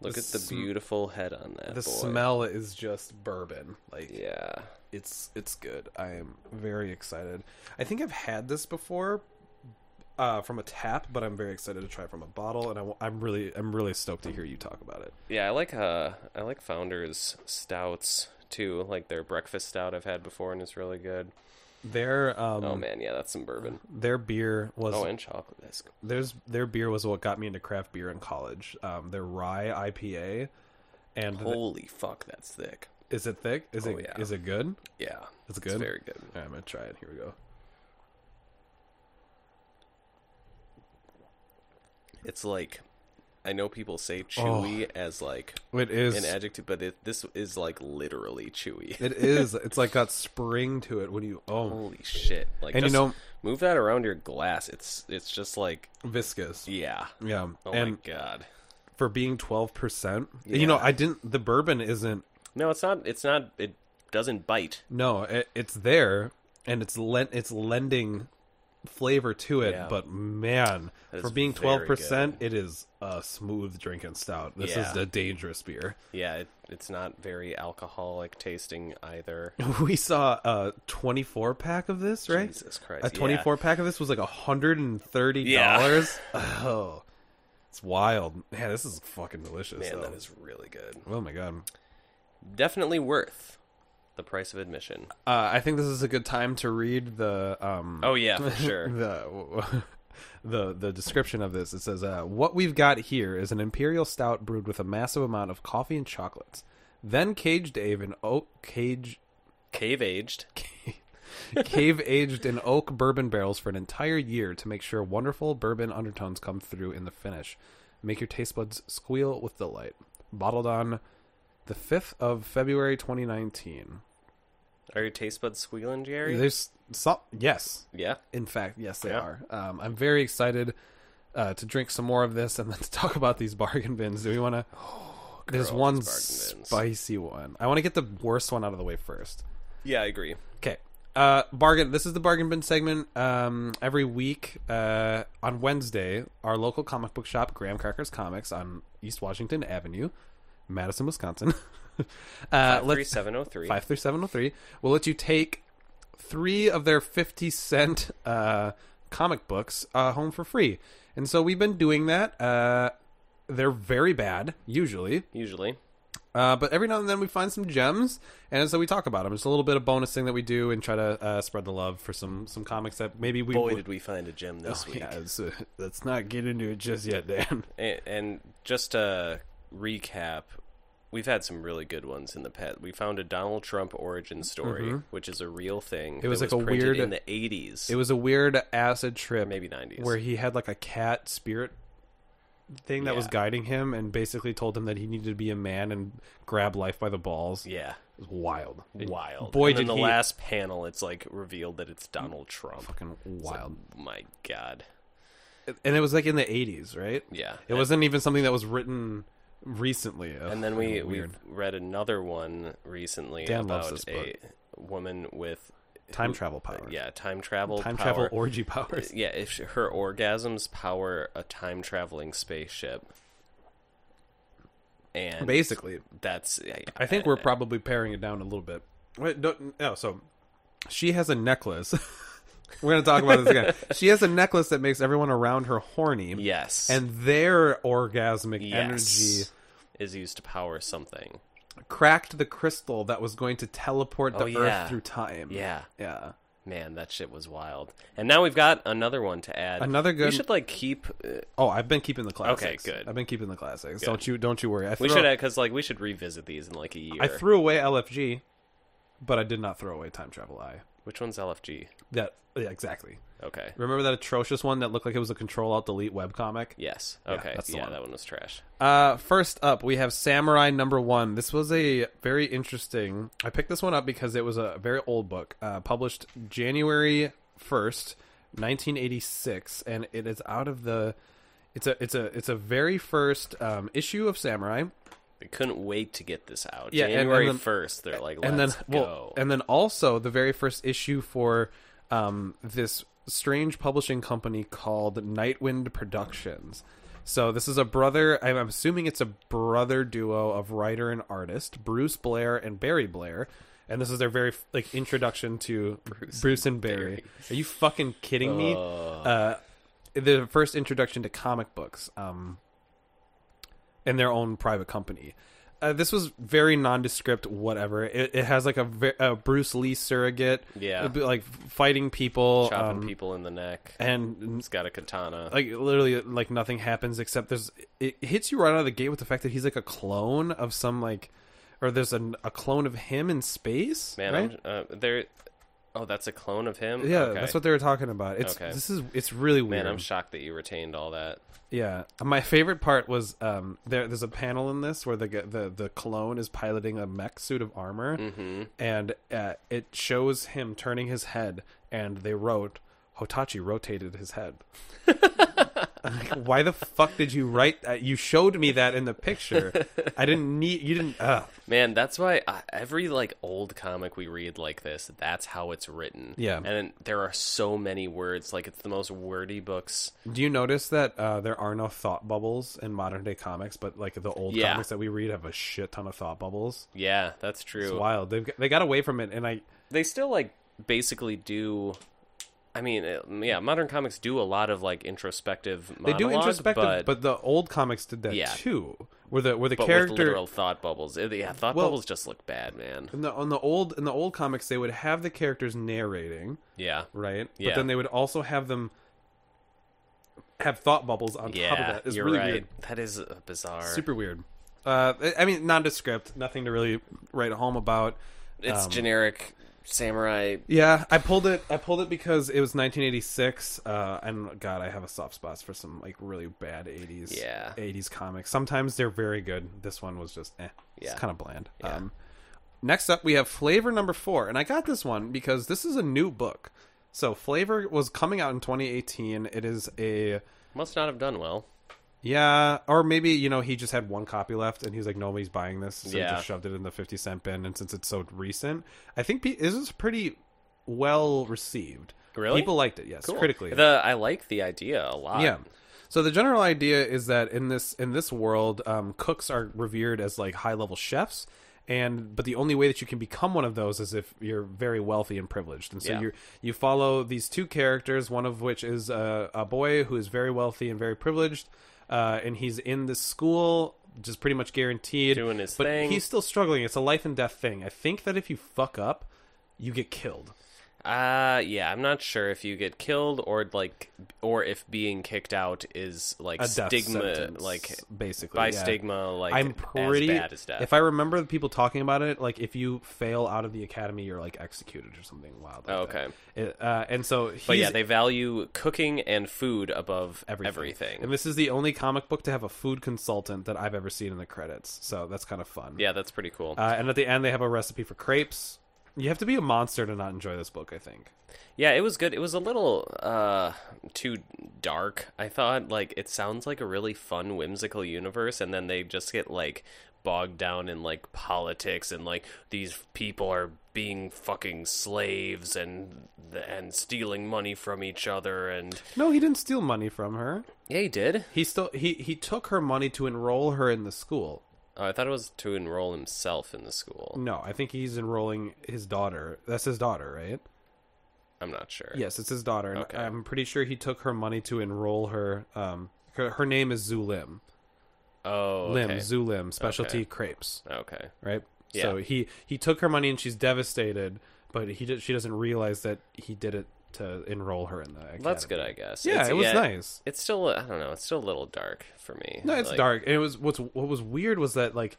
[SPEAKER 2] Look
[SPEAKER 1] The
[SPEAKER 2] at the
[SPEAKER 1] sm-
[SPEAKER 2] beautiful head on that
[SPEAKER 1] The
[SPEAKER 2] boy.
[SPEAKER 1] smell is just bourbon. Like
[SPEAKER 2] Yeah,
[SPEAKER 1] it's it's good. I am very excited. I think I've had this before uh, from a tap, but I'm very excited to try it from a bottle, and I, am really I'm really stoked to hear you talk about it.
[SPEAKER 2] yeah. I like uh, I like Founders stouts too. Like their breakfast stout I've had before and it's really good.
[SPEAKER 1] Their um
[SPEAKER 2] Oh man, yeah, that's some bourbon.
[SPEAKER 1] their beer was
[SPEAKER 2] Oh, and chocolate bisque.
[SPEAKER 1] there's their beer was what got me into craft beer in college. Um, their rye IPA, and th-
[SPEAKER 2] Holy fuck, that's thick.
[SPEAKER 1] is it thick? Is it is
[SPEAKER 2] Oh, yeah.
[SPEAKER 1] it good?
[SPEAKER 2] Yeah,
[SPEAKER 1] It's good.
[SPEAKER 2] very good.
[SPEAKER 1] All right, I'm gonna try it. Here we go.
[SPEAKER 2] It's like I know people
[SPEAKER 1] Oh.
[SPEAKER 2] say chewy as like
[SPEAKER 1] It is
[SPEAKER 2] an adjective, but it, this is like literally chewy.
[SPEAKER 1] it is it's like got spring to it when you oh
[SPEAKER 2] Holy shit! Like,
[SPEAKER 1] And you
[SPEAKER 2] just
[SPEAKER 1] know-
[SPEAKER 2] move that around your glass. It's it's just like
[SPEAKER 1] viscous
[SPEAKER 2] yeah.
[SPEAKER 1] yeah
[SPEAKER 2] Oh
[SPEAKER 1] and
[SPEAKER 2] my god.
[SPEAKER 1] for being 12%. You know,
[SPEAKER 2] Yeah.
[SPEAKER 1] I didn't the bourbon isn't
[SPEAKER 2] No, it's not. It's not. It doesn't bite.
[SPEAKER 1] no, it, it's there and it's lent it's lending flavor to it,
[SPEAKER 2] Yeah.
[SPEAKER 1] but man,
[SPEAKER 2] That
[SPEAKER 1] for
[SPEAKER 2] is
[SPEAKER 1] being
[SPEAKER 2] very
[SPEAKER 1] 12%, it is a smooth drinking stout. This is
[SPEAKER 2] Yeah.
[SPEAKER 1] a dangerous beer.
[SPEAKER 2] Yeah, it, it's not very alcoholic tasting either.
[SPEAKER 1] We saw a 24 pack of this, right?
[SPEAKER 2] Jesus Christ!
[SPEAKER 1] A
[SPEAKER 2] yeah.
[SPEAKER 1] 24 pack of this was like $130. Oh. It's wild. Man, this is fucking delicious.
[SPEAKER 2] Man,
[SPEAKER 1] though.
[SPEAKER 2] that is really good.
[SPEAKER 1] oh my god.
[SPEAKER 2] Definitely worth the price of admission.
[SPEAKER 1] Uh, I think this is a good time to read the um,
[SPEAKER 2] Oh yeah, for sure.
[SPEAKER 1] the the the description of this. It says, uh, "What we've got here is an imperial stout brewed with a massive amount of coffee and chocolates, then caged aged in oak cage
[SPEAKER 2] Cave aged.
[SPEAKER 1] cave aged in oak bourbon barrels for an entire year to make sure wonderful bourbon undertones come through in the finish. Make your taste buds squeal with delight." Bottled on the fifth of February, twenty nineteen.
[SPEAKER 2] Are your taste buds squealing, Jerry?
[SPEAKER 1] There's so- yes.
[SPEAKER 2] yeah.
[SPEAKER 1] In fact, yes, they
[SPEAKER 2] Yeah.
[SPEAKER 1] are. Um, I'm very excited uh, to drink some more of this and then to talk about these bargain bins. Do we want to? There's
[SPEAKER 2] Oh, girl,
[SPEAKER 1] one
[SPEAKER 2] these bargain bins.
[SPEAKER 1] spicy one. I want to get the worst one out of the way first.
[SPEAKER 2] Yeah, I agree.
[SPEAKER 1] Okay. Uh, bargain. This is the bargain bin segment. Um, every week uh, on Wednesday, our local comic book shop, Graham Crackers Comics, on East Washington Avenue, Madison, Wisconsin. uh,
[SPEAKER 2] Three
[SPEAKER 1] let's
[SPEAKER 2] seven zero three.
[SPEAKER 1] five three seven zero three will let you take three of their fifty cent uh, comic books uh, home for free, and so we've been doing that. Uh, they're very bad usually,
[SPEAKER 2] Usually.
[SPEAKER 1] Uh, but every now and then we find some gems, and so we talk about them. It's a little bit of bonus thing that we do, and try to uh, spread the love for some some comics that maybe we
[SPEAKER 2] Boy,
[SPEAKER 1] would-
[SPEAKER 2] did we find a gem this week.
[SPEAKER 1] Yeah, it's, uh, let's not get into it just yet, Dan.
[SPEAKER 2] And, and just to recap, we've had some really good ones in the pet. We found a Donald Trump origin story, which is a real thing. It
[SPEAKER 1] Mm-hmm. was like a
[SPEAKER 2] printed
[SPEAKER 1] weird-
[SPEAKER 2] in the eighties.
[SPEAKER 1] It was a weird acid trip,
[SPEAKER 2] maybe nineties.
[SPEAKER 1] where he had like a cat spirit thing that was
[SPEAKER 2] Yeah.
[SPEAKER 1] guiding him, and basically told him that he needed to be a man and grab life by the balls.
[SPEAKER 2] yeah.
[SPEAKER 1] It was wild,
[SPEAKER 2] Wild.
[SPEAKER 1] Boy,
[SPEAKER 2] and then
[SPEAKER 1] did
[SPEAKER 2] the
[SPEAKER 1] he
[SPEAKER 2] last panel, it's like revealed that it's Donald Trump. Oh
[SPEAKER 1] fucking wild.
[SPEAKER 2] My God.
[SPEAKER 1] and it was like in the 80s, right?
[SPEAKER 2] Yeah.
[SPEAKER 1] It wasn't even something that was written recently. Ugh,
[SPEAKER 2] And then we
[SPEAKER 1] fucking
[SPEAKER 2] we
[SPEAKER 1] weird
[SPEAKER 2] read another one recently
[SPEAKER 1] Dan
[SPEAKER 2] about
[SPEAKER 1] loves this
[SPEAKER 2] a woman with
[SPEAKER 1] time travel power.
[SPEAKER 2] yeah time travel
[SPEAKER 1] Time
[SPEAKER 2] power.
[SPEAKER 1] travel orgy powers.
[SPEAKER 2] yeah, if she- her orgasms power a time traveling spaceship, and
[SPEAKER 1] Basically,
[SPEAKER 2] that's
[SPEAKER 1] I think we're probably paring it down a little bit. Wait, no, no, so she has a necklace. we're going to talk about this again. she has a necklace that makes everyone around her horny.
[SPEAKER 2] yes,
[SPEAKER 1] And their orgasmic
[SPEAKER 2] Yes. is used to power something.
[SPEAKER 1] energy cracked the crystal that was going to teleport the
[SPEAKER 2] Oh, yeah.
[SPEAKER 1] earth through time.
[SPEAKER 2] Yeah,
[SPEAKER 1] Yeah.
[SPEAKER 2] man, that shit was wild. And now we've got another one to add.
[SPEAKER 1] Another good-
[SPEAKER 2] We should like keep. Uh,
[SPEAKER 1] Oh, I've been keeping the classics.
[SPEAKER 2] good.
[SPEAKER 1] I've been keeping the classics.
[SPEAKER 2] Good.
[SPEAKER 1] Don't you don't you worry. I
[SPEAKER 2] we
[SPEAKER 1] throw-
[SPEAKER 2] should because like we should revisit these in like a year.
[SPEAKER 1] I threw away LFG, but I did not throw away Time Travel Eye.
[SPEAKER 2] Which one's LFG?
[SPEAKER 1] That yeah, exactly.
[SPEAKER 2] Okay.
[SPEAKER 1] Remember that atrocious one that looked like it was a Control Alt Delete webcomic?
[SPEAKER 2] Yes. Okay.
[SPEAKER 1] that's the
[SPEAKER 2] yeah
[SPEAKER 1] one.
[SPEAKER 2] that one was trash.
[SPEAKER 1] Uh, first up, we have Samurai Number One. This was a very interesting. I picked this one up because it was a very old book, uh, published January first, nineteen eighty six, and it is out of the. It's a it's a it's a very first um, issue of Samurai.
[SPEAKER 2] They couldn't wait to get this out.
[SPEAKER 1] Yeah, and- and
[SPEAKER 2] January
[SPEAKER 1] then-
[SPEAKER 2] first, they're like, let's
[SPEAKER 1] and then
[SPEAKER 2] go.
[SPEAKER 1] well, and then also the very first issue for um, this strange publishing company called Nightwind Productions. So this is a brother. I'm I'm assuming it's a brother duo of writer and artist Bruce Blair and Barry Blair, and this is their very like introduction to Bruce, and Barry. Are you fucking kidding me? Uh, their first introduction to comic books. Um, in their own private company. Uh, this was very nondescript, whatever. It, it has like a, ve- a Bruce Lee surrogate,
[SPEAKER 2] Yeah.
[SPEAKER 1] uh, like fighting people,
[SPEAKER 2] chopping
[SPEAKER 1] um,
[SPEAKER 2] people in the neck.
[SPEAKER 1] and
[SPEAKER 2] He's got a katana.
[SPEAKER 1] like literally like nothing happens except there's it hits you right out of the gate with the fact that he's like a clone of some like, or there's an, a clone of him in space.
[SPEAKER 2] Man,
[SPEAKER 1] right?
[SPEAKER 2] I'm, uh, there. Oh, that's a clone of him.
[SPEAKER 1] yeah,
[SPEAKER 2] Okay.
[SPEAKER 1] that's what they were talking about. It's
[SPEAKER 2] Okay.
[SPEAKER 1] this is it's really weird.
[SPEAKER 2] Man, I'm shocked that you retained all that.
[SPEAKER 1] Yeah, my favorite part was um, there. There's a panel in this where the g- the the clone is piloting a mech suit of armor, and uh, it shows him turning his head, and they wrote. Hotachi rotated his head. Like, Why the fuck did you write that? You showed me that in the picture. I didn't need. You didn't. Uh,
[SPEAKER 2] Man, that's why uh, every like old comic we read like this, that's how it's written.
[SPEAKER 1] Yeah.
[SPEAKER 2] and there are so many words. Like it's the most wordy books.
[SPEAKER 1] do you notice that uh, there are no thought bubbles in modern day comics, but like the old
[SPEAKER 2] Yeah.
[SPEAKER 1] comics that we read have a shit ton of thought bubbles.
[SPEAKER 2] Yeah, that's true.
[SPEAKER 1] It's wild. They've got- they got away from it, and I
[SPEAKER 2] they still like basically do. I mean, uh, yeah, modern comics do a lot of like introspective.
[SPEAKER 1] They do
[SPEAKER 2] monologue,
[SPEAKER 1] introspective, but, the old comics did that
[SPEAKER 2] Yeah.
[SPEAKER 1] too. Where the where the
[SPEAKER 2] but with
[SPEAKER 1] character
[SPEAKER 2] literal thought bubbles. Uh, Yeah, thought
[SPEAKER 1] Well-
[SPEAKER 2] bubbles just look bad, man.
[SPEAKER 1] in the, on the old in the old comics they would have the characters narrating,
[SPEAKER 2] Yeah,
[SPEAKER 1] right?
[SPEAKER 2] Yeah.
[SPEAKER 1] But then they would also have them have thought bubbles on
[SPEAKER 2] yeah,
[SPEAKER 1] top of that. It's
[SPEAKER 2] you're
[SPEAKER 1] really
[SPEAKER 2] right.
[SPEAKER 1] weird,
[SPEAKER 2] That is uh, bizarre.
[SPEAKER 1] super weird. Uh, I- I mean, nondescript, nothing to really write home about.
[SPEAKER 2] It's
[SPEAKER 1] um,
[SPEAKER 2] generic samurai.
[SPEAKER 1] Yeah, I pulled it. I pulled it because it was 1986, uh, and God, I have a soft spot for some like really bad 80s,
[SPEAKER 2] Yeah.
[SPEAKER 1] 80s comics. Sometimes they're very good. This one was just, eh,
[SPEAKER 2] Yeah.
[SPEAKER 1] it's kind of bland. Um, next up, we have Flavor Number Four, and I got this one because this is a new book. So Flavor was coming out in 2018. It is a
[SPEAKER 2] Must not have done well.
[SPEAKER 1] yeah, or maybe you know he just had one copy left, and he's like nobody's buying this, so
[SPEAKER 2] Yeah.
[SPEAKER 1] he just shoved it in the fifty cent bin. And since it's so recent, I think pe- this is pretty well received.
[SPEAKER 2] Really?
[SPEAKER 1] people liked it. Yes,
[SPEAKER 2] Cool.
[SPEAKER 1] critically.
[SPEAKER 2] the I like the idea a lot.
[SPEAKER 1] yeah. So the general idea is that in this in this world, um, cooks are revered as like high level chefs, and but the only way that you can become one of those is if you're very wealthy and privileged. And so
[SPEAKER 2] Yeah.
[SPEAKER 1] you you follow these two characters, one of which is a, a boy who is very wealthy and very privileged, uh, and he's in this school, which is pretty much guaranteed.
[SPEAKER 2] Doing his
[SPEAKER 1] but
[SPEAKER 2] thing.
[SPEAKER 1] he's still struggling. It's a life and death thing. I think that if you fuck up, you get killed.
[SPEAKER 2] Uh yeah, I'm not sure if you get killed or like or if being kicked out is like
[SPEAKER 1] A death
[SPEAKER 2] stigma
[SPEAKER 1] sentence,
[SPEAKER 2] like
[SPEAKER 1] basically
[SPEAKER 2] by
[SPEAKER 1] yeah.
[SPEAKER 2] stigma like
[SPEAKER 1] I'm pretty.
[SPEAKER 2] as bad as death.
[SPEAKER 1] If I remember the people talking about it, like if you fail out of the academy, you're like executed or something wild. Like
[SPEAKER 2] Oh,
[SPEAKER 1] that.
[SPEAKER 2] okay.
[SPEAKER 1] It- uh, and so,
[SPEAKER 2] but yeah,
[SPEAKER 1] he's
[SPEAKER 2] they value cooking and food above everything.
[SPEAKER 1] And this is the only comic book to have a food consultant that I've ever seen in the credits. So that's kind of fun.
[SPEAKER 2] yeah, that's pretty cool.
[SPEAKER 1] Uh, and at the end, they have a recipe for crepes. You have to be a monster to not enjoy this book, I think.
[SPEAKER 2] yeah, it was good. It was a little uh too dark. I thought like it sounds like a really fun whimsical universe and then they just get like bogged down in like politics and like these people are being fucking slaves and and stealing money from each other and
[SPEAKER 1] No, he didn't steal money from her.
[SPEAKER 2] Yeah, he did.
[SPEAKER 1] He still he he took her money to enroll her in the school.
[SPEAKER 2] Oh, I thought it was to enroll himself in the school.
[SPEAKER 1] No, I think he's enrolling his daughter. That's his daughter, right?
[SPEAKER 2] I'm not sure.
[SPEAKER 1] Yes, it's his daughter. And
[SPEAKER 2] Okay.
[SPEAKER 1] I'm pretty sure he took her money to enroll her. Um, her, her name is Zulim.
[SPEAKER 2] Oh,
[SPEAKER 1] Lim,
[SPEAKER 2] okay.
[SPEAKER 1] Zulim, specialty
[SPEAKER 2] Okay.
[SPEAKER 1] crepes.
[SPEAKER 2] okay.
[SPEAKER 1] right?
[SPEAKER 2] Yeah.
[SPEAKER 1] So he he took her money and she's devastated, but he did, she doesn't realize that he did it to enroll her in the. Academy.
[SPEAKER 2] Well, that's good, I guess.
[SPEAKER 1] Yeah,
[SPEAKER 2] It's-
[SPEAKER 1] it was nice.
[SPEAKER 2] It's still, I don't know, it's still a little dark for me.
[SPEAKER 1] No, it's
[SPEAKER 2] Like,
[SPEAKER 1] dark. And it was what's what was weird was that like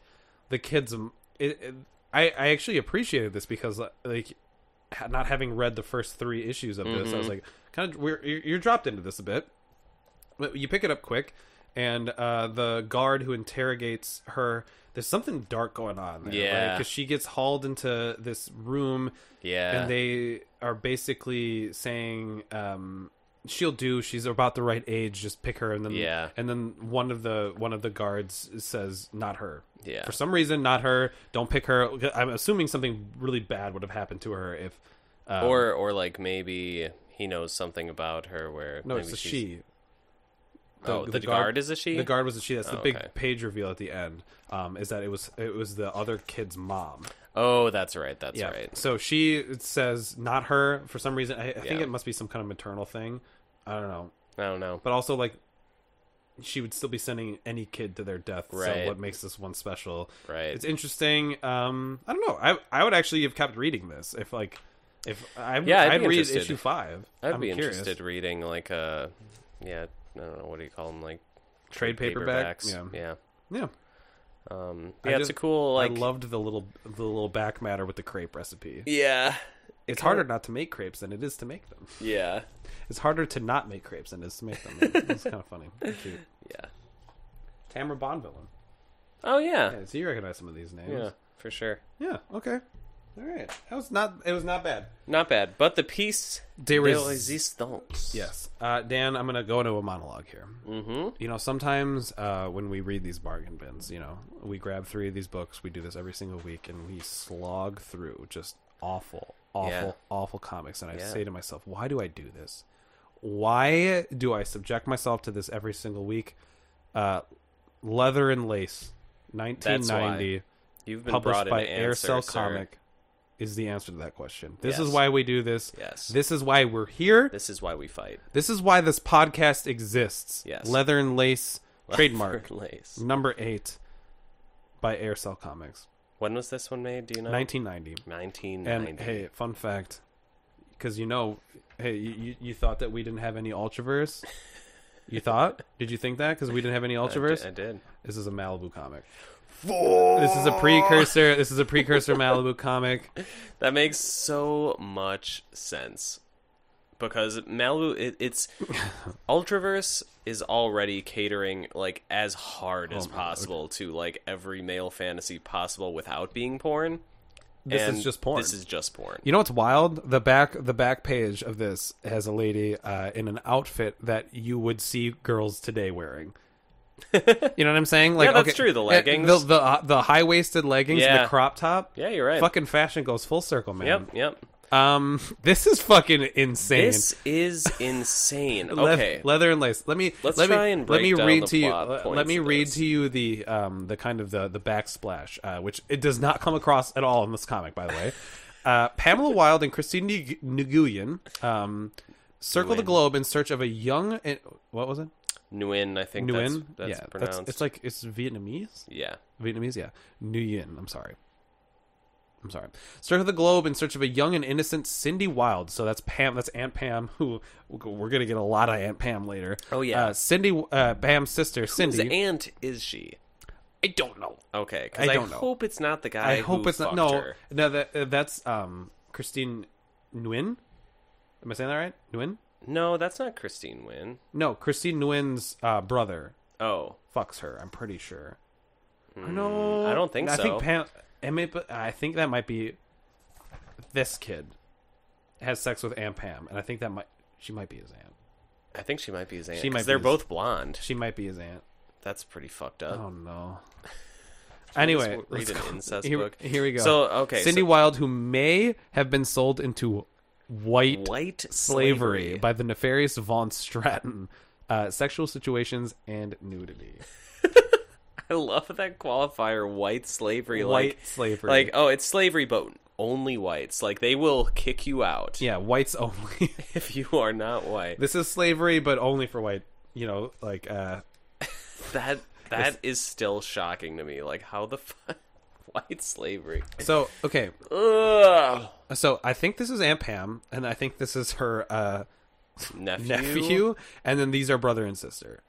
[SPEAKER 1] the kids. um, It, it, I I actually appreciated this because uh, like ha- not having read the first three issues of this, I
[SPEAKER 2] Mm-hmm.
[SPEAKER 1] was like kind of we're you're you're dropped into this a bit. But you pick it up quick, and uh, the guard who interrogates her. There's something dark going on there,
[SPEAKER 2] Yeah.
[SPEAKER 1] Because she gets hauled into this room,
[SPEAKER 2] Yeah.
[SPEAKER 1] and they are basically saying um, she'll do. She's about the right age. Just pick her, and then
[SPEAKER 2] Yeah.
[SPEAKER 1] and then one of the one of the guards says, "Not her."
[SPEAKER 2] Yeah.
[SPEAKER 1] For some reason, not her. Don't pick her. I'm assuming something really bad would have happened to her if. Um,
[SPEAKER 2] Or, or like maybe he knows something about her where.
[SPEAKER 1] no,
[SPEAKER 2] maybe
[SPEAKER 1] it's a
[SPEAKER 2] she's-
[SPEAKER 1] she.
[SPEAKER 2] Oh, the guard is a she?
[SPEAKER 1] The guard was a she. That's the
[SPEAKER 2] Oh,
[SPEAKER 1] big
[SPEAKER 2] okay.
[SPEAKER 1] page reveal at the end. Um, is that it was it was the other kid's mom.
[SPEAKER 2] Oh, that's right. That's
[SPEAKER 1] yeah.
[SPEAKER 2] right.
[SPEAKER 1] So she says not her for some reason. I, I think
[SPEAKER 2] Yeah.
[SPEAKER 1] it must be some kind of maternal thing. I don't know.
[SPEAKER 2] I don't know.
[SPEAKER 1] but also like she would still be sending any kid to their death so
[SPEAKER 2] Right.
[SPEAKER 1] what makes this one special
[SPEAKER 2] Right.
[SPEAKER 1] it's interesting um i don't know i i would actually have kept reading this if like if i
[SPEAKER 2] Yeah, I'd
[SPEAKER 1] i'd,
[SPEAKER 2] be
[SPEAKER 1] read
[SPEAKER 2] interested.
[SPEAKER 1] issue five
[SPEAKER 2] I'd
[SPEAKER 1] I'm
[SPEAKER 2] be
[SPEAKER 1] curious.
[SPEAKER 2] interested reading, like, uh, yeah, I don't know, what do you call them? Like,
[SPEAKER 1] trade paperback
[SPEAKER 2] paperbacks.
[SPEAKER 1] yeah
[SPEAKER 2] Yeah.
[SPEAKER 1] yeah
[SPEAKER 2] Um,
[SPEAKER 1] I
[SPEAKER 2] yeah, it's
[SPEAKER 1] just-
[SPEAKER 2] a cool,
[SPEAKER 1] i
[SPEAKER 2] like.
[SPEAKER 1] loved the little the little back matter with the crepe recipe
[SPEAKER 2] yeah.
[SPEAKER 1] it's harder not to make crepes than it is to make them
[SPEAKER 2] Yeah.
[SPEAKER 1] it's harder to not make crepes than it is to make them it's kind of funny Cute.
[SPEAKER 2] Yeah.
[SPEAKER 1] tamara bondvillain
[SPEAKER 2] Oh, yeah.
[SPEAKER 1] yeah so you recognize some of these names
[SPEAKER 2] Yeah, for sure.
[SPEAKER 1] Yeah. Okay. All right. That was not. It was not bad.
[SPEAKER 2] Not bad. But the piece
[SPEAKER 1] De res-
[SPEAKER 2] resistance.
[SPEAKER 1] Yes. Uh, Dan, I'm gonna go into a monologue here. Mm-hmm. You know, sometimes uh, when we read these bargain bins, you know, we grab three of these books. We do this every single week, and we slog through just awful, awful,
[SPEAKER 2] Yeah.
[SPEAKER 1] awful comics. And I
[SPEAKER 2] Yeah.
[SPEAKER 1] say to myself, why do I do this? Why do I subject myself to this every single week? Uh, leather and lace, 1990.
[SPEAKER 2] You've been
[SPEAKER 1] published
[SPEAKER 2] brought
[SPEAKER 1] by
[SPEAKER 2] an answer,
[SPEAKER 1] Aircell
[SPEAKER 2] sir.
[SPEAKER 1] Comic is the answer to that question. This is
[SPEAKER 2] Yes.
[SPEAKER 1] why we do this.
[SPEAKER 2] Yes.
[SPEAKER 1] This is why we're here.
[SPEAKER 2] This is why we fight.
[SPEAKER 1] This is why this podcast exists.
[SPEAKER 2] Yes.
[SPEAKER 1] Leather and Lace trademark
[SPEAKER 2] For Lace.
[SPEAKER 1] number 8 by Aircell Comics.
[SPEAKER 2] When was this one made? Do you know?
[SPEAKER 1] 1990.
[SPEAKER 2] 1990.
[SPEAKER 1] And hey, fun fact cuz you know, hey, you, you- you thought that we didn't have any Ultraverse? You thought? Did you think that cuz we didn't have any
[SPEAKER 2] I
[SPEAKER 1] Ultraverse?
[SPEAKER 2] did- I did.
[SPEAKER 1] This is a Malibu comic. This is a precursor. This is a precursor Malibu comic.
[SPEAKER 2] That makes so much sense. Because Malibu, it, it's Ultraverse is already catering like as hard
[SPEAKER 1] Oh
[SPEAKER 2] as possible to like every male fantasy possible without being porn.
[SPEAKER 1] This
[SPEAKER 2] And
[SPEAKER 1] is just porn.
[SPEAKER 2] This is just porn.
[SPEAKER 1] You know what's wild? The back the back page of this has a lady uh, in an outfit that you would see girls today wearing. you know what I'm saying? Like,
[SPEAKER 2] Yeah, that's
[SPEAKER 1] okay,
[SPEAKER 2] true, the
[SPEAKER 1] uh,
[SPEAKER 2] leggings.
[SPEAKER 1] the the, uh, the high waisted leggings, and
[SPEAKER 2] Yeah.
[SPEAKER 1] the crop top.
[SPEAKER 2] Yeah, you're right.
[SPEAKER 1] Fucking fashion goes full circle, man.
[SPEAKER 2] Yep, yep.
[SPEAKER 1] Um, this is fucking insane.
[SPEAKER 2] This is insane.
[SPEAKER 1] Le-
[SPEAKER 2] Okay.
[SPEAKER 1] leather and lace. Let me
[SPEAKER 2] Let's
[SPEAKER 1] let me,
[SPEAKER 2] try and
[SPEAKER 1] let me
[SPEAKER 2] break down
[SPEAKER 1] read
[SPEAKER 2] the
[SPEAKER 1] to you.
[SPEAKER 2] plot
[SPEAKER 1] Let, let
[SPEAKER 2] points
[SPEAKER 1] me
[SPEAKER 2] of
[SPEAKER 1] read
[SPEAKER 2] this.
[SPEAKER 1] to you the um the kind of the the backsplash, uh, which it does not come across at all in this comic, by the way. Uh, Pamela Wilde and Christine Ngu- Nguyen um, circle the globe in search of a young. and- What was it?
[SPEAKER 2] Nguyen, I think
[SPEAKER 1] Nguyen.
[SPEAKER 2] that's, that's
[SPEAKER 1] yeah,
[SPEAKER 2] pronounced.
[SPEAKER 1] it's like it's Vietnamese.
[SPEAKER 2] yeah.
[SPEAKER 1] Vietnamese, yeah. Nguyen. I'm sorry. I'm sorry. Circle the globe in search of a young and innocent Cindy Wild. So that's Pam. That's Aunt Pam. Who we're gonna get a lot of Aunt Pam later.
[SPEAKER 2] Oh, yeah.
[SPEAKER 1] Uh, Cindy uh, Pam's sister,
[SPEAKER 2] Whose
[SPEAKER 1] Cindy.
[SPEAKER 2] aunt is she?
[SPEAKER 1] I don't know.
[SPEAKER 2] Okay, because
[SPEAKER 1] I
[SPEAKER 2] I,
[SPEAKER 1] don't know.
[SPEAKER 2] hope it's not the guy.
[SPEAKER 1] I, hope
[SPEAKER 2] who
[SPEAKER 1] it's not.
[SPEAKER 2] fucked
[SPEAKER 1] No,
[SPEAKER 2] her.
[SPEAKER 1] no. That uh, that's um Christine Nguyen. Am I saying that right? Nguyen.
[SPEAKER 2] no, that's not Christine Wynn.
[SPEAKER 1] No, Christine Nguyen's uh, brother
[SPEAKER 2] Oh,
[SPEAKER 1] fucks her. I'm pretty sure. no,
[SPEAKER 2] Hmm, I don't think
[SPEAKER 1] I
[SPEAKER 2] so.
[SPEAKER 1] think Pam. I, mean, but I think that might be this kid has sex with Aunt Pam, and I think that might she might be his aunt.
[SPEAKER 2] I think she might be his aunt.
[SPEAKER 1] She might
[SPEAKER 2] 'cause
[SPEAKER 1] be
[SPEAKER 2] They're
[SPEAKER 1] his-
[SPEAKER 2] both blonde.
[SPEAKER 1] She might be his aunt.
[SPEAKER 2] That's pretty fucked up.
[SPEAKER 1] Oh no. Anyway,
[SPEAKER 2] Just read
[SPEAKER 1] let's
[SPEAKER 2] an
[SPEAKER 1] go-
[SPEAKER 2] incest
[SPEAKER 1] here,
[SPEAKER 2] book.
[SPEAKER 1] Here we go.
[SPEAKER 2] So okay,
[SPEAKER 1] Cindy
[SPEAKER 2] so
[SPEAKER 1] Wilde, who may have been sold into white
[SPEAKER 2] white
[SPEAKER 1] slavery,
[SPEAKER 2] slavery.
[SPEAKER 1] by the nefarious Von Stratton, uh, sexual situations and nudity.
[SPEAKER 2] I love that qualifier, white slavery.
[SPEAKER 1] White
[SPEAKER 2] like,
[SPEAKER 1] slavery.
[SPEAKER 2] Like, oh, it's slavery, but only whites. Like, they will kick you out
[SPEAKER 1] Yeah, whites only.
[SPEAKER 2] if you are not white.
[SPEAKER 1] this is slavery, but only for white. You know, like uh,
[SPEAKER 2] That that is still shocking to me. Like, how the fuck white slavery?
[SPEAKER 1] so. Okay,
[SPEAKER 2] Ugh.
[SPEAKER 1] so I think this is Aunt Pam, and I think this is her uh,
[SPEAKER 2] Nephew?
[SPEAKER 1] nephew, and then these are brother and sister.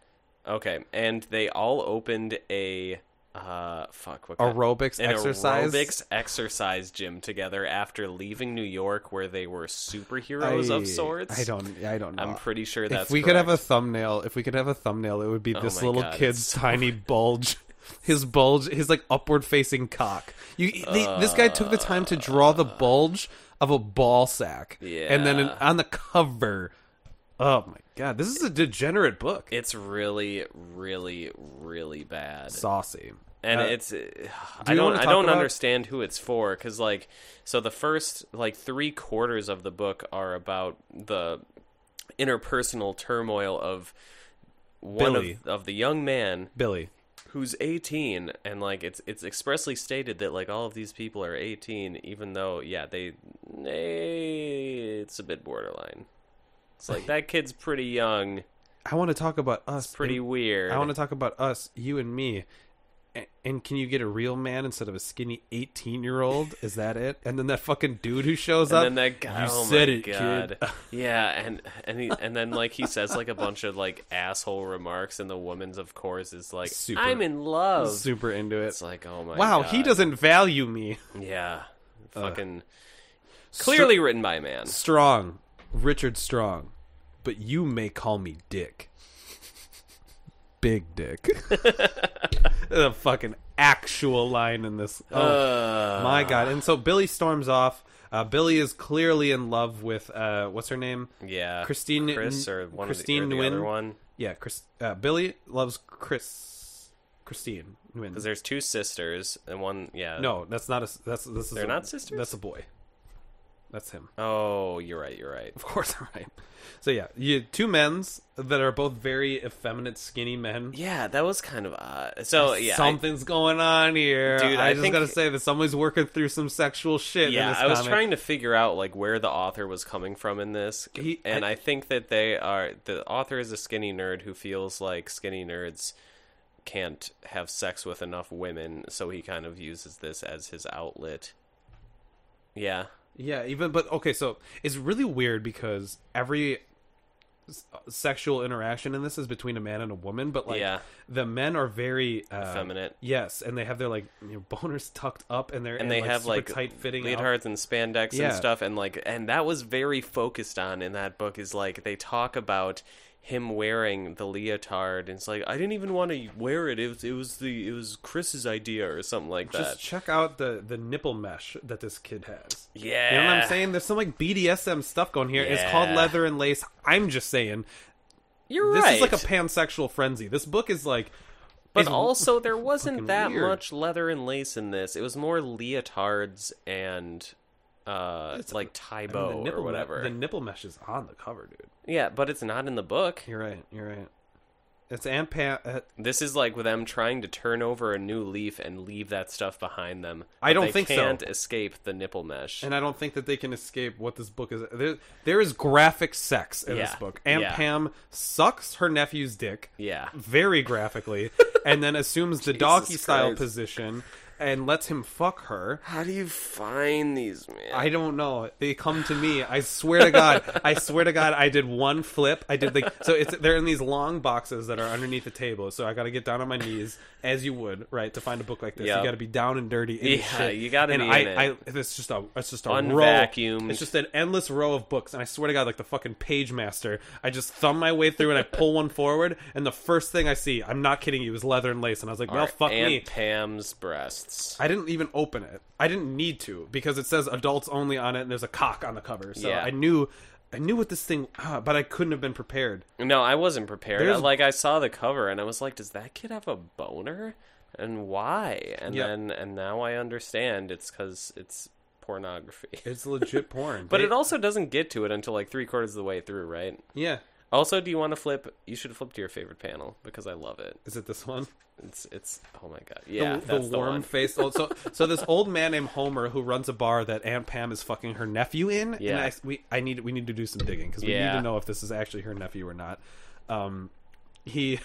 [SPEAKER 2] Okay, and they all opened a uh fuck what kind-
[SPEAKER 1] Aerobics
[SPEAKER 2] an
[SPEAKER 1] exercise.
[SPEAKER 2] aerobics exercise gym together after leaving New York, where they were superheroes of sorts.
[SPEAKER 1] I don't. I don't know.
[SPEAKER 2] I'm pretty sure
[SPEAKER 1] If
[SPEAKER 2] that's
[SPEAKER 1] we could have a
[SPEAKER 2] correct. Oh
[SPEAKER 1] thumbnail, if we could have a thumbnail, it would be this
[SPEAKER 2] my
[SPEAKER 1] little
[SPEAKER 2] God,
[SPEAKER 1] kid's
[SPEAKER 2] it's so-
[SPEAKER 1] tiny bulge, his bulge, his like upward facing cock. You, they, this guy took the time to draw the bulge of a ball sack, and then an,
[SPEAKER 2] Uh. Yeah.
[SPEAKER 1] on the cover. Oh my god, this is a degenerate book.
[SPEAKER 2] It's really, really, really bad,
[SPEAKER 1] saucy.
[SPEAKER 2] and
[SPEAKER 1] Uh,
[SPEAKER 2] it's. I don't.
[SPEAKER 1] wanna
[SPEAKER 2] I
[SPEAKER 1] talk
[SPEAKER 2] don't
[SPEAKER 1] about-
[SPEAKER 2] understand who it's for because, like, so the first like three quarters of the book are about the interpersonal turmoil of one
[SPEAKER 1] Billy.
[SPEAKER 2] of, of the young man
[SPEAKER 1] Billy.
[SPEAKER 2] who's 18 and like it's it's expressly stated that like all of these people are 18 even though yeah they, they it's a bit borderline it's like that kid's pretty young
[SPEAKER 1] I want to talk about us.
[SPEAKER 2] pretty
[SPEAKER 1] and-
[SPEAKER 2] weird
[SPEAKER 1] I want to talk about us, you and me. A- And can you get a real man instead of a skinny eighteen-year-old? Is that it? And then that fucking dude who shows
[SPEAKER 2] and
[SPEAKER 1] up.
[SPEAKER 2] then that guy
[SPEAKER 1] you
[SPEAKER 2] oh
[SPEAKER 1] said
[SPEAKER 2] my
[SPEAKER 1] it, kid."
[SPEAKER 2] god yeah and and he, and then like he says like a bunch of like asshole remarks and the woman's of course is like
[SPEAKER 1] Super-
[SPEAKER 2] i'm in love
[SPEAKER 1] super into it.
[SPEAKER 2] it's like oh my
[SPEAKER 1] wow, he Uh,
[SPEAKER 2] God.
[SPEAKER 1] doesn't value me.
[SPEAKER 2] yeah fucking clearly written by a man
[SPEAKER 1] Strong, Richard Strong, but you may call me Dick. Big Dick. the fucking actual line in this. Oh
[SPEAKER 2] Uh.
[SPEAKER 1] my god! And so Billy storms off. Uh, Billy is clearly in love with uh, what's her name?
[SPEAKER 2] yeah
[SPEAKER 1] Christine
[SPEAKER 2] Chris or one
[SPEAKER 1] Christine
[SPEAKER 2] of the, or the other
[SPEAKER 1] Nguyen?
[SPEAKER 2] one
[SPEAKER 1] Yeah, Chris. Uh, Billy loves Chris. Christine Nguyen.
[SPEAKER 2] because there's two sisters and one yeah
[SPEAKER 1] No, that's not a. s- That's this is.
[SPEAKER 2] They're
[SPEAKER 1] a-
[SPEAKER 2] not sisters?
[SPEAKER 1] That's a boy. That's him.
[SPEAKER 2] oh you're right you're right
[SPEAKER 1] Of course, I'm right. So yeah, you two men's that are both very effeminate, skinny men.
[SPEAKER 2] yeah that was kind of odd so yeah I-
[SPEAKER 1] Something's going on here.
[SPEAKER 2] Dude,
[SPEAKER 1] I,
[SPEAKER 2] I
[SPEAKER 1] just
[SPEAKER 2] think-
[SPEAKER 1] gotta say that somebody's working through some sexual shit. in
[SPEAKER 2] yeah
[SPEAKER 1] this
[SPEAKER 2] i was
[SPEAKER 1] comic.
[SPEAKER 2] trying to figure out like where the author was coming from in this
[SPEAKER 1] He-
[SPEAKER 2] and
[SPEAKER 1] I-
[SPEAKER 2] I, think that they are the author is a skinny nerd who feels like skinny nerds can't have sex with enough women so he kind of uses this as his outlet yeah
[SPEAKER 1] Yeah, even but okay, so it's really weird because every s- sexual interaction in this is between a man and a woman, but like
[SPEAKER 2] Yeah.
[SPEAKER 1] the men are very uh,
[SPEAKER 2] Effeminate.
[SPEAKER 1] Yes, and they have their like you know, boners tucked up, and they're
[SPEAKER 2] and they have like
[SPEAKER 1] tight fitting.
[SPEAKER 2] leotards and spandex
[SPEAKER 1] Yeah.
[SPEAKER 2] and stuff and like and that was very focused on in that book is like they talk about him wearing the leotard and it's like i didn't even want to wear it it was, it was the it was chris's idea or something like that
[SPEAKER 1] Just check out the the nipple mesh that this kid has.
[SPEAKER 2] yeah
[SPEAKER 1] You know what I'm saying? There's some like BDSM stuff going here. It's called
[SPEAKER 2] Yeah.
[SPEAKER 1] leather and lace. I'm just saying
[SPEAKER 2] you're
[SPEAKER 1] this
[SPEAKER 2] right
[SPEAKER 1] is like a pansexual frenzy. This book is like,
[SPEAKER 2] but
[SPEAKER 1] is-
[SPEAKER 2] also there wasn't
[SPEAKER 1] fucking
[SPEAKER 2] that
[SPEAKER 1] weird.
[SPEAKER 2] much leather and lace in this it was more leotards and uh like tie
[SPEAKER 1] I mean, the
[SPEAKER 2] bow
[SPEAKER 1] nipple
[SPEAKER 2] or
[SPEAKER 1] me-
[SPEAKER 2] whatever
[SPEAKER 1] The nipple mesh is on the cover, dude.
[SPEAKER 2] yeah but it's not in the book
[SPEAKER 1] You're right. You're right. It's Aunt Pam. Uh,
[SPEAKER 2] This is like them trying to turn over a new leaf and leave that stuff behind them.
[SPEAKER 1] I
[SPEAKER 2] But
[SPEAKER 1] don't
[SPEAKER 2] they
[SPEAKER 1] think so.
[SPEAKER 2] can't escape the nipple mesh.
[SPEAKER 1] and I don't think that they can escape what this book is. There, there is graphic sex in this
[SPEAKER 2] Yeah.
[SPEAKER 1] book. Aunt
[SPEAKER 2] Yeah.
[SPEAKER 1] Pam sucks her nephew's dick
[SPEAKER 2] yeah.
[SPEAKER 1] very graphically, and then assumes the doggy style
[SPEAKER 2] Christ.
[SPEAKER 1] position and lets him fuck her.
[SPEAKER 2] How do you find these man?
[SPEAKER 1] I don't know. They come to me. I swear to God. I swear to God. I did one flip. I did like so. It's they're in these long boxes that are underneath the table. So I got to get down on my knees as you would right to find a book like this.
[SPEAKER 2] Yep.
[SPEAKER 1] You got to be down and dirty. in the
[SPEAKER 2] Yeah,
[SPEAKER 1] shit.
[SPEAKER 2] you gotta
[SPEAKER 1] And
[SPEAKER 2] be
[SPEAKER 1] I,
[SPEAKER 2] in it.
[SPEAKER 1] I, it's just a, it's just a row.
[SPEAKER 2] Unvacuumed.
[SPEAKER 1] It's just an endless row of books. And I swear to God, like the fucking page master, I just thumb my way through and I pull one forward. And the first thing I see, I'm not kidding you, is leather and lace. And I was like, well,
[SPEAKER 2] Are
[SPEAKER 1] fuck
[SPEAKER 2] Aunt
[SPEAKER 1] me.
[SPEAKER 2] Pam's breasts.
[SPEAKER 1] I didn't even open it. I didn't need to because it says adults only on it, and there's a cock on the cover. So
[SPEAKER 2] Yeah.
[SPEAKER 1] I knew, I knew what this thing, ah, but I couldn't have been prepared.
[SPEAKER 2] No, I wasn't prepared.
[SPEAKER 1] There's-
[SPEAKER 2] Like I saw the cover and I was like, "Does that kid have a boner? And why?" And
[SPEAKER 1] Yep.
[SPEAKER 2] then and now I understand it's because it's pornography.
[SPEAKER 1] It's legit porn,
[SPEAKER 2] But
[SPEAKER 1] They-
[SPEAKER 2] it also doesn't get to it until like three quarters of the way through, right?
[SPEAKER 1] yeah.
[SPEAKER 2] Also, do you want to flip? You should flip to your favorite panel because I love it.
[SPEAKER 1] Is it this one?
[SPEAKER 2] It's it's oh my god, yeah,
[SPEAKER 1] the,
[SPEAKER 2] that's the,
[SPEAKER 1] warm
[SPEAKER 2] one.
[SPEAKER 1] faced old. So, so this old man named Homer who runs a bar that Aunt Pam is fucking her nephew in. and
[SPEAKER 2] Yeah.
[SPEAKER 1] I, we I need we need to do some digging because we need
[SPEAKER 2] Yeah.
[SPEAKER 1] to know if this is actually her nephew or not. Um, he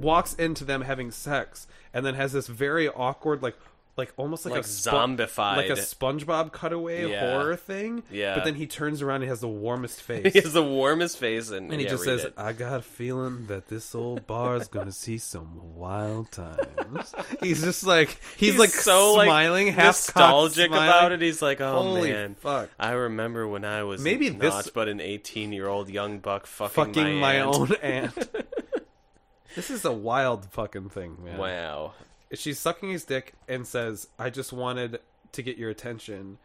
[SPEAKER 1] walks into them having sex and then has this very awkward like. Like almost like,
[SPEAKER 2] Like
[SPEAKER 1] a spon-
[SPEAKER 2] zombified.
[SPEAKER 1] like a SpongeBob cutaway
[SPEAKER 2] Yeah.
[SPEAKER 1] horror thing.
[SPEAKER 2] Yeah.
[SPEAKER 1] but then he turns around and has the warmest face,
[SPEAKER 2] He has the warmest face, and,
[SPEAKER 1] and he
[SPEAKER 2] yeah,
[SPEAKER 1] just
[SPEAKER 2] read
[SPEAKER 1] says,
[SPEAKER 2] it.
[SPEAKER 1] "I got a feeling that this old bar is gonna see some wild times." he's just like he's, like so smiling, half
[SPEAKER 2] nostalgic about it. He's like, "Oh
[SPEAKER 1] Holy
[SPEAKER 2] man,
[SPEAKER 1] fuck.
[SPEAKER 2] I remember when I was
[SPEAKER 1] Maybe
[SPEAKER 2] maybe
[SPEAKER 1] this-
[SPEAKER 2] not but an eighteen-year-old young buck fucking,
[SPEAKER 1] Fucking my,
[SPEAKER 2] aunt.
[SPEAKER 1] own aunt. this is a wild fucking thing, man.
[SPEAKER 2] Wow,
[SPEAKER 1] She's sucking his dick and says, "I just wanted to get your attention."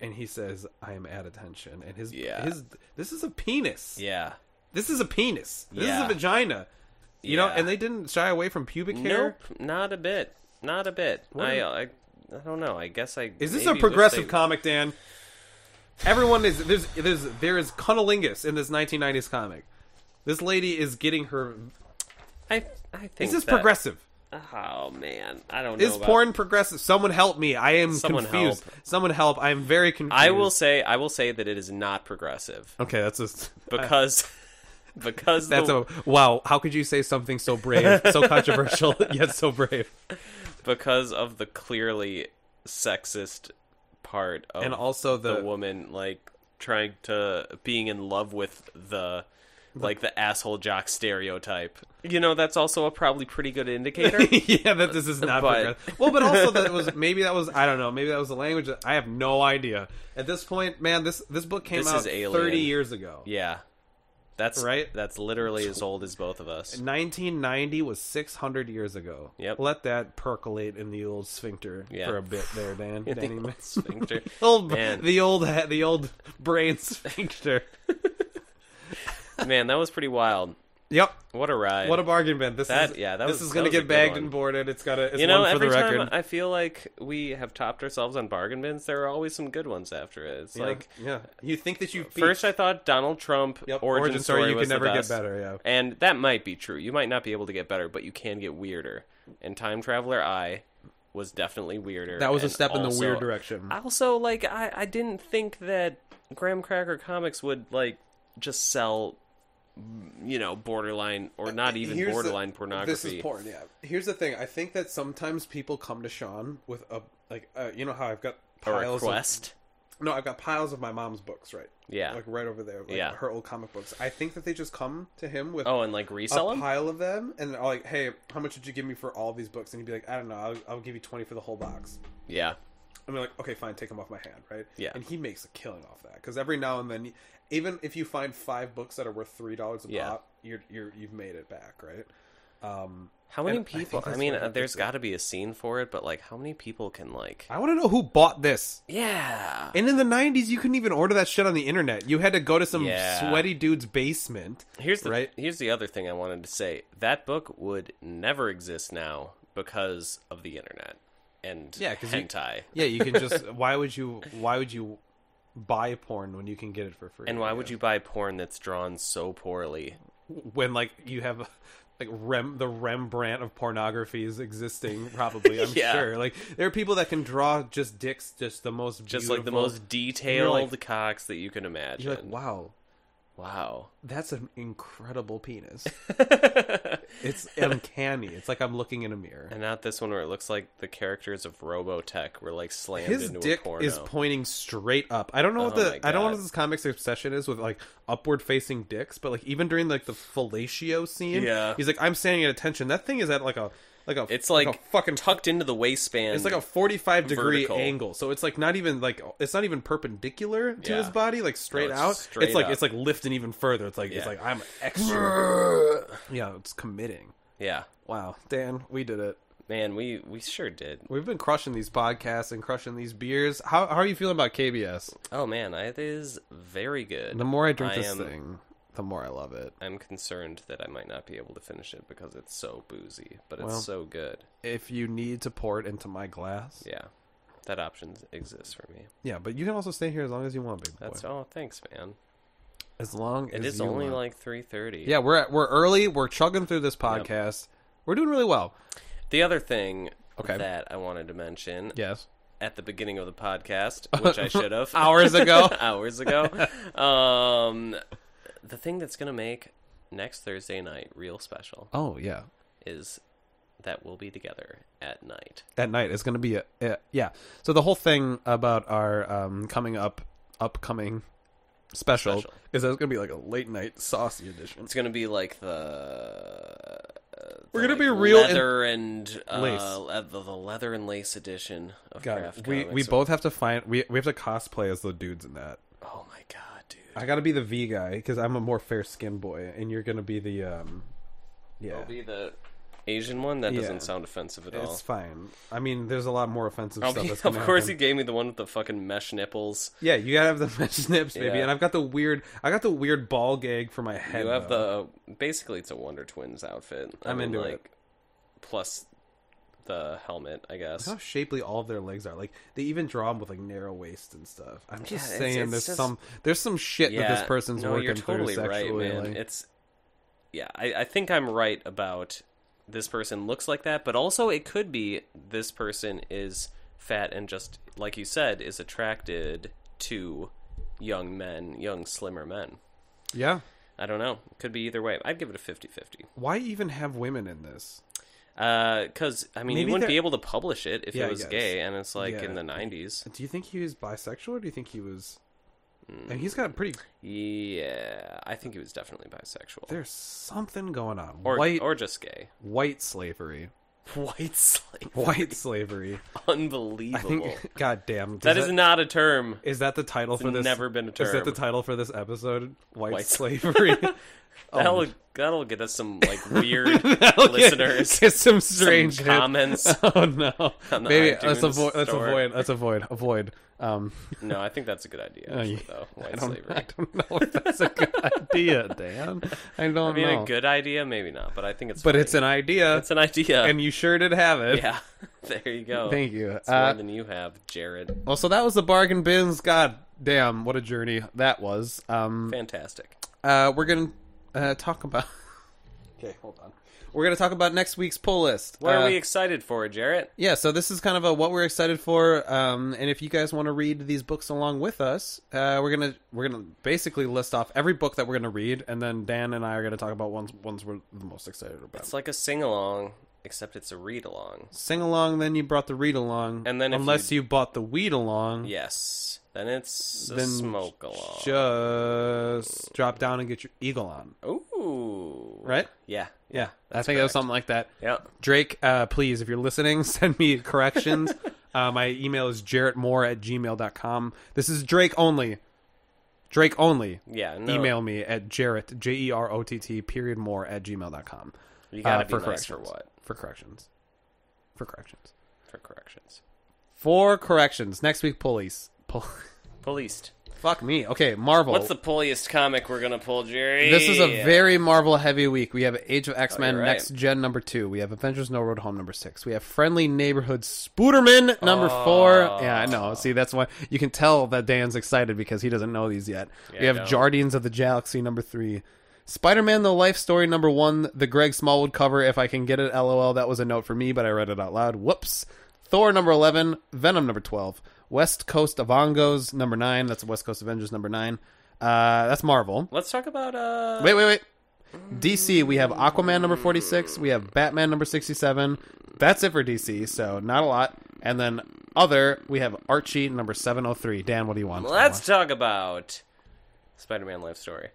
[SPEAKER 1] And he says, "I am at attention." And his
[SPEAKER 2] Yeah.
[SPEAKER 1] his this is a penis.
[SPEAKER 2] yeah,
[SPEAKER 1] This is a penis. This is
[SPEAKER 2] Yeah.
[SPEAKER 1] a vagina. You know,
[SPEAKER 2] Yeah.
[SPEAKER 1] and they didn't shy away from pubic hair.
[SPEAKER 2] nope, not a bit, not a bit. I, I, I don't know. I guess I
[SPEAKER 1] Is this
[SPEAKER 2] maybe
[SPEAKER 1] a
[SPEAKER 2] wish
[SPEAKER 1] progressive
[SPEAKER 2] they-
[SPEAKER 1] comic, Dan? Everyone is there's there's there is cunnilingus in this 1990s comic. This lady is getting her.
[SPEAKER 2] I, I think
[SPEAKER 1] Is this
[SPEAKER 2] that-
[SPEAKER 1] progressive?
[SPEAKER 2] Oh man, I don't know.
[SPEAKER 1] Is
[SPEAKER 2] about-
[SPEAKER 1] porn progressive? Someone help me! I am
[SPEAKER 2] Someone
[SPEAKER 1] confused. Someone help! I am very confused.
[SPEAKER 2] I will say, I will say that it is not progressive
[SPEAKER 1] Okay, that's just
[SPEAKER 2] because, because
[SPEAKER 1] Uh, that's
[SPEAKER 2] the,
[SPEAKER 1] a wow. How could you say something so brave, so controversial, yet so brave?
[SPEAKER 2] because of the clearly sexist part of
[SPEAKER 1] And also the-
[SPEAKER 2] the woman like trying to being in love with the like the asshole jock stereotype. You know, that's also a probably pretty good indicator.
[SPEAKER 1] yeah, that this is not
[SPEAKER 2] But-
[SPEAKER 1] progressive. Well, but also that was maybe that was I don't know. Maybe that was the language. That, I have no idea. At this point, man, this this book came
[SPEAKER 2] This
[SPEAKER 1] out
[SPEAKER 2] is alien.
[SPEAKER 1] thirty years ago.
[SPEAKER 2] yeah, that's
[SPEAKER 1] Right?
[SPEAKER 2] That's literally as old as both of us.
[SPEAKER 1] 1990 was 600 years ago.
[SPEAKER 2] Yep.
[SPEAKER 1] Let that percolate in the old sphincter
[SPEAKER 2] Yeah.
[SPEAKER 1] for a bit there, Dan.
[SPEAKER 2] The
[SPEAKER 1] Danny
[SPEAKER 2] old
[SPEAKER 1] Man.
[SPEAKER 2] sphincter.
[SPEAKER 1] old,
[SPEAKER 2] Man.
[SPEAKER 1] the old, he- the old brain sphincter.
[SPEAKER 2] Man, that was pretty wild.
[SPEAKER 1] yep.
[SPEAKER 2] What a ride!
[SPEAKER 1] What a bargain bin. This
[SPEAKER 2] That-
[SPEAKER 1] is
[SPEAKER 2] yeah, that
[SPEAKER 1] this
[SPEAKER 2] was-
[SPEAKER 1] is
[SPEAKER 2] that
[SPEAKER 1] gonna
[SPEAKER 2] was a
[SPEAKER 1] get
[SPEAKER 2] good
[SPEAKER 1] bagged
[SPEAKER 2] one.
[SPEAKER 1] and boarded. It's got a. It's
[SPEAKER 2] You know,
[SPEAKER 1] one for
[SPEAKER 2] every
[SPEAKER 1] the
[SPEAKER 2] time
[SPEAKER 1] record.
[SPEAKER 2] I feel like we have topped ourselves on bargain bins, there are always some good ones after it. It's
[SPEAKER 1] yeah,
[SPEAKER 2] like
[SPEAKER 1] yeah. You think that you
[SPEAKER 2] uh, first I thought Donald Trump
[SPEAKER 1] Yep,
[SPEAKER 2] origin,
[SPEAKER 1] origin story,
[SPEAKER 2] story,
[SPEAKER 1] you
[SPEAKER 2] was
[SPEAKER 1] can
[SPEAKER 2] the
[SPEAKER 1] never get
[SPEAKER 2] best.
[SPEAKER 1] better, yeah.
[SPEAKER 2] and that might be true. You might not be able to get better, but you can get weirder. And time traveler I was definitely weirder.
[SPEAKER 1] that was a
[SPEAKER 2] and
[SPEAKER 1] step in the
[SPEAKER 2] also-
[SPEAKER 1] weird direction.
[SPEAKER 2] Also, like I, I didn't think that Graham Cracker Comics would like just sell, you know, borderline or not even
[SPEAKER 1] Uh, Here's the-
[SPEAKER 2] borderline pornography.
[SPEAKER 1] This is porn. Yeah. Here's the thing. I think that sometimes people come to Sean with a like. Uh, you know how I've got
[SPEAKER 2] a
[SPEAKER 1] piles of
[SPEAKER 2] request.
[SPEAKER 1] No, I've got piles of my mom's books, right?
[SPEAKER 2] Yeah.
[SPEAKER 1] Like right over there, like
[SPEAKER 2] Yeah.
[SPEAKER 1] her old comic books. I think that they just come to him with
[SPEAKER 2] Oh, and like resell
[SPEAKER 1] a
[SPEAKER 2] them.
[SPEAKER 1] pile of them, and they're like, "Hey, how much would you give me for all these books?" And he'd be like, "I don't know. I'll, I'll give you twenty for the whole box."
[SPEAKER 2] Yeah.
[SPEAKER 1] I'm like, "Okay, fine. Take them off my hand, right?"
[SPEAKER 2] Yeah.
[SPEAKER 1] And he makes a killing off that because every now and then, even if you find five books that are worth three dollars a
[SPEAKER 2] Yeah.
[SPEAKER 1] pop, you're, you're you've made it back, right? Um,
[SPEAKER 2] How many
[SPEAKER 1] And I think
[SPEAKER 2] people? I,
[SPEAKER 1] that's
[SPEAKER 2] mean,
[SPEAKER 1] what
[SPEAKER 2] uh,
[SPEAKER 1] happens
[SPEAKER 2] there's
[SPEAKER 1] to-
[SPEAKER 2] got to be a scene for it, but like, how many people can like?
[SPEAKER 1] I want to know who bought this.
[SPEAKER 2] Yeah.
[SPEAKER 1] And in the '90s, you couldn't even order that shit on the internet. You had to go to some
[SPEAKER 2] Yeah.
[SPEAKER 1] sweaty dude's basement.
[SPEAKER 2] Here's the
[SPEAKER 1] right?
[SPEAKER 2] here's the other thing I wanted to say. That book would never exist now because of the internet and
[SPEAKER 1] Yeah, 'cause you-
[SPEAKER 2] hentai.
[SPEAKER 1] Yeah, you can just. why would you? Why would you buy porn when you can get it for free?
[SPEAKER 2] and why
[SPEAKER 1] I
[SPEAKER 2] would
[SPEAKER 1] guess?
[SPEAKER 2] you buy porn that's drawn so poorly?
[SPEAKER 1] When like you have like Rem the Rembrandt of pornography is existing. Probably, I'm
[SPEAKER 2] Yeah.
[SPEAKER 1] sure. Like there are people that can draw just dicks, just the most
[SPEAKER 2] Just like the
[SPEAKER 1] beautiful-
[SPEAKER 2] most detailed
[SPEAKER 1] like-
[SPEAKER 2] cocks that you can imagine.
[SPEAKER 1] You're like, wow,
[SPEAKER 2] wow.
[SPEAKER 1] that's an incredible penis. it's uncanny. It's like I'm looking in a mirror.
[SPEAKER 2] And not this one where it looks like the characters of Robotech were like slammed
[SPEAKER 1] his
[SPEAKER 2] into
[SPEAKER 1] dick
[SPEAKER 2] a porno.
[SPEAKER 1] is pointing straight up. I don't know what
[SPEAKER 2] Oh
[SPEAKER 1] the
[SPEAKER 2] my
[SPEAKER 1] I don't know
[SPEAKER 2] God.
[SPEAKER 1] what this comic's obsession is with like upward facing dicks, but like even during like the fellatio scene,
[SPEAKER 2] Yeah.
[SPEAKER 1] he's like I'm standing at attention. That thing is at like a like a
[SPEAKER 2] it's like,
[SPEAKER 1] a fucking
[SPEAKER 2] tucked into the waistband.
[SPEAKER 1] it's like a 45 degree
[SPEAKER 2] vertical.
[SPEAKER 1] angle. So it's like not even like it's not even perpendicular to
[SPEAKER 2] Yeah.
[SPEAKER 1] his body like straight
[SPEAKER 2] it's
[SPEAKER 1] out.
[SPEAKER 2] straight
[SPEAKER 1] it's like
[SPEAKER 2] up.
[SPEAKER 1] it's like lifting even further. It's like
[SPEAKER 2] Yeah.
[SPEAKER 1] it's like I'm extra. yeah, it's committing.
[SPEAKER 2] yeah.
[SPEAKER 1] Wow, Dan, we did it.
[SPEAKER 2] Man, we we sure did.
[SPEAKER 1] We've been crushing these podcasts and crushing these beers. How, how are you feeling about KBS?
[SPEAKER 2] Oh man, it is very good.
[SPEAKER 1] The more I drink this
[SPEAKER 2] am-
[SPEAKER 1] thing, the more I love it.
[SPEAKER 2] I'm concerned that I might not be able to finish it because it's so boozy, but it's
[SPEAKER 1] Well.
[SPEAKER 2] so good.
[SPEAKER 1] If you need to pour it into my glass, yeah,
[SPEAKER 2] Yeah. That option exists for me.
[SPEAKER 1] but you can also stay here as long as you want, big boy.
[SPEAKER 2] That's oh, thanks, man.
[SPEAKER 1] as long
[SPEAKER 2] It
[SPEAKER 1] as
[SPEAKER 2] is
[SPEAKER 1] you uh,
[SPEAKER 2] only
[SPEAKER 1] want.
[SPEAKER 2] like 3:30.
[SPEAKER 1] yeah, we're at, we're early. We're chugging through this podcast. We're doing really well.
[SPEAKER 2] The other thing
[SPEAKER 1] Okay.
[SPEAKER 2] that I wanted to mention
[SPEAKER 1] Yes,
[SPEAKER 2] at the beginning of the podcast, which I should have
[SPEAKER 1] hours ago.
[SPEAKER 2] hours ago. Um, the thing that's gonna make next Thursday night real special
[SPEAKER 1] oh yeah,
[SPEAKER 2] is that we'll be together at night.
[SPEAKER 1] at night it's going to be a, a yeah. So the whole thing about our um, coming up upcoming special,
[SPEAKER 2] Special.
[SPEAKER 1] is that it's going to be like a late night saucy edition.
[SPEAKER 2] It's gonna be like the
[SPEAKER 1] We're
[SPEAKER 2] the,
[SPEAKER 1] gonna be
[SPEAKER 2] like,
[SPEAKER 1] real and-
[SPEAKER 2] leather and, uh,
[SPEAKER 1] Lace.
[SPEAKER 2] le- the, the leather and lace edition of
[SPEAKER 1] God,
[SPEAKER 2] Craft
[SPEAKER 1] we
[SPEAKER 2] Comics.
[SPEAKER 1] we both have to find we we have to cosplay as the dudes in that.
[SPEAKER 2] Oh my god, dude!
[SPEAKER 1] I gotta be the V guy because I'm a more fair skinned boy, and you're gonna be the um. Yeah,
[SPEAKER 2] I'll be the Asian one. That
[SPEAKER 1] Yeah.
[SPEAKER 2] doesn't sound offensive at all.
[SPEAKER 1] it's fine. I mean, there's a lot more offensive
[SPEAKER 2] I'll
[SPEAKER 1] stuff.
[SPEAKER 2] be,
[SPEAKER 1] that's
[SPEAKER 2] of
[SPEAKER 1] gonna
[SPEAKER 2] course, he
[SPEAKER 1] happen.
[SPEAKER 2] gave me the one with the fucking mesh nipples.
[SPEAKER 1] Yeah, you gotta have the mesh nips, baby.
[SPEAKER 2] Yeah.
[SPEAKER 1] And I've got the weird, I got the weird ball gag for my head.
[SPEAKER 2] You have
[SPEAKER 1] though.
[SPEAKER 2] the basically it's a Wonder Twins outfit. I
[SPEAKER 1] I'm
[SPEAKER 2] mean,
[SPEAKER 1] into it.
[SPEAKER 2] Plus the helmet, I guess.
[SPEAKER 1] Look how shapely all of their legs are. Like they even draw them with like narrow waist and stuff. I'm just
[SPEAKER 2] Yeah, it's-
[SPEAKER 1] saying,
[SPEAKER 2] it's
[SPEAKER 1] there's
[SPEAKER 2] just-
[SPEAKER 1] some there's some shit that this person's
[SPEAKER 2] no,
[SPEAKER 1] working
[SPEAKER 2] you're totally
[SPEAKER 1] through
[SPEAKER 2] right,
[SPEAKER 1] sexually.
[SPEAKER 2] man.
[SPEAKER 1] like-
[SPEAKER 2] It's yeah, I, I think I'm right about this person looks like that, but also it could be this person is fat and just like you said is attracted to young men, young slimmer men.
[SPEAKER 1] yeah.
[SPEAKER 2] I don't know. Could be either way. I'd give it a 50-50.
[SPEAKER 1] Why even have women in this?
[SPEAKER 2] because Uh, I mean,
[SPEAKER 1] Maybe
[SPEAKER 2] you wouldn't
[SPEAKER 1] they're-
[SPEAKER 2] be able to publish it if
[SPEAKER 1] Yeah, I
[SPEAKER 2] it was
[SPEAKER 1] guess.
[SPEAKER 2] gay, and it's like
[SPEAKER 1] Yeah.
[SPEAKER 2] in the '90s.
[SPEAKER 1] Do you think he was bisexual, or do you think he was? And he's got pretty
[SPEAKER 2] Yeah, I think he was definitely bisexual,
[SPEAKER 1] there's something going on.
[SPEAKER 2] or
[SPEAKER 1] white
[SPEAKER 2] or just gay.
[SPEAKER 1] white slavery.
[SPEAKER 2] White slave,
[SPEAKER 1] White slavery. I
[SPEAKER 2] unbelievable.
[SPEAKER 1] think god damn.
[SPEAKER 2] that is not a term.
[SPEAKER 1] is that the title for this
[SPEAKER 2] never been a
[SPEAKER 1] Is that the
[SPEAKER 2] term.
[SPEAKER 1] title for this episode? White,
[SPEAKER 2] White-
[SPEAKER 1] slavery. Oh,
[SPEAKER 2] That'll that'll get us some like weird
[SPEAKER 1] That'll get-
[SPEAKER 2] listeners.
[SPEAKER 1] Get some
[SPEAKER 2] some
[SPEAKER 1] strange hits.
[SPEAKER 2] comments.
[SPEAKER 1] Oh no.
[SPEAKER 2] the
[SPEAKER 1] Maybe let's
[SPEAKER 2] iTunes
[SPEAKER 1] avoid let's
[SPEAKER 2] store.
[SPEAKER 1] avoid let's avoid avoid. Um
[SPEAKER 2] No, I think that's a good idea.
[SPEAKER 1] Oh,
[SPEAKER 2] Actually,
[SPEAKER 1] yeah.
[SPEAKER 2] though,
[SPEAKER 1] I
[SPEAKER 2] white
[SPEAKER 1] don't,
[SPEAKER 2] slavery.
[SPEAKER 1] I don't know if that's a good idea, Dan. I don't
[SPEAKER 2] I mean,
[SPEAKER 1] know.
[SPEAKER 2] a good idea, maybe not, but I think it's.
[SPEAKER 1] but
[SPEAKER 2] funny.
[SPEAKER 1] it's an idea
[SPEAKER 2] it's an idea,
[SPEAKER 1] and you sure did have it.
[SPEAKER 2] yeah. there you go.
[SPEAKER 1] Thank you.
[SPEAKER 2] It's
[SPEAKER 1] Uh,
[SPEAKER 2] more than you have, Jared.
[SPEAKER 1] Well, so that was the bargain bins. God damn, what a journey that was. Um,
[SPEAKER 2] Fantastic.
[SPEAKER 1] uh, we're gonna uh, talk about. okay, hold on. We're gonna talk about next week's pull list.
[SPEAKER 2] What
[SPEAKER 1] Uh,
[SPEAKER 2] are we excited for, Jarrett?
[SPEAKER 1] Yeah, so this is kind of a what we're excited for, um, and if you guys want to read these books along with us, uh, we're gonna we're gonna basically list off every book that we're gonna read, and then Dan and I are gonna talk about ones ones we're the most excited about.
[SPEAKER 2] It's like a sing along, except it's a read along.
[SPEAKER 1] Sing along, then you brought the read along,
[SPEAKER 2] And then if
[SPEAKER 1] unless you... bought the weed along,
[SPEAKER 2] Yes. Then it's a
[SPEAKER 1] then
[SPEAKER 2] smoke along.
[SPEAKER 1] just drop down and get your eagle on.
[SPEAKER 2] Ooh.
[SPEAKER 1] Right?
[SPEAKER 2] Yeah.
[SPEAKER 1] Yeah, I think it was
[SPEAKER 2] correct.
[SPEAKER 1] something like that.
[SPEAKER 2] Yeah.
[SPEAKER 1] Drake, uh, please, if you're listening, send me corrections. uh, my email is jarrettmoore at gmail.com. This is Drake only. Drake only.
[SPEAKER 2] Yeah. No,
[SPEAKER 1] Email me at jarrett, J E R O T T, period more at gmail.com.
[SPEAKER 2] You gotta be nice for what?
[SPEAKER 1] Uh, For corrections. For corrections.
[SPEAKER 2] For corrections.
[SPEAKER 1] For corrections. Next week, police. Pol-
[SPEAKER 2] Policed.
[SPEAKER 1] Fuck me. Okay, Marvel.
[SPEAKER 2] What's the poliest comic we're gonna pull, Jerry?
[SPEAKER 1] This is a very Marvel heavy week. We have Age of X Men
[SPEAKER 2] Oh, you're right.
[SPEAKER 1] Next Gen number two. We have Avengers No Road Home number six. We have Friendly Neighborhood Spooderman number four. Yeah, I know. See, that's why you can tell that Dan's excited because he doesn't know these yet. we
[SPEAKER 2] I
[SPEAKER 1] have
[SPEAKER 2] don't.
[SPEAKER 1] Guardians of the Galaxy number three. Spider-Man: The Life Story number one, the Greg Smallwood cover. If I can get it, lol. That was a note for me, but I read it out loud. Whoops. Thor number eleven, Venom number twelve, West Coast Avengers number nine. That's West Coast Avengers number nine. Uh, that's Marvel.
[SPEAKER 2] Let's talk about uh
[SPEAKER 1] Wait, wait, wait. DC, we have Aquaman number 46, we have Batman number 67. That's it for DC, so not a lot. And then other, we have Archie number 703. Dan, what do you want?
[SPEAKER 2] Let's talk about Spider-Man Life Story.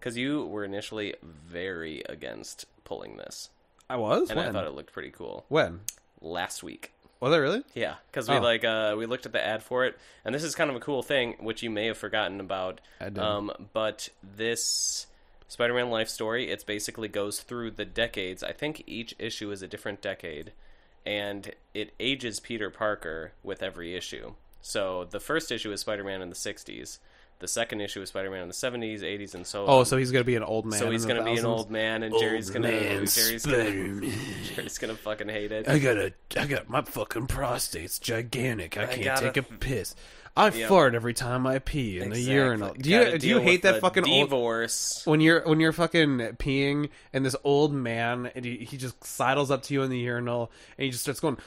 [SPEAKER 2] Cuz you were initially very against pulling this.
[SPEAKER 1] I was?
[SPEAKER 2] And
[SPEAKER 1] When?
[SPEAKER 2] I thought it looked pretty cool
[SPEAKER 1] when?
[SPEAKER 2] last week.
[SPEAKER 1] Was I really?
[SPEAKER 2] Yeah, because we
[SPEAKER 1] Oh.
[SPEAKER 2] like uh, we looked at the ad for it, and this is kind of a cool thing which you may have forgotten about.
[SPEAKER 1] I didn't.
[SPEAKER 2] Um, but this Spider-Man life story, it's basically goes through the decades. I think each issue is a different decade, and it ages Peter Parker with every issue. So the first issue is Spider-Man in the '60s. The second issue is Spider-Man in the '70s, '80s, and so
[SPEAKER 1] Oh,
[SPEAKER 2] on.
[SPEAKER 1] so he's going to be an old man.
[SPEAKER 2] So he's
[SPEAKER 1] going to
[SPEAKER 2] be an old man, and Jerry's gonna Jerry's gonna Jerry's gonna fucking hate it.
[SPEAKER 1] I got a, I got my fucking prostate's gigantic. I can't
[SPEAKER 2] gotta-
[SPEAKER 1] take a piss. I fart every time I pee in the urinal. Do you,
[SPEAKER 2] Gotta
[SPEAKER 1] do you
[SPEAKER 2] deal with
[SPEAKER 1] hate that
[SPEAKER 2] the
[SPEAKER 1] fucking old
[SPEAKER 2] divorce?
[SPEAKER 1] when you're when you're fucking peeing and this old man and he, he just sidles up to you in the urinal and he just starts going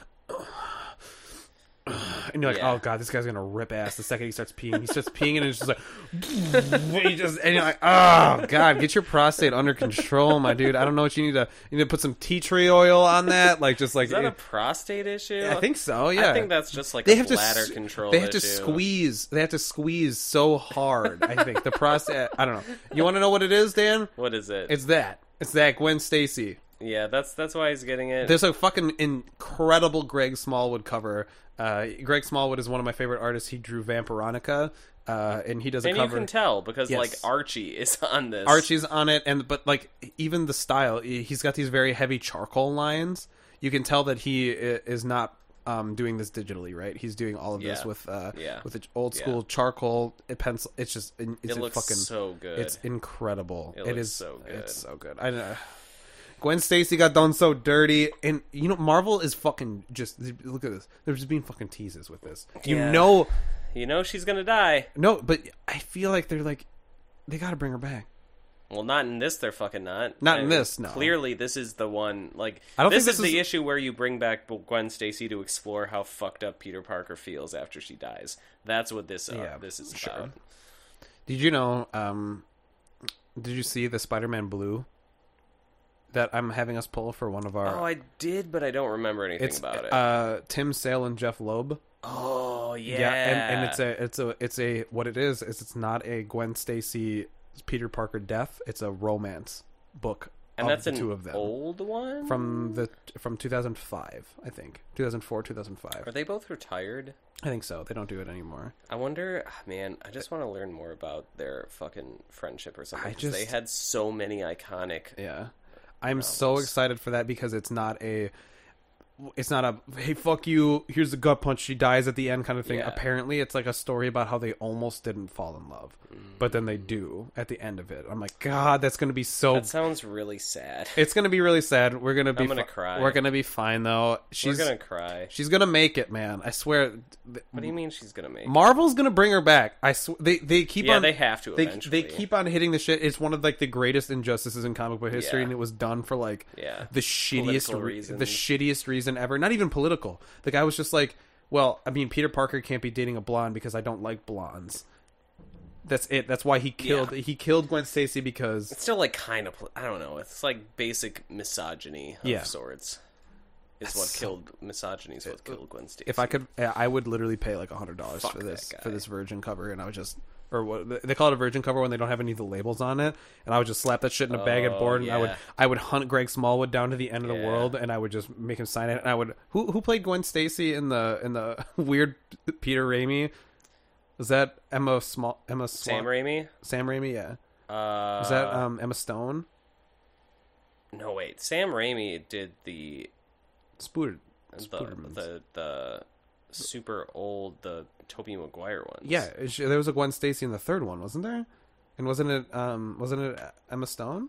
[SPEAKER 1] and you're like
[SPEAKER 2] Yeah.
[SPEAKER 1] oh god this guy's gonna rip ass the second he starts peeing he starts peeing and it's just like he just and you're like oh god get your prostate under control my dude i don't know what you need to you need to put some tea tree oil on that like just like
[SPEAKER 2] Is that a prostate issue?
[SPEAKER 1] I think so. Yeah,
[SPEAKER 2] I think that's just like
[SPEAKER 1] they
[SPEAKER 2] a
[SPEAKER 1] have
[SPEAKER 2] bladder
[SPEAKER 1] to, s-
[SPEAKER 2] control.
[SPEAKER 1] They have to
[SPEAKER 2] issue.
[SPEAKER 1] squeeze. They have to squeeze so hard. I think the prostate. I don't know. You want to know what it is, Dan?
[SPEAKER 2] What is it?
[SPEAKER 1] It's that. It's that Gwen Stacy.
[SPEAKER 2] yeah, that's that's why he's getting it.
[SPEAKER 1] There's a fucking incredible Greg Smallwood cover. Uh, Greg Smallwood is one of my favorite artists. He drew Vampironica, uh, and he does a
[SPEAKER 2] and you
[SPEAKER 1] cover.
[SPEAKER 2] can tell because
[SPEAKER 1] Yes.
[SPEAKER 2] like Archie is on this.
[SPEAKER 1] Archie's on it, and but like even the style, he- he's got these very heavy charcoal lines. You can tell that he i- is not um, doing this digitally, right? He's doing all of this
[SPEAKER 2] Yeah.
[SPEAKER 1] with uh,
[SPEAKER 2] Yeah.
[SPEAKER 1] with the old school charcoal uh, pencil. It's just it's
[SPEAKER 2] it
[SPEAKER 1] a
[SPEAKER 2] looks
[SPEAKER 1] fucking
[SPEAKER 2] so good.
[SPEAKER 1] It's incredible. It is
[SPEAKER 2] It looks so good.
[SPEAKER 1] It's so good. I know. Gwen Stacy got done so dirty, and you know Marvel is fucking just look at this. They're just being fucking teases with this. You
[SPEAKER 2] Yeah.
[SPEAKER 1] know,
[SPEAKER 2] you know she's gonna die.
[SPEAKER 1] no, but I feel like they're like they got to bring her back.
[SPEAKER 2] Well, not in this. They're fucking not.
[SPEAKER 1] Not in
[SPEAKER 2] I mean,
[SPEAKER 1] this, no.
[SPEAKER 2] Clearly, this is the one. Like,
[SPEAKER 1] I don't
[SPEAKER 2] this,
[SPEAKER 1] think
[SPEAKER 2] is,
[SPEAKER 1] this
[SPEAKER 2] the
[SPEAKER 1] is-
[SPEAKER 2] issue where you bring back Gwen Stacy to explore how fucked up Peter Parker feels after she dies. That's what this. Uh,
[SPEAKER 1] Yeah,
[SPEAKER 2] this is
[SPEAKER 1] sure.
[SPEAKER 2] about.
[SPEAKER 1] Did you know? Um, did you see the Spider-Man Blue that I'm having us pull for one of our?
[SPEAKER 2] Oh, I did, but I don't remember anything
[SPEAKER 1] Uh, it's
[SPEAKER 2] about it.
[SPEAKER 1] uh, Tim Sale and Jeff Loeb.
[SPEAKER 2] oh yeah,
[SPEAKER 1] and, and it's a it's a it's a what it is is it's not a Gwen Stacy Peter Parker death. It's a romance book.
[SPEAKER 2] and
[SPEAKER 1] of
[SPEAKER 2] that's
[SPEAKER 1] the
[SPEAKER 2] an
[SPEAKER 1] two of them
[SPEAKER 2] old one
[SPEAKER 1] from the from 2005, I think 2004 2005.
[SPEAKER 2] Are they both retired?
[SPEAKER 1] I think so. They don't do it anymore.
[SPEAKER 2] I wonder, ah, man. I just want to learn more about their fucking friendship or something.
[SPEAKER 1] I
[SPEAKER 2] 'cause they
[SPEAKER 1] just-
[SPEAKER 2] had so many iconic.
[SPEAKER 1] Yeah. I'm so excited for that because it's not a it's not a hey fuck you here's the gut punch she dies at the end kind of thing.
[SPEAKER 2] Yeah.
[SPEAKER 1] Apparently it's like a story about how they almost didn't fall in love, but then they
[SPEAKER 2] Mm.
[SPEAKER 1] do at the end of it. I'm like god that's going to be so
[SPEAKER 2] That sounds really sad.
[SPEAKER 1] it's going to be really sad. We're going to be
[SPEAKER 2] gonna
[SPEAKER 1] fi-
[SPEAKER 2] cry.
[SPEAKER 1] We're going to be fine though.
[SPEAKER 2] We're
[SPEAKER 1] She's
[SPEAKER 2] gonna cry.
[SPEAKER 1] she's going to make it, man. I swear th-
[SPEAKER 2] What do you mean she's gonna make? it?
[SPEAKER 1] Marvel's gonna bring her back. I sw- they they keep
[SPEAKER 2] Yeah,
[SPEAKER 1] on
[SPEAKER 2] they have to
[SPEAKER 1] they,
[SPEAKER 2] eventually.
[SPEAKER 1] they keep on hitting the shit. It's one of like the greatest injustices in comic book history,
[SPEAKER 2] Yeah.
[SPEAKER 1] and it was done for like
[SPEAKER 2] Yeah.
[SPEAKER 1] the shittiest
[SPEAKER 2] Political
[SPEAKER 1] re-
[SPEAKER 2] reasons.
[SPEAKER 1] the shittiest reason ever. Not even political. The guy was just like, well, I mean, Peter Parker can't be dating a blonde because I don't like blondes. That's it. That's why he killed he killed Gwen Stacy because
[SPEAKER 2] It's still like kind of. I don't know. It's like basic misogyny of
[SPEAKER 1] Yeah.
[SPEAKER 2] sorts. Is what killed misogyny. Is what killed Gwen Stacy.
[SPEAKER 1] if I could, uh, I would literally pay like hundred dollars for
[SPEAKER 2] that
[SPEAKER 1] this
[SPEAKER 2] guy.
[SPEAKER 1] for this Virgin cover, and I would just or what they call it a Virgin cover when they don't have any of the labels on it, and I would just slap that shit in a bag and
[SPEAKER 2] Oh,
[SPEAKER 1] board, and I would
[SPEAKER 2] yeah.
[SPEAKER 1] I would hunt Greg Smallwood down to the end of the
[SPEAKER 2] Yeah.
[SPEAKER 1] world, and I would just make him sign it, and I would who who played Gwen Stacy in the in the weird Peter Raimi. Was that Emma Small Emma Swan,
[SPEAKER 2] Sam Raimi.
[SPEAKER 1] Sam Raimi, yeah.
[SPEAKER 2] Uh,
[SPEAKER 1] Was that um, Emma Stone?
[SPEAKER 2] no wait? Sam Raimi did the
[SPEAKER 1] Spooter.
[SPEAKER 2] the
[SPEAKER 1] Spoodermans.
[SPEAKER 2] the, the super old the Toby Maguire ones.
[SPEAKER 1] Yeah, it- there was a Gwen Stacy in the third one, wasn't there? And wasn't it um wasn't it Emma Stone?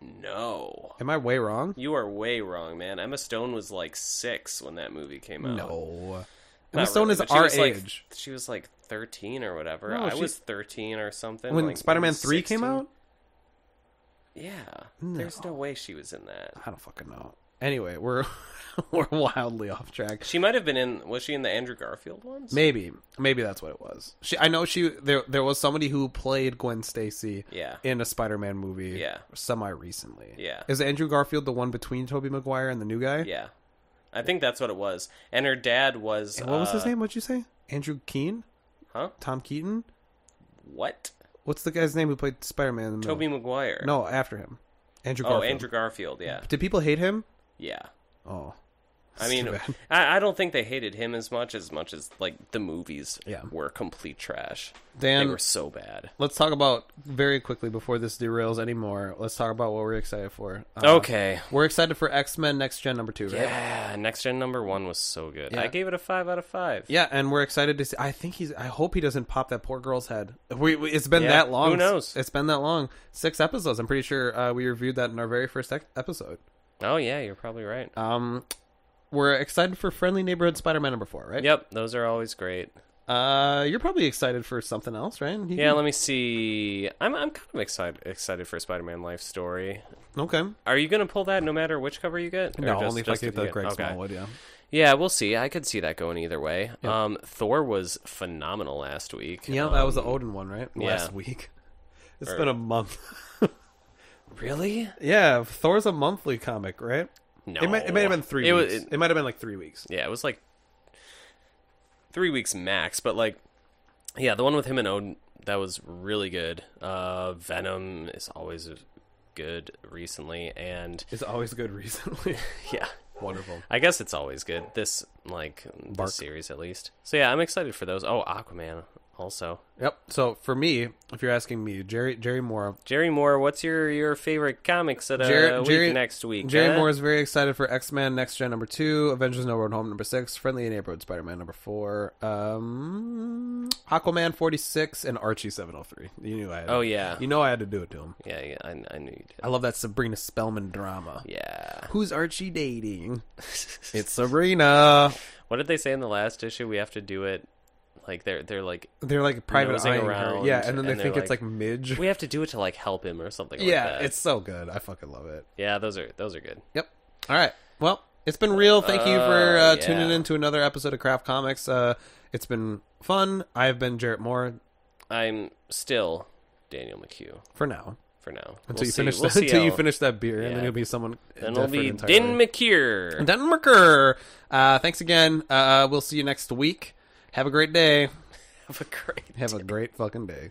[SPEAKER 2] No.
[SPEAKER 1] Am I way wrong?
[SPEAKER 2] You are way wrong, man. Emma Stone was like six when that movie came out.
[SPEAKER 1] No.
[SPEAKER 2] Not
[SPEAKER 1] Emma Stone
[SPEAKER 2] really,
[SPEAKER 1] is
[SPEAKER 2] but she
[SPEAKER 1] our
[SPEAKER 2] was, like-
[SPEAKER 1] age.
[SPEAKER 2] she was like thirteen or whatever.
[SPEAKER 1] No,
[SPEAKER 2] I
[SPEAKER 1] she-
[SPEAKER 2] was thirteen or something.
[SPEAKER 1] when
[SPEAKER 2] like,
[SPEAKER 1] Spider Man
[SPEAKER 2] maybe
[SPEAKER 1] 3 came
[SPEAKER 2] 16.
[SPEAKER 1] out?
[SPEAKER 2] Yeah. There's no way she was in that.
[SPEAKER 1] I don't fucking know. Anyway, we're we're wildly off track.
[SPEAKER 2] She might have been in. Was she in the Andrew Garfield ones?
[SPEAKER 1] Maybe, maybe that's what it was. She, I know she there. There was somebody who played Gwen Stacy
[SPEAKER 2] Yeah.
[SPEAKER 1] in a Spider-Man movie,
[SPEAKER 2] Yeah.
[SPEAKER 1] semi recently.
[SPEAKER 2] Yeah.
[SPEAKER 1] is Andrew Garfield the one between Tobey Maguire and the new guy?
[SPEAKER 2] Yeah. I think that's what it was. And her dad was.
[SPEAKER 1] And what was his
[SPEAKER 2] uh,
[SPEAKER 1] name? What'd you say? Andrew Keene,
[SPEAKER 2] Huh?
[SPEAKER 1] Tom Keaton.
[SPEAKER 2] What?
[SPEAKER 1] What's the guy's name who played Spider-Man? in the
[SPEAKER 2] Toby
[SPEAKER 1] movie?
[SPEAKER 2] Maguire.
[SPEAKER 1] No, after him, Andrew.
[SPEAKER 2] Oh,
[SPEAKER 1] Garfield.
[SPEAKER 2] Andrew Garfield. Yeah.
[SPEAKER 1] Did people hate him?
[SPEAKER 2] Yeah.
[SPEAKER 1] Oh,
[SPEAKER 2] I mean,
[SPEAKER 1] too bad.
[SPEAKER 2] I, I don't think they hated him as much as much as like the movies
[SPEAKER 1] Yeah.
[SPEAKER 2] were complete trash.
[SPEAKER 1] Dan-
[SPEAKER 2] they were so bad.
[SPEAKER 1] let's talk about very quickly before this derails anymore. Let's talk about what we're excited for. Uh,
[SPEAKER 2] okay.
[SPEAKER 1] We're excited for X Men Next Gen number two, right?
[SPEAKER 2] Yeah, next gen number one was so good.
[SPEAKER 1] Yeah.
[SPEAKER 2] I gave it a five out of five.
[SPEAKER 1] Yeah, and we're excited to see. I think he's. I hope he doesn't pop that poor girl's head. We, we- it's been
[SPEAKER 2] Yeah,
[SPEAKER 1] that long.
[SPEAKER 2] who knows?
[SPEAKER 1] It's been that long. Six episodes. I'm pretty sure uh, we reviewed that in our very first ec- episode.
[SPEAKER 2] Oh yeah, you're probably right.
[SPEAKER 1] Um, we're excited for Friendly Neighborhood Spider-Man number four, right?
[SPEAKER 2] yep, those are always great.
[SPEAKER 1] Uh, you're probably excited for something else, right? You
[SPEAKER 2] Yeah, let me see. I'm I'm kind of excited excited for Spider-Man Life Story.
[SPEAKER 1] can- okay.
[SPEAKER 2] Are you gonna pull that no matter which cover you get? Or
[SPEAKER 1] No,
[SPEAKER 2] just-
[SPEAKER 1] only if
[SPEAKER 2] just
[SPEAKER 1] I get the Greg
[SPEAKER 2] okay.
[SPEAKER 1] Smallwood. Yeah.
[SPEAKER 2] Yeah, we'll see. I could see that going either way. Um, Thor was phenomenal last week.
[SPEAKER 1] Yeah,
[SPEAKER 2] Um,
[SPEAKER 1] that was the Odin one, right? Last week. It's been a month.
[SPEAKER 2] Um, really.
[SPEAKER 1] yeah, Thor's a monthly comic, right?
[SPEAKER 2] No,
[SPEAKER 1] It might, it might have been three
[SPEAKER 2] It was-
[SPEAKER 1] weeks.
[SPEAKER 2] it-
[SPEAKER 1] it might have been like three weeks.
[SPEAKER 2] yeah, it was like three weeks max. But like, yeah, the one with him and Odin that was really good. Uh, Venom is always good recently, and
[SPEAKER 1] It's always good recently.
[SPEAKER 2] yeah,
[SPEAKER 1] Wonderful.
[SPEAKER 2] I guess it's always good. This like
[SPEAKER 1] Bark.
[SPEAKER 2] this series at least. So yeah, I'm excited for those. Oh, Aquaman also.
[SPEAKER 1] Yep. So for me, if you're asking me, Jerry Jerry Moore,
[SPEAKER 2] Jerry Moore, what's your your favorite comics at uh,
[SPEAKER 1] Jerry,
[SPEAKER 2] week
[SPEAKER 1] Jerry
[SPEAKER 2] next week?
[SPEAKER 1] Jerry
[SPEAKER 2] huh?
[SPEAKER 1] Moore is very excited for X Men Next Gen number two, Avengers No Road Home number six, Friendly Neighborhood Spider Man number four, um, Aquaman forty six, and Archie seven hundred three. You knew I. Had
[SPEAKER 2] Oh, yeah.
[SPEAKER 1] You know I had to do it to him.
[SPEAKER 2] Yeah, yeah I, I knew you did.
[SPEAKER 1] I love that Sabrina Spellman drama.
[SPEAKER 2] Yeah.
[SPEAKER 1] Who's Archie dating? it's Sabrina.
[SPEAKER 2] What did they say in the last issue? We have to do it like they're they're like
[SPEAKER 1] They're like private
[SPEAKER 2] Nosing
[SPEAKER 1] eyeing her.
[SPEAKER 2] around,
[SPEAKER 1] Yeah, and then they
[SPEAKER 2] and they're
[SPEAKER 1] think it's like
[SPEAKER 2] like-
[SPEAKER 1] Midge.
[SPEAKER 2] we have to do it to like help him or something.
[SPEAKER 1] yeah,
[SPEAKER 2] like that.
[SPEAKER 1] it's so good. I fucking love it.
[SPEAKER 2] yeah. Those are those are good.
[SPEAKER 1] Yep. All right. Well, it's been real. Thank you for uh,
[SPEAKER 2] Uh,
[SPEAKER 1] tuning
[SPEAKER 2] yeah.
[SPEAKER 1] in to another episode of Craft Comics. Uh, it's been fun. I've been Jarrett Moore
[SPEAKER 2] I'm still Daniel McHugh
[SPEAKER 1] for now.
[SPEAKER 2] for now.
[SPEAKER 1] Until
[SPEAKER 2] We'll
[SPEAKER 1] you
[SPEAKER 2] see-
[SPEAKER 1] finish
[SPEAKER 2] we'll
[SPEAKER 1] that,
[SPEAKER 2] see
[SPEAKER 1] until you
[SPEAKER 2] how-
[SPEAKER 1] finish that beer, and
[SPEAKER 2] Yeah.
[SPEAKER 1] then you'll be someone.
[SPEAKER 2] Then it'll
[SPEAKER 1] different entirely.
[SPEAKER 2] be Din McCure.
[SPEAKER 1] Denmarker. Uh, thanks again. Uh, we'll see you next week. Have a great day.
[SPEAKER 2] Have a great
[SPEAKER 1] Have a great fucking day.